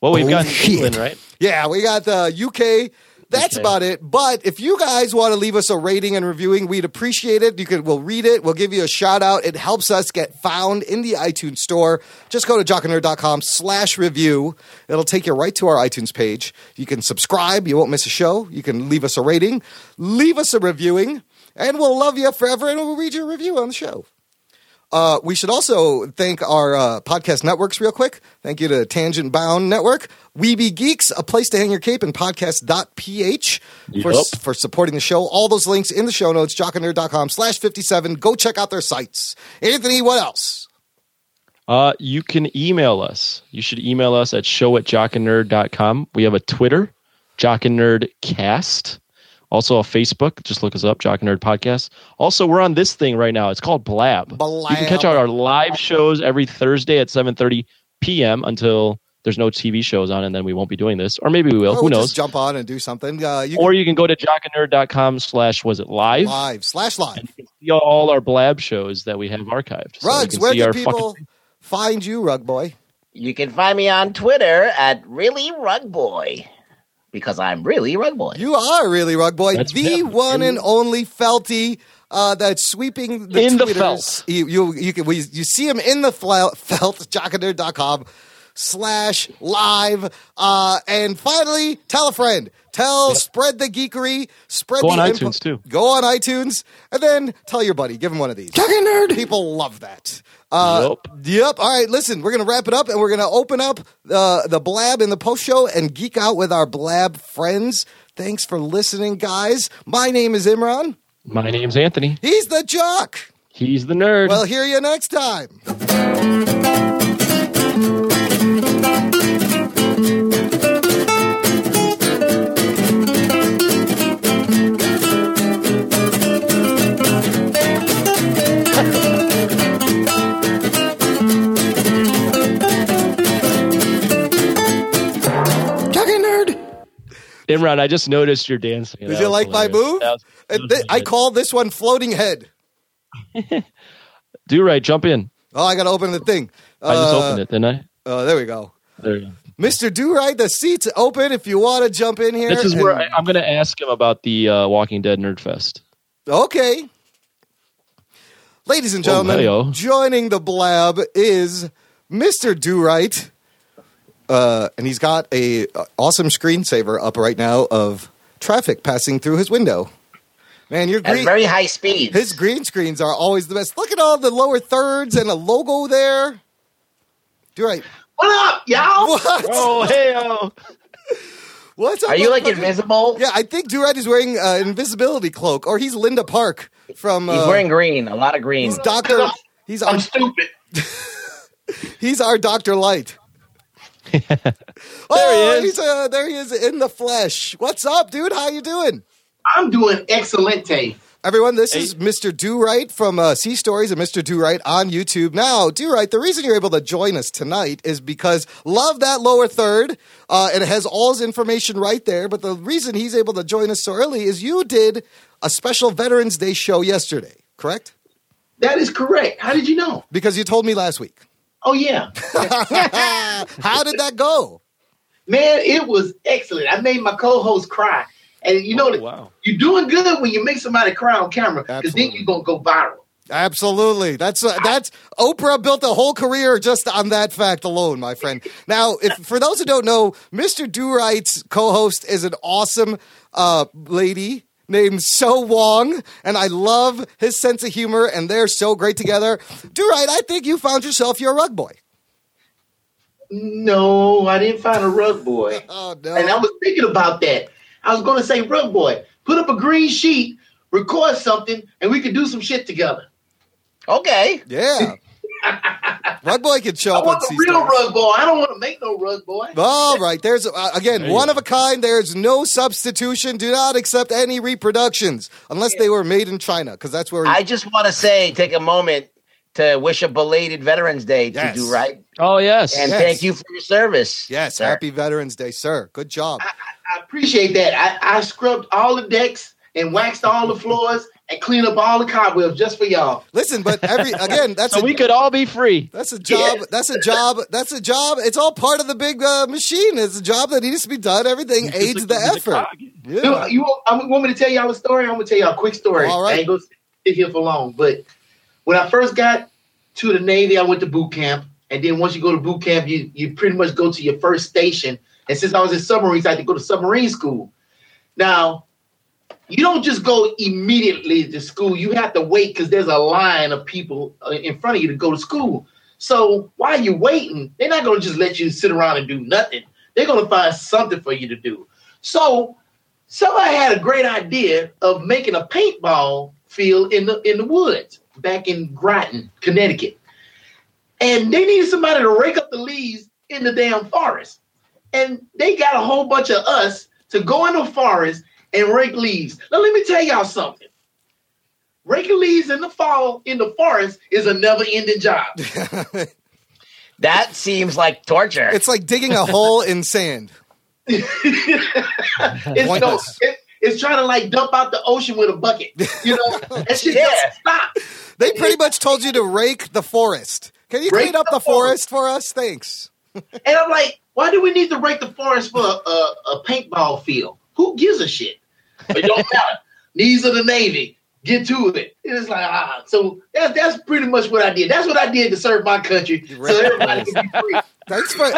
[SPEAKER 2] Well, we've got
[SPEAKER 1] Oh, shit.
[SPEAKER 2] England, right?
[SPEAKER 1] Yeah, we got the UK. That's
[SPEAKER 2] Okay.
[SPEAKER 1] about it. But if you guys want to leave us a rating and reviewing, we'd appreciate it. You could we'll read it. We'll give you a shout out. It helps us get found in the iTunes store. Just go to jockandnerd.com slash review. It'll take you right to our iTunes page. You can subscribe. You won't miss a show. You can leave us a rating, leave us a reviewing, and we'll love you forever and we'll read your review on the show. Uh, we should also thank our uh, podcast networks real quick. Thank you to Tangent Bound Network, Weeby Geeks, a place to hang your cape, and podcast.ph for,
[SPEAKER 2] Yup.
[SPEAKER 1] for supporting the show. All those links in the show notes, jockandnerd.com slash 57. Go check out their sites. Anthony, what else?
[SPEAKER 2] Uh, you can email us. You should email us at show at jockandnerd.com. We have a Twitter, jockandnerdcast. Also on Facebook, just look us up, Jock and Nerd Podcast. Also, we're on this thing right now. It's called Blab. You can catch out our live shows every Thursday at 7:30 p.m. until there's no TV shows on, and then we won't be doing this, or maybe we will.
[SPEAKER 1] Or
[SPEAKER 2] Who
[SPEAKER 1] we'll
[SPEAKER 2] knows?
[SPEAKER 1] Oh, Just jump on and do something. Uh, you
[SPEAKER 2] or you can go to jockandnerd.com slash was it
[SPEAKER 1] can
[SPEAKER 2] live?
[SPEAKER 1] live slash live.
[SPEAKER 2] See all our blab shows that we have archived. So you
[SPEAKER 1] Rugs,
[SPEAKER 2] can
[SPEAKER 1] where
[SPEAKER 2] see
[SPEAKER 1] can
[SPEAKER 2] our
[SPEAKER 1] people
[SPEAKER 2] fucking-
[SPEAKER 1] find you, Rug Boy?
[SPEAKER 5] You can find me on Twitter at really rug boy because I'm really rug boy.
[SPEAKER 1] You are really Rug Boy,
[SPEAKER 2] That's
[SPEAKER 1] the
[SPEAKER 2] him.
[SPEAKER 1] one and only Felty. Uh, that's sweeping the
[SPEAKER 2] In the
[SPEAKER 1] Twitters.
[SPEAKER 2] felt.
[SPEAKER 1] You you you, can, we, you see him in the fla- felt jockandnerd.com slash live. Uh, and finally, tell a friend. Tell, spread the geekery. Spread
[SPEAKER 2] Go
[SPEAKER 1] the
[SPEAKER 2] on
[SPEAKER 1] info-
[SPEAKER 2] iTunes, too.
[SPEAKER 1] Go on iTunes, and then tell your buddy. Give him one of these. Nerd. People love that. Uh, yep. All right. Listen, we're gonna wrap it up, and we're gonna open up uh, the the blab in the post show and geek out with our blab friends. Thanks for listening, guys. My name is Imran.
[SPEAKER 2] My name's Anthony.
[SPEAKER 1] He's the jock.
[SPEAKER 2] He's the nerd.
[SPEAKER 1] We'll hear you next time.
[SPEAKER 2] Imran, I just noticed your dancing.
[SPEAKER 1] Did
[SPEAKER 2] That
[SPEAKER 1] you
[SPEAKER 2] was
[SPEAKER 1] like my
[SPEAKER 2] hilarious.
[SPEAKER 1] move?
[SPEAKER 2] That was- that
[SPEAKER 1] And
[SPEAKER 2] was
[SPEAKER 1] Uh, th- I
[SPEAKER 2] good.
[SPEAKER 1] call this one floating head.
[SPEAKER 2] Do right. Jump in.
[SPEAKER 1] Oh, I gotta open the thing.
[SPEAKER 2] I just
[SPEAKER 1] Uh,
[SPEAKER 2] opened it, didn't I?
[SPEAKER 1] Oh, there we go.
[SPEAKER 2] There you go.
[SPEAKER 1] Mr. Do Right, the seat's open if you want to jump in here.
[SPEAKER 2] This is where I,
[SPEAKER 1] and-
[SPEAKER 2] I'm going to ask him about the uh, Walking Dead Nerd Fest.
[SPEAKER 1] Okay. Ladies and
[SPEAKER 2] Well,
[SPEAKER 1] gentlemen,
[SPEAKER 2] heyo.
[SPEAKER 1] joining the blab is Mr. Do Right. Uh, and he's got a uh, awesome screensaver up right now of traffic passing through his window. Man, your
[SPEAKER 5] At
[SPEAKER 1] green,
[SPEAKER 5] very high speeds.
[SPEAKER 1] his green screens are always the best. Look at all the lower thirds and a logo there. Do right.
[SPEAKER 3] What up, y'all?
[SPEAKER 1] What?
[SPEAKER 2] Oh, hey, oh.
[SPEAKER 1] What's up?
[SPEAKER 5] Are you like
[SPEAKER 1] motherfucker?
[SPEAKER 5] invisible?
[SPEAKER 1] Yeah, I think Durant is wearing uh, invisibility cloak, or he's Linda Park from. Uh,
[SPEAKER 5] He's wearing green, a lot of green.
[SPEAKER 1] He's Doctor. He's our
[SPEAKER 6] I'm stupid.
[SPEAKER 1] he's our Doctor Light. oh,
[SPEAKER 2] There he is.
[SPEAKER 1] He's, uh, there he is in the flesh. What's up, dude? How you doing?
[SPEAKER 6] I'm doing excelente.
[SPEAKER 1] Everyone, this is Mr. Do Right from uh, Sea Stories and Mr. Do Right on YouTube. Now, Do Right, the reason you're able to join us tonight is because love that lower third. Uh, and it has all his information right there. But the reason he's able to join us so early is you did a special Veterans Day show yesterday, correct?
[SPEAKER 6] That is correct. How did you know?
[SPEAKER 1] Because you told me last week.
[SPEAKER 6] Oh yeah,
[SPEAKER 1] How did that go?
[SPEAKER 6] man, it was excellent. I made my co-host cry, and you know
[SPEAKER 2] Oh,
[SPEAKER 6] that
[SPEAKER 2] wow.
[SPEAKER 6] you're doing good when you make somebody cry on camera because then
[SPEAKER 1] Absolutely.
[SPEAKER 6] you're gonna go viral.
[SPEAKER 1] Absolutely. That's uh, that's Oprah built a whole career just on that fact alone, my friend. Now, if for those who don't know, Mr. Do Right's co-host is an awesome uh, lady named So Wong, and I love his sense of humor, and they're so great together. Do Right, I think you found yourself your rug boy.
[SPEAKER 6] No, I didn't find a rug boy,
[SPEAKER 1] Oh no!
[SPEAKER 6] and I was thinking about that. I was gonna say rug boy, put up a green sheet, record something, and we could do some shit together.
[SPEAKER 5] Okay.
[SPEAKER 1] yeah, rug boy could show
[SPEAKER 6] I
[SPEAKER 1] up on
[SPEAKER 6] want a
[SPEAKER 1] C
[SPEAKER 6] real rug boy. I don't want to make no rug boy.
[SPEAKER 1] All right. There's uh, again
[SPEAKER 2] There you
[SPEAKER 1] one
[SPEAKER 2] go.
[SPEAKER 1] of a kind. There's no substitution. Do not accept any reproductions unless they were made in China, because that's where.
[SPEAKER 5] I just want to say, take a moment to wish a belated Veterans Day to
[SPEAKER 1] Yes.
[SPEAKER 5] do right.
[SPEAKER 2] Oh, yes.
[SPEAKER 5] And
[SPEAKER 1] Yes.
[SPEAKER 5] thank you for your service.
[SPEAKER 1] yes.
[SPEAKER 5] sir.
[SPEAKER 1] Happy Veterans Day, sir. Good job.
[SPEAKER 6] I appreciate that. I, I scrubbed all the decks and waxed all the floors and cleaned up all the cobwebs just for y'all.
[SPEAKER 1] Listen, but every again, that's
[SPEAKER 2] so
[SPEAKER 1] a,
[SPEAKER 2] we could all be free.
[SPEAKER 1] That's a job. That's a job. That's a job. It's all part of the big uh, machine. It's a job that needs to be done. Everything aids the effort.
[SPEAKER 6] No,
[SPEAKER 1] Yeah.
[SPEAKER 6] You want, I want me to tell y'all a story? I'm gonna tell y'all a quick story.
[SPEAKER 1] All right.
[SPEAKER 6] I ain't gonna sit here for long. But when I first got to the Navy, I went to boot camp, and then once you go to boot camp, you you pretty much go to your first station. And since I was in submarines, I had to go to submarine school. Now, you don't just go immediately to school. You have to wait because there's a line of people uh, in front of you to go to school. So while you're waiting, they're not gonna just let you sit around and do nothing. They're gonna find something for you to do. So somebody had a great idea of making a paintball field in the in the woods back in Groton, Connecticut. And they needed somebody to rake up the leaves in the damn forest. And they got a whole bunch of us to go in the forest and rake leaves. Now let me tell y'all something. Raking leaves in the fall in the forest is a never-ending job.
[SPEAKER 5] That seems like torture.
[SPEAKER 1] It's like digging a hole in sand.
[SPEAKER 6] It's, no,
[SPEAKER 1] Pointless.
[SPEAKER 6] it, it's trying to like dump out the ocean with a bucket. You know, that shit
[SPEAKER 5] Yeah.
[SPEAKER 6] doesn't stop.
[SPEAKER 1] They pretty much told you to rake the forest. Can you
[SPEAKER 6] Rake
[SPEAKER 1] clean up
[SPEAKER 6] the
[SPEAKER 1] the forest for us? Thanks.
[SPEAKER 6] And I'm like, why do we need to rake the forest for a, a, a paintball field? Who gives a shit? But it don't matter. These are the Navy. Get to it. It's like ah. So that's that's pretty much what I did. That's what I did to serve my country. So everybody can be free.
[SPEAKER 1] Thanks for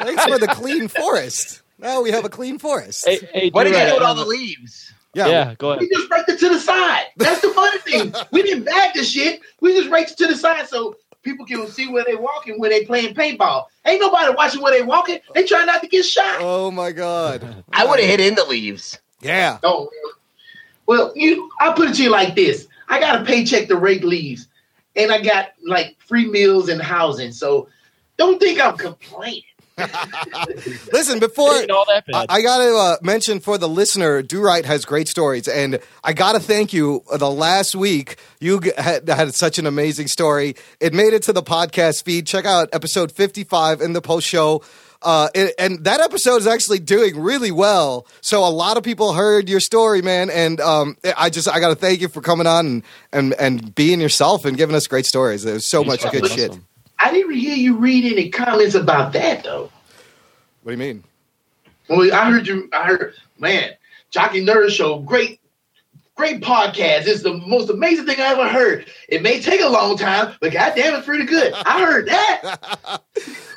[SPEAKER 1] thanks for the clean forest. Now we have a clean forest.
[SPEAKER 2] Hey, hey,
[SPEAKER 5] what did
[SPEAKER 2] do
[SPEAKER 5] you
[SPEAKER 2] right.
[SPEAKER 5] do with all the leaves?
[SPEAKER 1] yeah.
[SPEAKER 2] Yeah, go ahead.
[SPEAKER 6] We just raked it to the side. That's the funny thing. We didn't bag the shit. We just raked it to the side so people can see where they walking when they playing paintball. Ain't nobody watching where they walking. They trying not to get shot.
[SPEAKER 1] Oh my god.
[SPEAKER 5] I would have hit in the leaves.
[SPEAKER 1] Yeah.
[SPEAKER 6] Oh, well, you. I put it to you like this: I got a paycheck to rake leaves, and I got like free meals and housing. So, don't think I'm complaining.
[SPEAKER 1] Listen, before
[SPEAKER 2] Ain't all that bad.
[SPEAKER 1] I, I got to uh, mention for the listener, Do Right has great stories, and I got to thank you. Uh, The last week, you g- had, had such an amazing story. It made it to the podcast feed. Check out episode fifty-five in the post show. Uh, it, and that episode is actually doing really well. So a lot of people heard your story, man. And um, I just I got to thank you for coming on and, and and being yourself and giving us great stories. There's so much
[SPEAKER 6] Yeah,
[SPEAKER 1] good
[SPEAKER 6] awesome.
[SPEAKER 1] shit. What
[SPEAKER 6] I didn't hear you read any comments about that though.
[SPEAKER 1] do you mean?
[SPEAKER 6] Well, I heard you. I heard, man, Jockey Nerd Show, great, great podcast. It's the most amazing thing I ever heard. It may take a long time, but goddamn, it's pretty good. I heard that.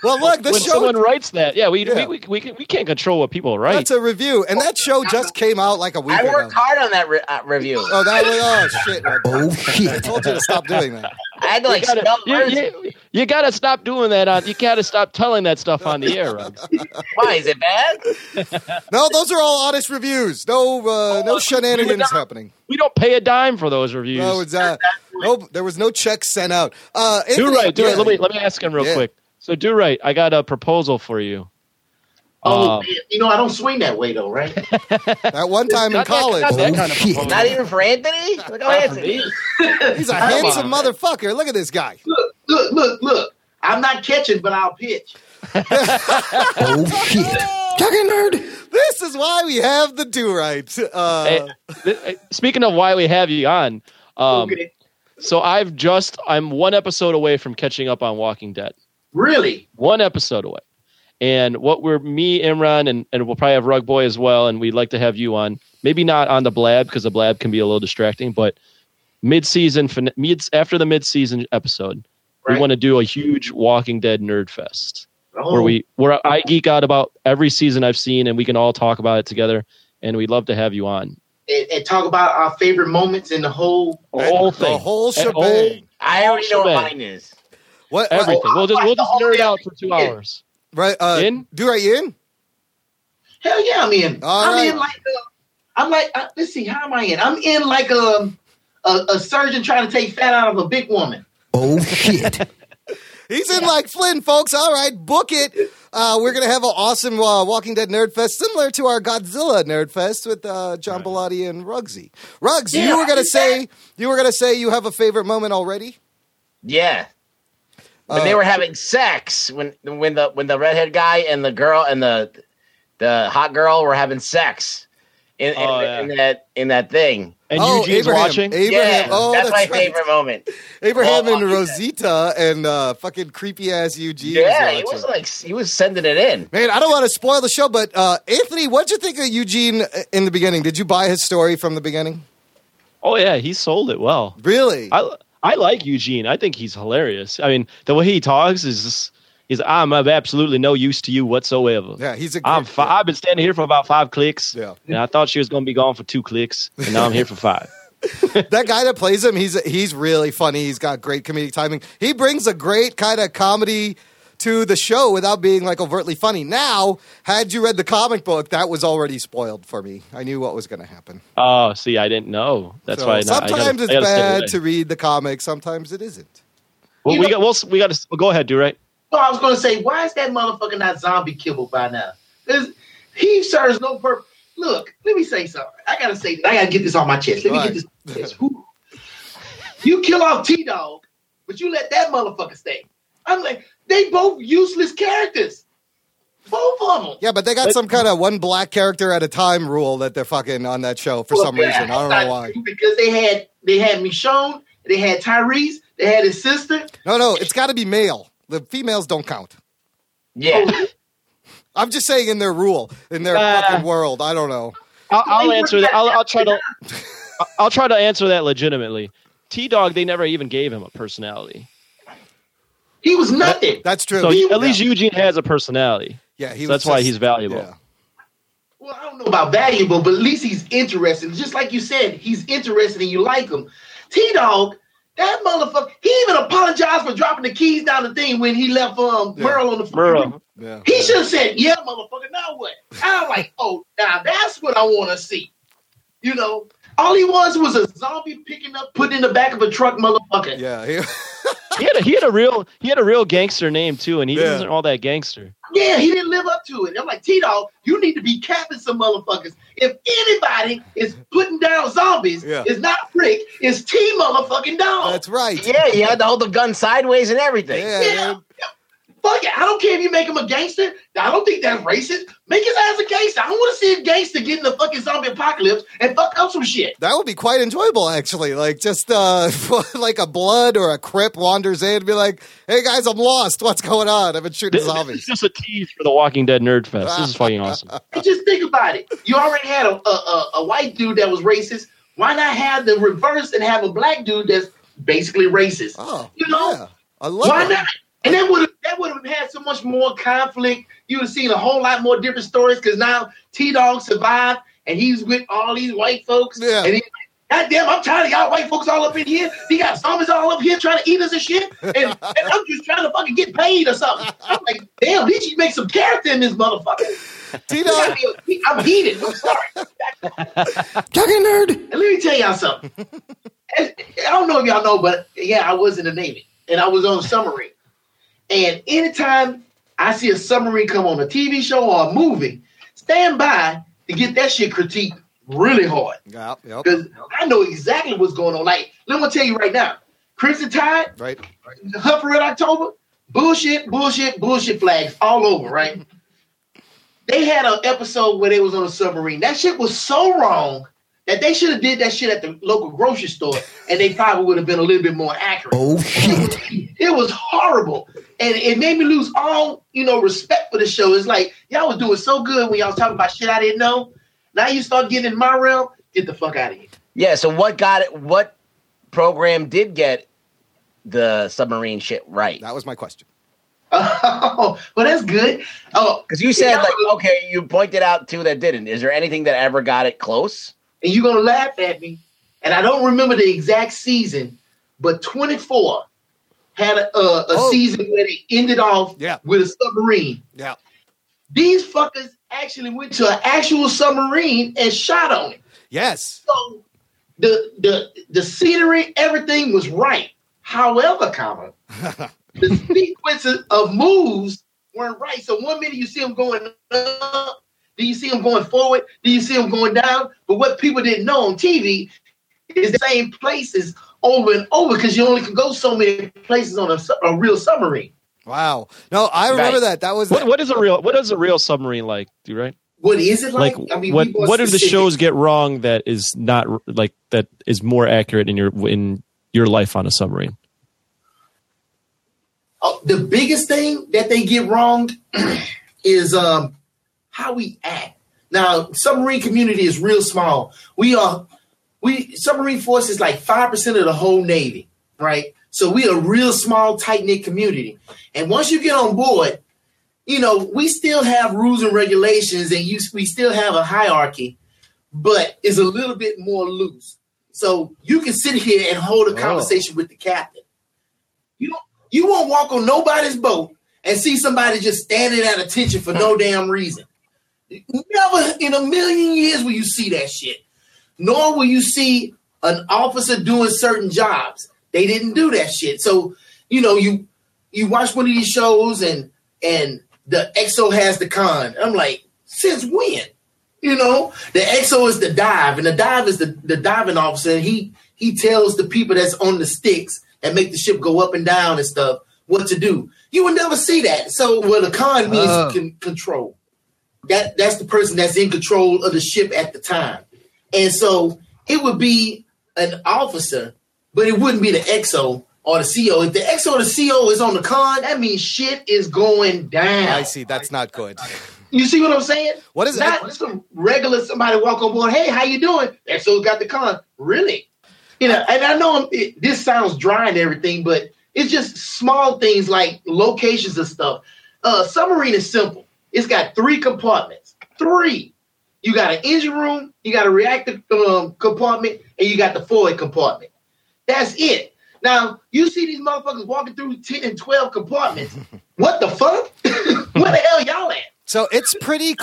[SPEAKER 1] Well, look, the
[SPEAKER 2] when
[SPEAKER 1] show
[SPEAKER 2] someone writes that, yeah, we,
[SPEAKER 1] Yeah.
[SPEAKER 2] We, we, we, can- we can't control what people write.
[SPEAKER 1] that's a review, and that show just came out like a week
[SPEAKER 5] I
[SPEAKER 1] ago.
[SPEAKER 5] worked hard on that re- uh, review.
[SPEAKER 1] Oh, that was oh shit!
[SPEAKER 4] Oh
[SPEAKER 1] I
[SPEAKER 4] shit.
[SPEAKER 1] told you to stop doing that.
[SPEAKER 5] I had to like
[SPEAKER 2] you gotta,
[SPEAKER 5] spell
[SPEAKER 2] you,
[SPEAKER 5] words
[SPEAKER 2] you- you gotta stop doing that. On, you gotta stop telling that stuff on the air. Ruggs.
[SPEAKER 5] Why is it bad?
[SPEAKER 1] No, those are all honest reviews. No, uh, no shenanigans happening.
[SPEAKER 2] We don't pay a dime for those reviews.
[SPEAKER 1] No, it's, uh, no, there was no checks sent out. Uh,
[SPEAKER 2] do
[SPEAKER 1] Anthony-
[SPEAKER 2] right, do
[SPEAKER 1] yeah.
[SPEAKER 2] right. Let me let me ask him real
[SPEAKER 1] Yeah.
[SPEAKER 2] quick. So do right. I got a proposal for you.
[SPEAKER 6] Oh,
[SPEAKER 2] Um,
[SPEAKER 6] man, you know, I don't swing that way though, right?
[SPEAKER 1] That one time in
[SPEAKER 2] not that-
[SPEAKER 1] college,
[SPEAKER 2] not that kind
[SPEAKER 4] Oh,
[SPEAKER 2] of
[SPEAKER 4] shit.
[SPEAKER 2] proposal.
[SPEAKER 5] Not even for Anthony? Look how
[SPEAKER 2] Not for
[SPEAKER 5] Anthony.
[SPEAKER 2] me.
[SPEAKER 1] he's a
[SPEAKER 2] Come
[SPEAKER 1] handsome
[SPEAKER 2] on.
[SPEAKER 1] motherfucker. Look at this guy.
[SPEAKER 6] look, look, look, look. I'm not catching, but I'll pitch.
[SPEAKER 4] Oh shit. Talking nerd.
[SPEAKER 1] This is why we have the do right. Uh,
[SPEAKER 2] Hey, th- hey, speaking of why we have you on, um,
[SPEAKER 6] Okay.
[SPEAKER 2] so I've just I'm one episode away from catching up on Walking Dead.
[SPEAKER 6] Really?
[SPEAKER 2] one episode away. And what we're me, Imran, and, and we'll probably have Rug Boy as well, and we'd like to have you on. Maybe not on the Blab because the Blab can be a little distracting, but mid season, mid after the mid season episode,
[SPEAKER 6] Right.
[SPEAKER 2] we want to do a huge Walking Dead nerd fest
[SPEAKER 6] Oh,
[SPEAKER 2] where we where I geek out about every season I've seen, and we can all talk about it together. And we'd love to have you on.
[SPEAKER 6] and, and talk about our favorite moments in the whole.
[SPEAKER 2] The whole
[SPEAKER 1] the
[SPEAKER 2] thing,
[SPEAKER 1] whole
[SPEAKER 2] And
[SPEAKER 1] shebang.
[SPEAKER 5] I already know what
[SPEAKER 2] Shebang.
[SPEAKER 5] mine is.
[SPEAKER 1] what? what-
[SPEAKER 2] everything. We'll just we'll just nerd out for two hours.
[SPEAKER 1] Right? Uh,
[SPEAKER 2] In?
[SPEAKER 1] Do right, in.
[SPEAKER 6] Hell yeah, I'm in.
[SPEAKER 1] All
[SPEAKER 6] I'm in
[SPEAKER 1] right.
[SPEAKER 6] like uh, I'm like uh, let's see, how am I in? I'm in like um, a a surgeon trying to take fat out of a big woman.
[SPEAKER 4] Oh shit.
[SPEAKER 1] He's in like Flynn, folks. All right, book it. Uh, we're gonna have an awesome uh, Walking Dead Nerd Fest, similar to our Godzilla Nerd Fest with uh, John Bellotti and Rugsy. Rugs,
[SPEAKER 6] Yeah,
[SPEAKER 1] you were gonna
[SPEAKER 6] I did
[SPEAKER 1] say you were gonna say you have a favorite moment already.
[SPEAKER 5] Yeah. When they
[SPEAKER 1] Uh,
[SPEAKER 5] were having sex, when when the when the redhead guy and the girl and the the hot girl were having sex in, in,
[SPEAKER 2] Oh, yeah.
[SPEAKER 5] in that in that thing.
[SPEAKER 2] And
[SPEAKER 1] oh,
[SPEAKER 2] Eugene's
[SPEAKER 1] Abraham.
[SPEAKER 2] watching.
[SPEAKER 1] Abraham.
[SPEAKER 5] yeah,
[SPEAKER 1] oh,
[SPEAKER 5] that's,
[SPEAKER 1] that's,
[SPEAKER 5] my
[SPEAKER 1] right.
[SPEAKER 5] favorite moment.
[SPEAKER 1] Abraham
[SPEAKER 5] Oh,
[SPEAKER 1] and
[SPEAKER 5] Walking Dead.
[SPEAKER 1] Rosita and uh, fucking creepy ass Eugene. is
[SPEAKER 5] Yeah, he
[SPEAKER 1] watching.
[SPEAKER 5] was like he was sending it in.
[SPEAKER 1] Man, I don't want to spoil the show, but uh, Anthony, what'd you think of Eugene uh, in the beginning? Did you buy his story from the beginning?
[SPEAKER 2] Oh yeah, he sold it well.
[SPEAKER 1] Really?
[SPEAKER 2] I I like Eugene. I think he's hilarious. I mean, the way he talks is just, is I'm of absolutely no use to you whatsoever.
[SPEAKER 1] yeah, he's a.
[SPEAKER 2] I'm fi- I've been standing here for about five clicks.
[SPEAKER 1] Yeah.
[SPEAKER 2] And I thought she was going to be gone for two clicks, and now I'm here for five.
[SPEAKER 1] that guy that plays him, he's he's really funny. He's got great comedic timing. He brings a great kind of comedy to the show without being like overtly funny. Now, had you read the comic book, that was already spoiled for me. I knew what was going to happen.
[SPEAKER 2] Oh, see, I didn't know. That's
[SPEAKER 1] So
[SPEAKER 2] why. I- I gotta-
[SPEAKER 1] sometimes
[SPEAKER 2] I
[SPEAKER 1] it's
[SPEAKER 2] gotta stay
[SPEAKER 1] bad
[SPEAKER 2] away.
[SPEAKER 1] to read the comic. Sometimes it isn't.
[SPEAKER 2] Well,
[SPEAKER 6] You
[SPEAKER 2] we
[SPEAKER 6] know-
[SPEAKER 2] got. We'll, s- we got to well, go ahead. Do right.
[SPEAKER 6] So I was gonna say, why is that motherfucker not zombie kibble by now? 'Cause he serves no purpose. look, let me say something. I gotta say, I gotta get this on my chest. Let me
[SPEAKER 1] Right.
[SPEAKER 6] get this. On my chest. Whew. you kill off T Dog, but you let that motherfucker stay. I'm like, they both useless characters. Both of them.
[SPEAKER 1] Yeah, but they got some kind of one black character at a time rule that they're fucking on that show for some
[SPEAKER 6] Well, yeah,
[SPEAKER 1] reason. I don't know why.
[SPEAKER 6] Because they had they had Michonne, they had Tyrese, they had his sister.
[SPEAKER 1] No, no, it's got to be male. The females don't count.
[SPEAKER 5] Yeah.
[SPEAKER 6] Oh,
[SPEAKER 1] I'm just saying in their rule, in their
[SPEAKER 2] Uh,
[SPEAKER 1] fucking world. I don't know.
[SPEAKER 2] I'll, I'll answer that. I'll, I'll try to. I'll try to answer that legitimately. T Dog, they never even gave him a personality.
[SPEAKER 6] he was nothing.
[SPEAKER 1] That's true.
[SPEAKER 2] So
[SPEAKER 1] yeah,
[SPEAKER 2] at least Eugene has a personality.
[SPEAKER 1] he
[SPEAKER 2] so
[SPEAKER 1] was
[SPEAKER 2] that's why
[SPEAKER 1] just-
[SPEAKER 2] he's valuable.
[SPEAKER 1] yeah.
[SPEAKER 6] Well, I don't know about valuable, but at least he's interested. Just like you said, he's interested and you like him. T Dog, that motherfucker, he even apologized for dropping the keys down the thing when he left um,
[SPEAKER 1] Yeah.
[SPEAKER 6] Merle on the
[SPEAKER 2] Murrow.
[SPEAKER 1] Yeah.
[SPEAKER 6] He should have said, "Yeah, motherfucker, now what?" I'm like, "Oh, now that's what I want to see." You know, all he was was a zombie picking up, putting in the back of a truck, motherfucker.
[SPEAKER 1] Yeah, he-
[SPEAKER 2] He had a he had a real he had a real gangster name too, and he
[SPEAKER 1] Yeah.
[SPEAKER 2] wasn't all that gangster.
[SPEAKER 6] Yeah, he didn't live up to it. I'm like, T Dog, you need to be capping some motherfuckers. If anybody is putting down zombies,
[SPEAKER 1] Yeah.
[SPEAKER 6] it's not Rick, it's T motherfucking Dog.
[SPEAKER 1] that's right.
[SPEAKER 5] Yeah, you had to hold the gun sideways and everything.
[SPEAKER 1] Yeah,
[SPEAKER 6] Yeah.
[SPEAKER 1] dude.
[SPEAKER 6] Fuck it. I don't care if you make him a gangster. I don't think that's racist. Make his ass a gangster. I want to see a gangster get in the fucking zombie apocalypse and fuck up some shit.
[SPEAKER 1] That would be quite enjoyable, actually. Like just uh, like a blood or a crip wanders in and be like, "Hey guys, I'm lost. What's going on? I've been shooting
[SPEAKER 2] This, this is
[SPEAKER 1] zombies."
[SPEAKER 2] just a tease for the Walking Dead Nerd Fest. This is fucking awesome.
[SPEAKER 6] And just think about it. You already had a, a, a, a white dude that was racist. Why not have the reverse and have a black dude that's basically racist?
[SPEAKER 1] Oh,
[SPEAKER 6] You know?
[SPEAKER 1] yeah. I love
[SPEAKER 6] Why
[SPEAKER 1] it.
[SPEAKER 6] not? And that would that would have had so much more conflict. You'd have seen a whole lot more different stories because now T Dog survived and he's with all these white folks.
[SPEAKER 1] Yeah.
[SPEAKER 6] And he's like, God damn, I'm tired of y'all white folks all up in here. He got zombies all up here trying to eat us and shit. And, and I'm just trying to fucking get paid or something. I'm like, damn, at least you make some character in this motherfucker. You
[SPEAKER 1] Tito,
[SPEAKER 6] gotta be- I'm heated. I'm sorry.
[SPEAKER 4] Talking nerd.
[SPEAKER 6] And let me tell y'all something. And I don't know if y'all know, but yeah, I was in the Navy and I was on a submarine. And anytime I see a submarine come on a TV show or a movie, stand by to get that shit critiqued really hard.
[SPEAKER 1] yeah, yep,
[SPEAKER 6] Because I know exactly what's going on. Like, let me tell you right now Crimson Tide,
[SPEAKER 1] right.
[SPEAKER 6] Hunt for Red October, bullshit, bullshit, bullshit flags all over, right? they had an episode where they was on a submarine. That shit was so wrong that they should have did that shit at the local grocery store, and they probably would have been a little bit more accurate.
[SPEAKER 4] Oh shit.
[SPEAKER 6] It was horrible, and it made me lose all you know respect for the show. It's like y'all was doing so good when y'all was talking about shit I didn't know. Now you start getting in my realm. Get the fuck out of here.
[SPEAKER 5] Yeah, so what got it what program did get the submarine shit right?
[SPEAKER 1] That was my question.
[SPEAKER 6] Oh, well, that's good. Oh,
[SPEAKER 5] Because you said like okay, you pointed out two that didn't. Is there anything that ever got it close?
[SPEAKER 6] and you're gonna laugh at me. And I don't remember the exact season, but 24 had a, a, a
[SPEAKER 1] Oh.
[SPEAKER 6] season where they ended off
[SPEAKER 1] Yeah.
[SPEAKER 6] with a submarine.
[SPEAKER 1] Yeah.
[SPEAKER 6] These fuckers actually went to an actual submarine and shot on it.
[SPEAKER 1] Yes.
[SPEAKER 6] So the the the scenery, everything was right. However, comma, the sequences of moves weren't right. So one minute you see them going up, then you see them going forward, then you see them going down. But what people didn't know on TV is the same places over and over because you only can go so many places on a, su- a real submarine.
[SPEAKER 1] Wow. No, I remember
[SPEAKER 5] Right.
[SPEAKER 1] that. That was
[SPEAKER 2] What what is a real what is a real submarine like? Do you right?
[SPEAKER 6] What is it like?
[SPEAKER 2] Like what
[SPEAKER 6] we want
[SPEAKER 2] what do the
[SPEAKER 6] specific.
[SPEAKER 2] shows get wrong that is not r- like that is more accurate in your in your life on a submarine?
[SPEAKER 6] Oh, the biggest thing that they get wrong is um, how we act. Now, submarine community is real small. We are we submarine force is like five percent of the whole navy, right? So we are a real small, tight knit community. And once you get on board, you know we still have rules and regulations, and you we still have a hierarchy, but it's a little bit more loose. So you can sit here and hold a
[SPEAKER 1] Oh.
[SPEAKER 6] conversation with the captain. You don't you won't walk on nobody's boat and see somebody just standing at attention for no damn reason. Never in a million years will you see that shit. Nor will you see an officer doing certain jobs. They didn't do that shit. So, you know, you you watch one of these shows and and the EXO has the con. I'm like, since when? You know, the EXO is the dive, and the dive is the, the diving officer. And he he tells the people that's on the sticks that make the ship go up and down and stuff what to do. You will never see that. So, well, the con means
[SPEAKER 7] Oh.
[SPEAKER 6] con- control. That that's the person that's in control of the ship at the time, and so it would be an officer, but it wouldn't be the EXO or the CO. If the EXO or the CO is on the con, that means shit is going down.
[SPEAKER 1] I see. That's not good.
[SPEAKER 6] You see what I'm saying?
[SPEAKER 1] What is
[SPEAKER 6] Not just a regular somebody walk on board. Hey, how you doing? And so got the con. Really? You know, and I know it, this sounds dry and everything, but it's just small things like locations and stuff. Uh, submarine is simple. It's got three compartments. Three. You got an engine room, you got a reactor um, compartment, and you got the forward compartment. That's it. Now, you see these motherfuckers walking through 10 and 12 compartments. What the fuck? Where the hell y'all at?
[SPEAKER 1] So it's pretty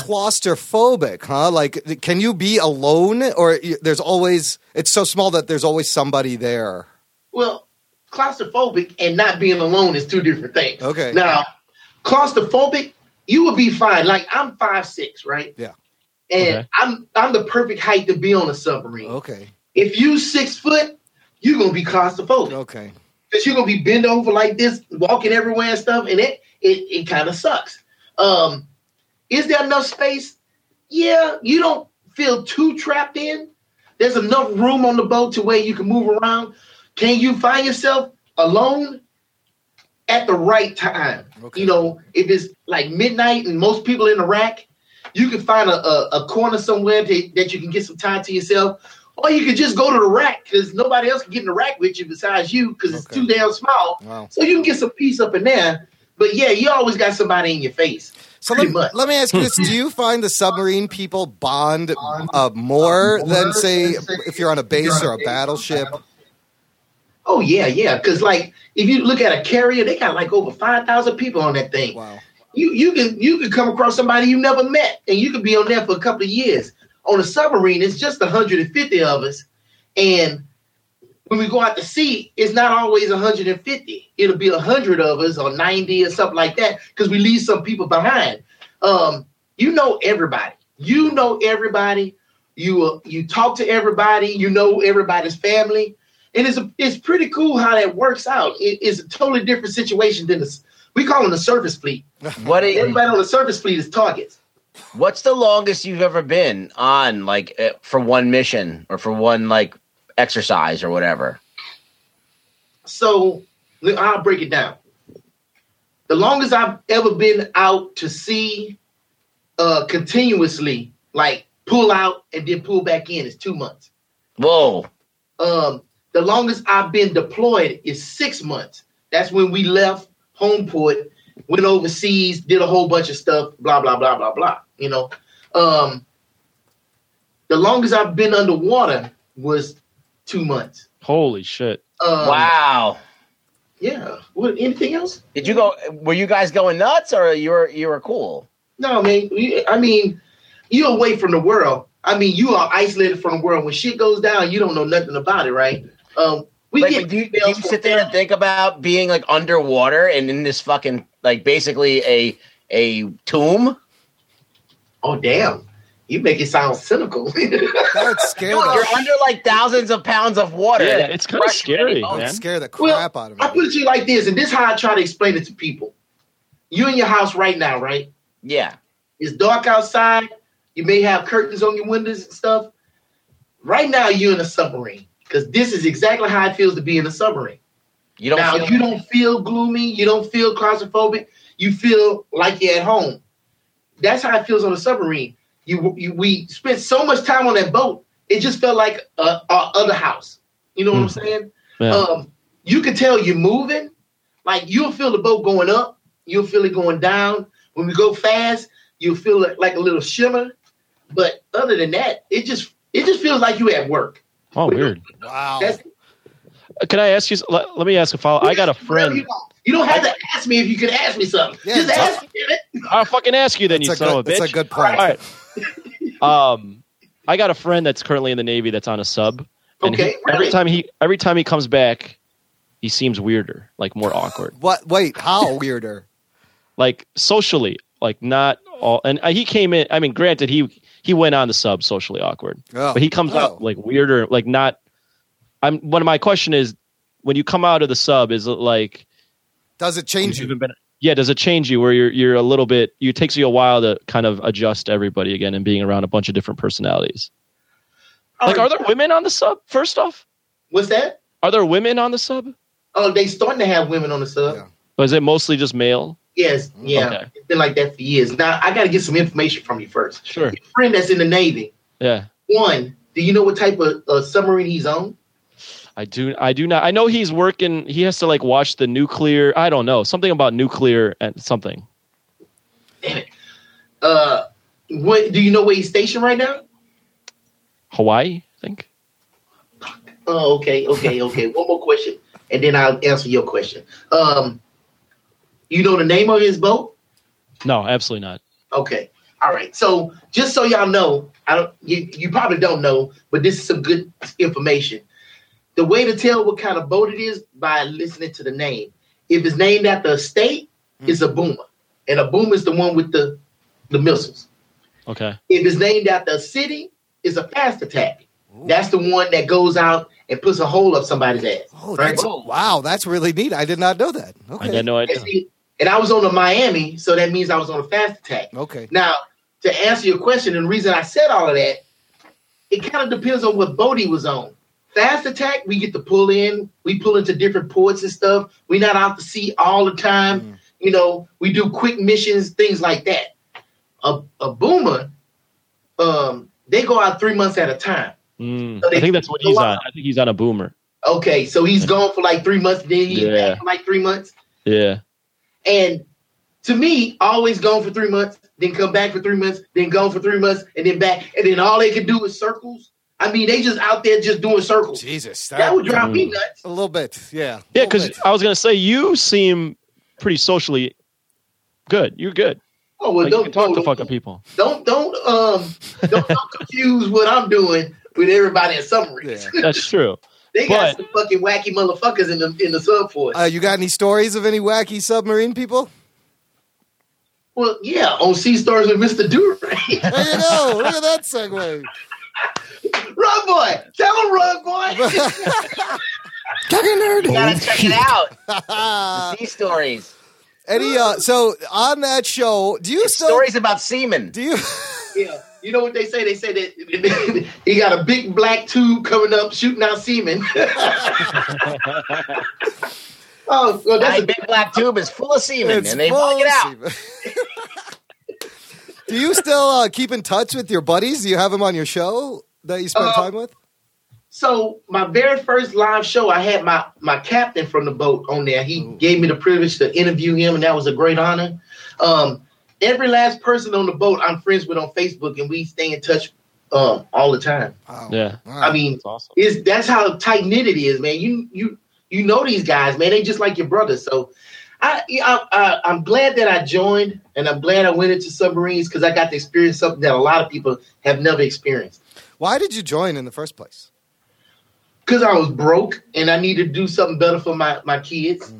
[SPEAKER 1] claustrophobic, huh? Like, can you be alone, or y- there's always it's so small that there's always somebody there?
[SPEAKER 6] Well, claustrophobic and not being alone is two different things.
[SPEAKER 1] Okay.
[SPEAKER 6] Now, claustrophobic, you would be fine. Like I'm five six, right?
[SPEAKER 1] Yeah.
[SPEAKER 6] And
[SPEAKER 2] Okay.
[SPEAKER 6] I'm I'm the perfect height to be on a submarine.
[SPEAKER 1] Okay,
[SPEAKER 6] If you six foot, you're gonna be claustrophobic
[SPEAKER 1] okay.
[SPEAKER 6] because you're gonna be bent over like this, walking everywhere and stuff, and it it, it kind of sucks. Um, is there enough space? Yeah, you don't feel too trapped in. There's enough room on the boat to where you can move around. Can you find yourself alone at the right time?
[SPEAKER 1] Okay.
[SPEAKER 6] You know, if it's like midnight and most people in the rack, you can find a, a, a corner somewhere to, that you can get some time to yourself. Or you could just go to the rack because nobody else can get in the rack with you besides you because it's
[SPEAKER 1] Okay.
[SPEAKER 6] too damn small.
[SPEAKER 1] Wow.
[SPEAKER 6] So you can get some peace up in there. But yeah, you always got somebody in your face.
[SPEAKER 1] So
[SPEAKER 6] Pretty
[SPEAKER 1] let,
[SPEAKER 6] much.
[SPEAKER 1] let me ask you this: Do you find the submarine people bond uh, more than say if you're on a base or a battleship?
[SPEAKER 6] Oh yeah, yeah. Because like if you look at a carrier, they got like over five thousand people on that thing.
[SPEAKER 1] Wow.
[SPEAKER 6] You you can you can come across somebody you never met, and you could be on there for a couple of years. On a submarine, it's just one hundred and fifty of us, and when we go out to sea, it's not always one hundred and fifty. It'll be hundred of us or ninety or something like that because we leave some people behind. Um, you know everybody. You know everybody. You uh, you talk to everybody. You know everybody's family and it's it's pretty cool how that works out. It- it's a totally different situation than this. We call them the surface fleet.
[SPEAKER 5] What is,
[SPEAKER 6] Everybody on the surface fleet is targets.
[SPEAKER 5] what's the longest you've ever been on, like eh, for one mission or for one like exercise or whatever?
[SPEAKER 6] So look, I'll break it down. The longest I've ever been out to sea uh, continuously, like pull out and then pull back in, is two months.
[SPEAKER 5] Whoa,
[SPEAKER 6] Um, the longest I've been deployed is six months. That's when we left Homeport, went overseas, did a whole bunch of stuff, blah blah blah blah blah. You know, um, the longest I've been underwater was two months.
[SPEAKER 2] Holy shit.
[SPEAKER 6] Um,
[SPEAKER 5] wow!
[SPEAKER 6] Yeah. What? Anything else?
[SPEAKER 5] Did you go? Were you guys going nuts or you were you were cool?
[SPEAKER 6] No, man. You- I mean, you're away from the world. I mean, you are isolated from the world. When shit goes down, you don't know nothing about it, right? Um, we
[SPEAKER 5] Like,
[SPEAKER 6] get
[SPEAKER 5] do you, do you
[SPEAKER 6] emails from
[SPEAKER 5] sit there and
[SPEAKER 6] family.
[SPEAKER 5] think about being like underwater and in this fucking like basically a a tomb?
[SPEAKER 6] Oh damn! You make it sound cynical.
[SPEAKER 1] That would scare
[SPEAKER 5] Dude,
[SPEAKER 1] the
[SPEAKER 5] you're under like thousands of pounds of water.
[SPEAKER 2] Yeah,
[SPEAKER 5] That-
[SPEAKER 2] it's kind of scary,
[SPEAKER 1] that would
[SPEAKER 2] man.
[SPEAKER 1] scare the
[SPEAKER 6] Well,
[SPEAKER 1] crap out of
[SPEAKER 6] I
[SPEAKER 1] me.
[SPEAKER 6] put it to you like this, and this is how I try to explain it to people. You in your house right now, right?
[SPEAKER 5] yeah.
[SPEAKER 6] It's dark outside. You may have curtains on your windows and stuff. Right now, you're in a submarine because this is exactly how it feels to be in a submarine.
[SPEAKER 5] You don't.
[SPEAKER 6] now
[SPEAKER 5] feel-
[SPEAKER 6] you don't feel gloomy. You don't feel claustrophobic. You feel like you're at home. That's how it feels on a submarine. You, you we spent so much time on that boat. It just felt like uh, our other house. You know what I'm
[SPEAKER 5] Mm.
[SPEAKER 6] saying?
[SPEAKER 2] Yeah.
[SPEAKER 6] Um, you can tell you're moving. Like you'll feel the boat going up. You'll feel it going down. When we go fast, you'll feel it like a little shimmer. But other than that, it just it just feels like you at work.
[SPEAKER 2] Oh, weird.
[SPEAKER 1] Wow.
[SPEAKER 6] That's
[SPEAKER 2] Uh, Can I ask you? Let, let me ask a follow. I got a friend.
[SPEAKER 6] You don't have to ask me if you can ask me something.
[SPEAKER 1] Yeah,
[SPEAKER 6] Just
[SPEAKER 1] it's
[SPEAKER 6] ask me. damn it.
[SPEAKER 2] I'll fucking ask you then, you
[SPEAKER 1] That's a
[SPEAKER 2] son
[SPEAKER 1] good,
[SPEAKER 2] of a bitch.
[SPEAKER 1] that's a good point.
[SPEAKER 2] All right. Um, I got a friend that's currently in the Navy that's on a sub. And
[SPEAKER 6] Okay,
[SPEAKER 2] he- every
[SPEAKER 6] really?
[SPEAKER 2] time he every time he comes back, he seems weirder, like more awkward,
[SPEAKER 1] What? Wait, how weirder?
[SPEAKER 2] like socially, like not all. And uh, he came in. I mean, granted, he he went on the sub socially awkward.
[SPEAKER 1] Oh.
[SPEAKER 2] But he comes
[SPEAKER 1] Oh.
[SPEAKER 2] out like weirder, like not. I'm. One of my question is, when you come out of the sub, is it like
[SPEAKER 1] Does it change you?
[SPEAKER 2] even been- yeah, does it change you where you're you're a little bit? It takes you a while to kind of adjust to everybody again and being around a bunch of different personalities. Like, are there women on the sub? First off,
[SPEAKER 6] Oh, What's that?
[SPEAKER 2] are there women on the sub?
[SPEAKER 6] Oh, they starting to have women on the sub.
[SPEAKER 1] Yeah. Mm-hmm.
[SPEAKER 2] Or is it mostly just male?
[SPEAKER 6] Yes, yeah.
[SPEAKER 2] Okay.
[SPEAKER 6] It's been like that for years. Now I gotta get some information from you first.
[SPEAKER 2] Sure.
[SPEAKER 6] Your friend that's in the Navy.
[SPEAKER 2] Yeah.
[SPEAKER 6] One, do you know what type of uh, submarine he's on?
[SPEAKER 2] I do. I do not. I know he's working. He has to like watch the nuclear. I don't know something about nuclear and something.
[SPEAKER 6] Uh, what do you know where he's stationed right now?
[SPEAKER 2] Hawaii, I think.
[SPEAKER 6] Oh, okay, okay, okay. One more question, and then I'll answer your question. Um, you know the name of his boat?
[SPEAKER 2] No, absolutely not.
[SPEAKER 6] Okay, all right. So just so y'all know, I don't. You, you probably don't know, but this is some good information. The way to tell what kind of boat it is by listening to the name. If it's named after a state, it's a boomer, and a boomer is the one with the the missiles.
[SPEAKER 2] Okay.
[SPEAKER 6] If it's named after a city, it's a fast attack. That's the one that goes out and puts a hole up somebody's ass.
[SPEAKER 1] Oh,
[SPEAKER 6] Right.
[SPEAKER 1] that's, wow, that's really neat. I did not know that.
[SPEAKER 2] I had
[SPEAKER 1] Okay.
[SPEAKER 2] no
[SPEAKER 6] And,
[SPEAKER 2] idea.
[SPEAKER 6] see, and I was on a Miami, so that means I was on a fast attack.
[SPEAKER 1] Okay.
[SPEAKER 6] Now, to answer your question, and the reason I said all of that, it kind of depends on what boat he was on. Fast attack, we get to pull in, we pull into different ports and stuff. We're not out to sea all the time.
[SPEAKER 1] Mm.
[SPEAKER 6] You know, we do quick missions, things like that. A, a boomer, um, they go out three months at a time.
[SPEAKER 2] Mm. I think that's what he's on. I think he's on a boomer.
[SPEAKER 6] Okay, so he's gone for like three months, then he's
[SPEAKER 2] Yeah.
[SPEAKER 6] back for like three months.
[SPEAKER 2] Yeah.
[SPEAKER 6] And to me, always gone for three months, then come back for three months, then gone for three months, and then back. And then all they can do is circles. I mean, they just out there just doing circles.
[SPEAKER 1] Jesus, that,
[SPEAKER 6] that would drive me nuts.
[SPEAKER 1] a little bit. Yeah. a
[SPEAKER 2] Yeah.
[SPEAKER 1] little
[SPEAKER 2] Because
[SPEAKER 1] bit.
[SPEAKER 2] I was gonna say you seem pretty socially good. You're good.
[SPEAKER 6] Oh well,
[SPEAKER 2] Like, you
[SPEAKER 6] don't
[SPEAKER 2] can talk to
[SPEAKER 6] don't,
[SPEAKER 2] fucking people.
[SPEAKER 6] don't don't um don't, don't confuse what I'm doing with everybody in submarines.
[SPEAKER 2] That's true.
[SPEAKER 6] they
[SPEAKER 2] But-
[SPEAKER 6] got some fucking wacky motherfuckers in the in the sub force.
[SPEAKER 1] Uh, you got any stories of any wacky submarine people?
[SPEAKER 6] well, yeah, on Sea Stars with Mister Duray.
[SPEAKER 1] There you go. Look at that segue.
[SPEAKER 6] run boy, tell him run boy.
[SPEAKER 4] Talking nerd.
[SPEAKER 5] Gotta check it out.
[SPEAKER 1] Uh,
[SPEAKER 5] Sea stories.
[SPEAKER 1] Any uh, so on that show, do you still
[SPEAKER 5] Stories about semen.
[SPEAKER 1] do you
[SPEAKER 6] Yeah, you know what they say? They say that he got a big black tube coming up shooting out semen. oh, well, that's
[SPEAKER 5] That
[SPEAKER 6] a,
[SPEAKER 5] big black tube is full of semen,
[SPEAKER 1] It's
[SPEAKER 5] and they plug it out.
[SPEAKER 1] full of semen. do you still uh, keep in touch with your buddies? Do you have them on your show that you spend
[SPEAKER 6] Uh,
[SPEAKER 1] time with?
[SPEAKER 6] so my very first live show, I had my my captain from the boat on there. He gave me the privilege to interview him, and that was a great honor. Um, every last person on the boat, I'm friends with on Facebook, and we stay in touch um, all the time.
[SPEAKER 1] Wow.
[SPEAKER 2] Yeah.
[SPEAKER 1] All
[SPEAKER 6] I
[SPEAKER 1] right.
[SPEAKER 6] mean,
[SPEAKER 2] That's awesome.
[SPEAKER 6] is that's how tight knit it is, man. You you you know these guys, man. They just like your brothers. So I, yeah, I, I I'm glad that I joined, and I'm glad I went into submarines because I got to experience something that a lot of people have never experienced.
[SPEAKER 1] why did you join in the first place?
[SPEAKER 6] Because I was broke and I needed to do something better for my my kids.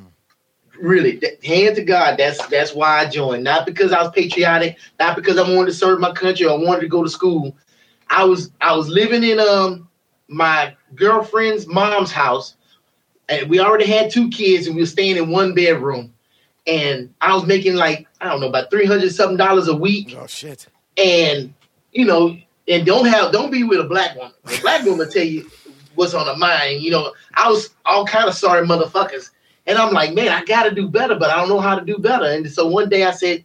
[SPEAKER 6] Really, th- hand to God, that's that's why I joined. Not because I was patriotic, not because I wanted to serve my country or wanted to go to school. I was I was living in um my girlfriend's mom's house, and we already had two kids, and we were staying in one bedroom. And I was making like I don't know about three hundred something dollars a week
[SPEAKER 1] Oh shit!
[SPEAKER 6] and you know, and don't have don't be with a black woman. The black woman tell you what's on her mind. You know, I was all kind of sorry motherfuckers, and I'm like, man, I gotta do better, but I don't know how to do better. And so one day I said,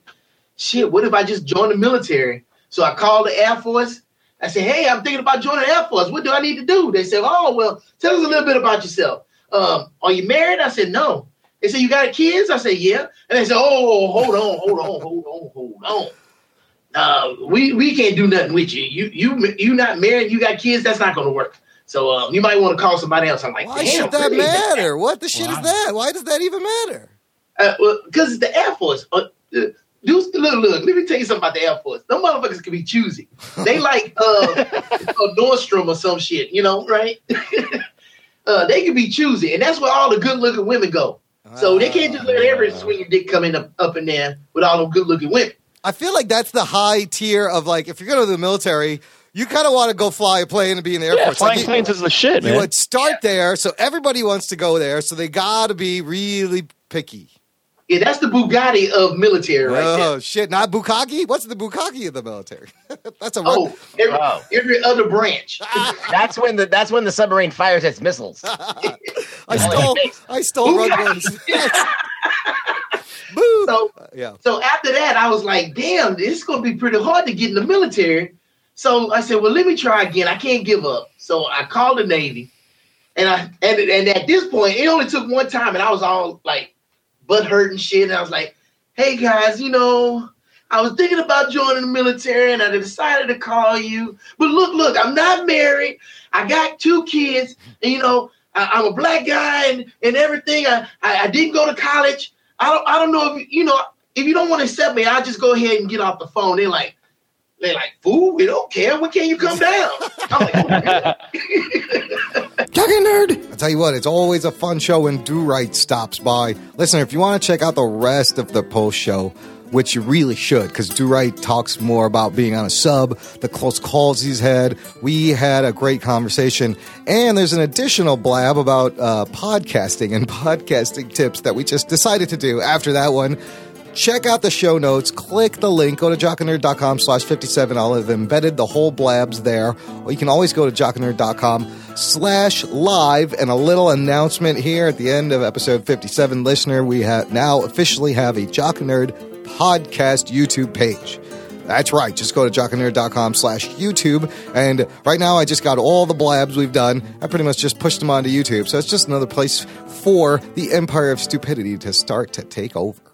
[SPEAKER 6] shit, what if I just join the military? So I called the Air Force. I said, hey, I'm thinking about joining the Air Force. What do I need to do? They said, oh well, tell us a little bit about yourself. Um, are you married? I said no. They said you got kids? I said yeah. And they said, oh, hold on, hold on, hold on, hold on uh, we we can't do nothing with you. You you you not married. You got kids. That's not going to work. So um, you might want to call somebody else. I'm like,
[SPEAKER 1] Why
[SPEAKER 6] damn,
[SPEAKER 1] should that
[SPEAKER 6] really?
[SPEAKER 1] matter? What the shit is that? Why does that even matter?
[SPEAKER 6] Uh, well, because it's the Air Force. Uh, uh, dudes, look, look. Let me tell you something about the Air Force. Them motherfuckers can be choosy. They like uh, a Nordstrom or some shit. You know, right? uh, they can be choosy, and that's where all the good-looking women go. So they can't just let every swinging dick come in up, up in there with all them good-looking women.
[SPEAKER 1] I feel like that's the high tier of like if you're going to the military, you kind of want to go fly a plane and be in the airport.
[SPEAKER 2] Yeah,
[SPEAKER 1] It's like
[SPEAKER 2] flying
[SPEAKER 1] you-
[SPEAKER 2] planes is the shit,
[SPEAKER 1] you
[SPEAKER 2] man.
[SPEAKER 1] would start there, so everybody wants to go there, so they got to be really picky.
[SPEAKER 6] Yeah, that's the Bugatti of military, right
[SPEAKER 1] oh
[SPEAKER 6] there.
[SPEAKER 1] shit! Not bukkake. What's the bukkake of the military? That's a
[SPEAKER 6] Oh, every,
[SPEAKER 5] Oh.
[SPEAKER 6] every other branch.
[SPEAKER 5] That's when the that's when the submarine fires its missiles.
[SPEAKER 1] I stole. I stole Rugman's. Boo.
[SPEAKER 6] So
[SPEAKER 1] yeah.
[SPEAKER 6] So after that, I was like, damn, this is gonna be pretty hard to get in the military. So I said, well, let me try again. I can't give up. So I called the Navy, and I and and at this point, it only took one time, and I was all like, butt hurt and shit. And I was like, hey guys, you know. I was thinking about joining the military and I decided to call you. But look, look, I'm not married. I got two kids. And, you know, I, I'm a black guy and, and everything. I, I, I didn't go to college. I don't I don't know if you know if you don't want to accept me, I'll just go ahead and get off the phone. They're like, they're like, fool, we don't care. When can you come down? I'm like, "Oh, really?"
[SPEAKER 4] Talking nerd.
[SPEAKER 1] I tell you what, it's always a fun show when Do Right stops by. Listener, if you want to check out the rest of the post show, which you really should, because Do Right talks more about being on a sub, the close calls he's had. We had a great conversation, and there's an additional blab about uh, podcasting and podcasting tips that we just decided to do after that one. Check out the show notes. Click the link. Go to jockandnerd.com slash 57. I'll have embedded the whole blabs there. Or you can always go to jockandnerd.com slash live. And a little announcement here at the end of episode 57. Listener, we have now officially have a Jock and Nerd podcast YouTube page. That's right. Just go to jockandnerd.com slash YouTube. And right now, I just got all the blabs we've done. I pretty much just pushed them onto YouTube. So it's just another place for the empire of stupidity to start to take over.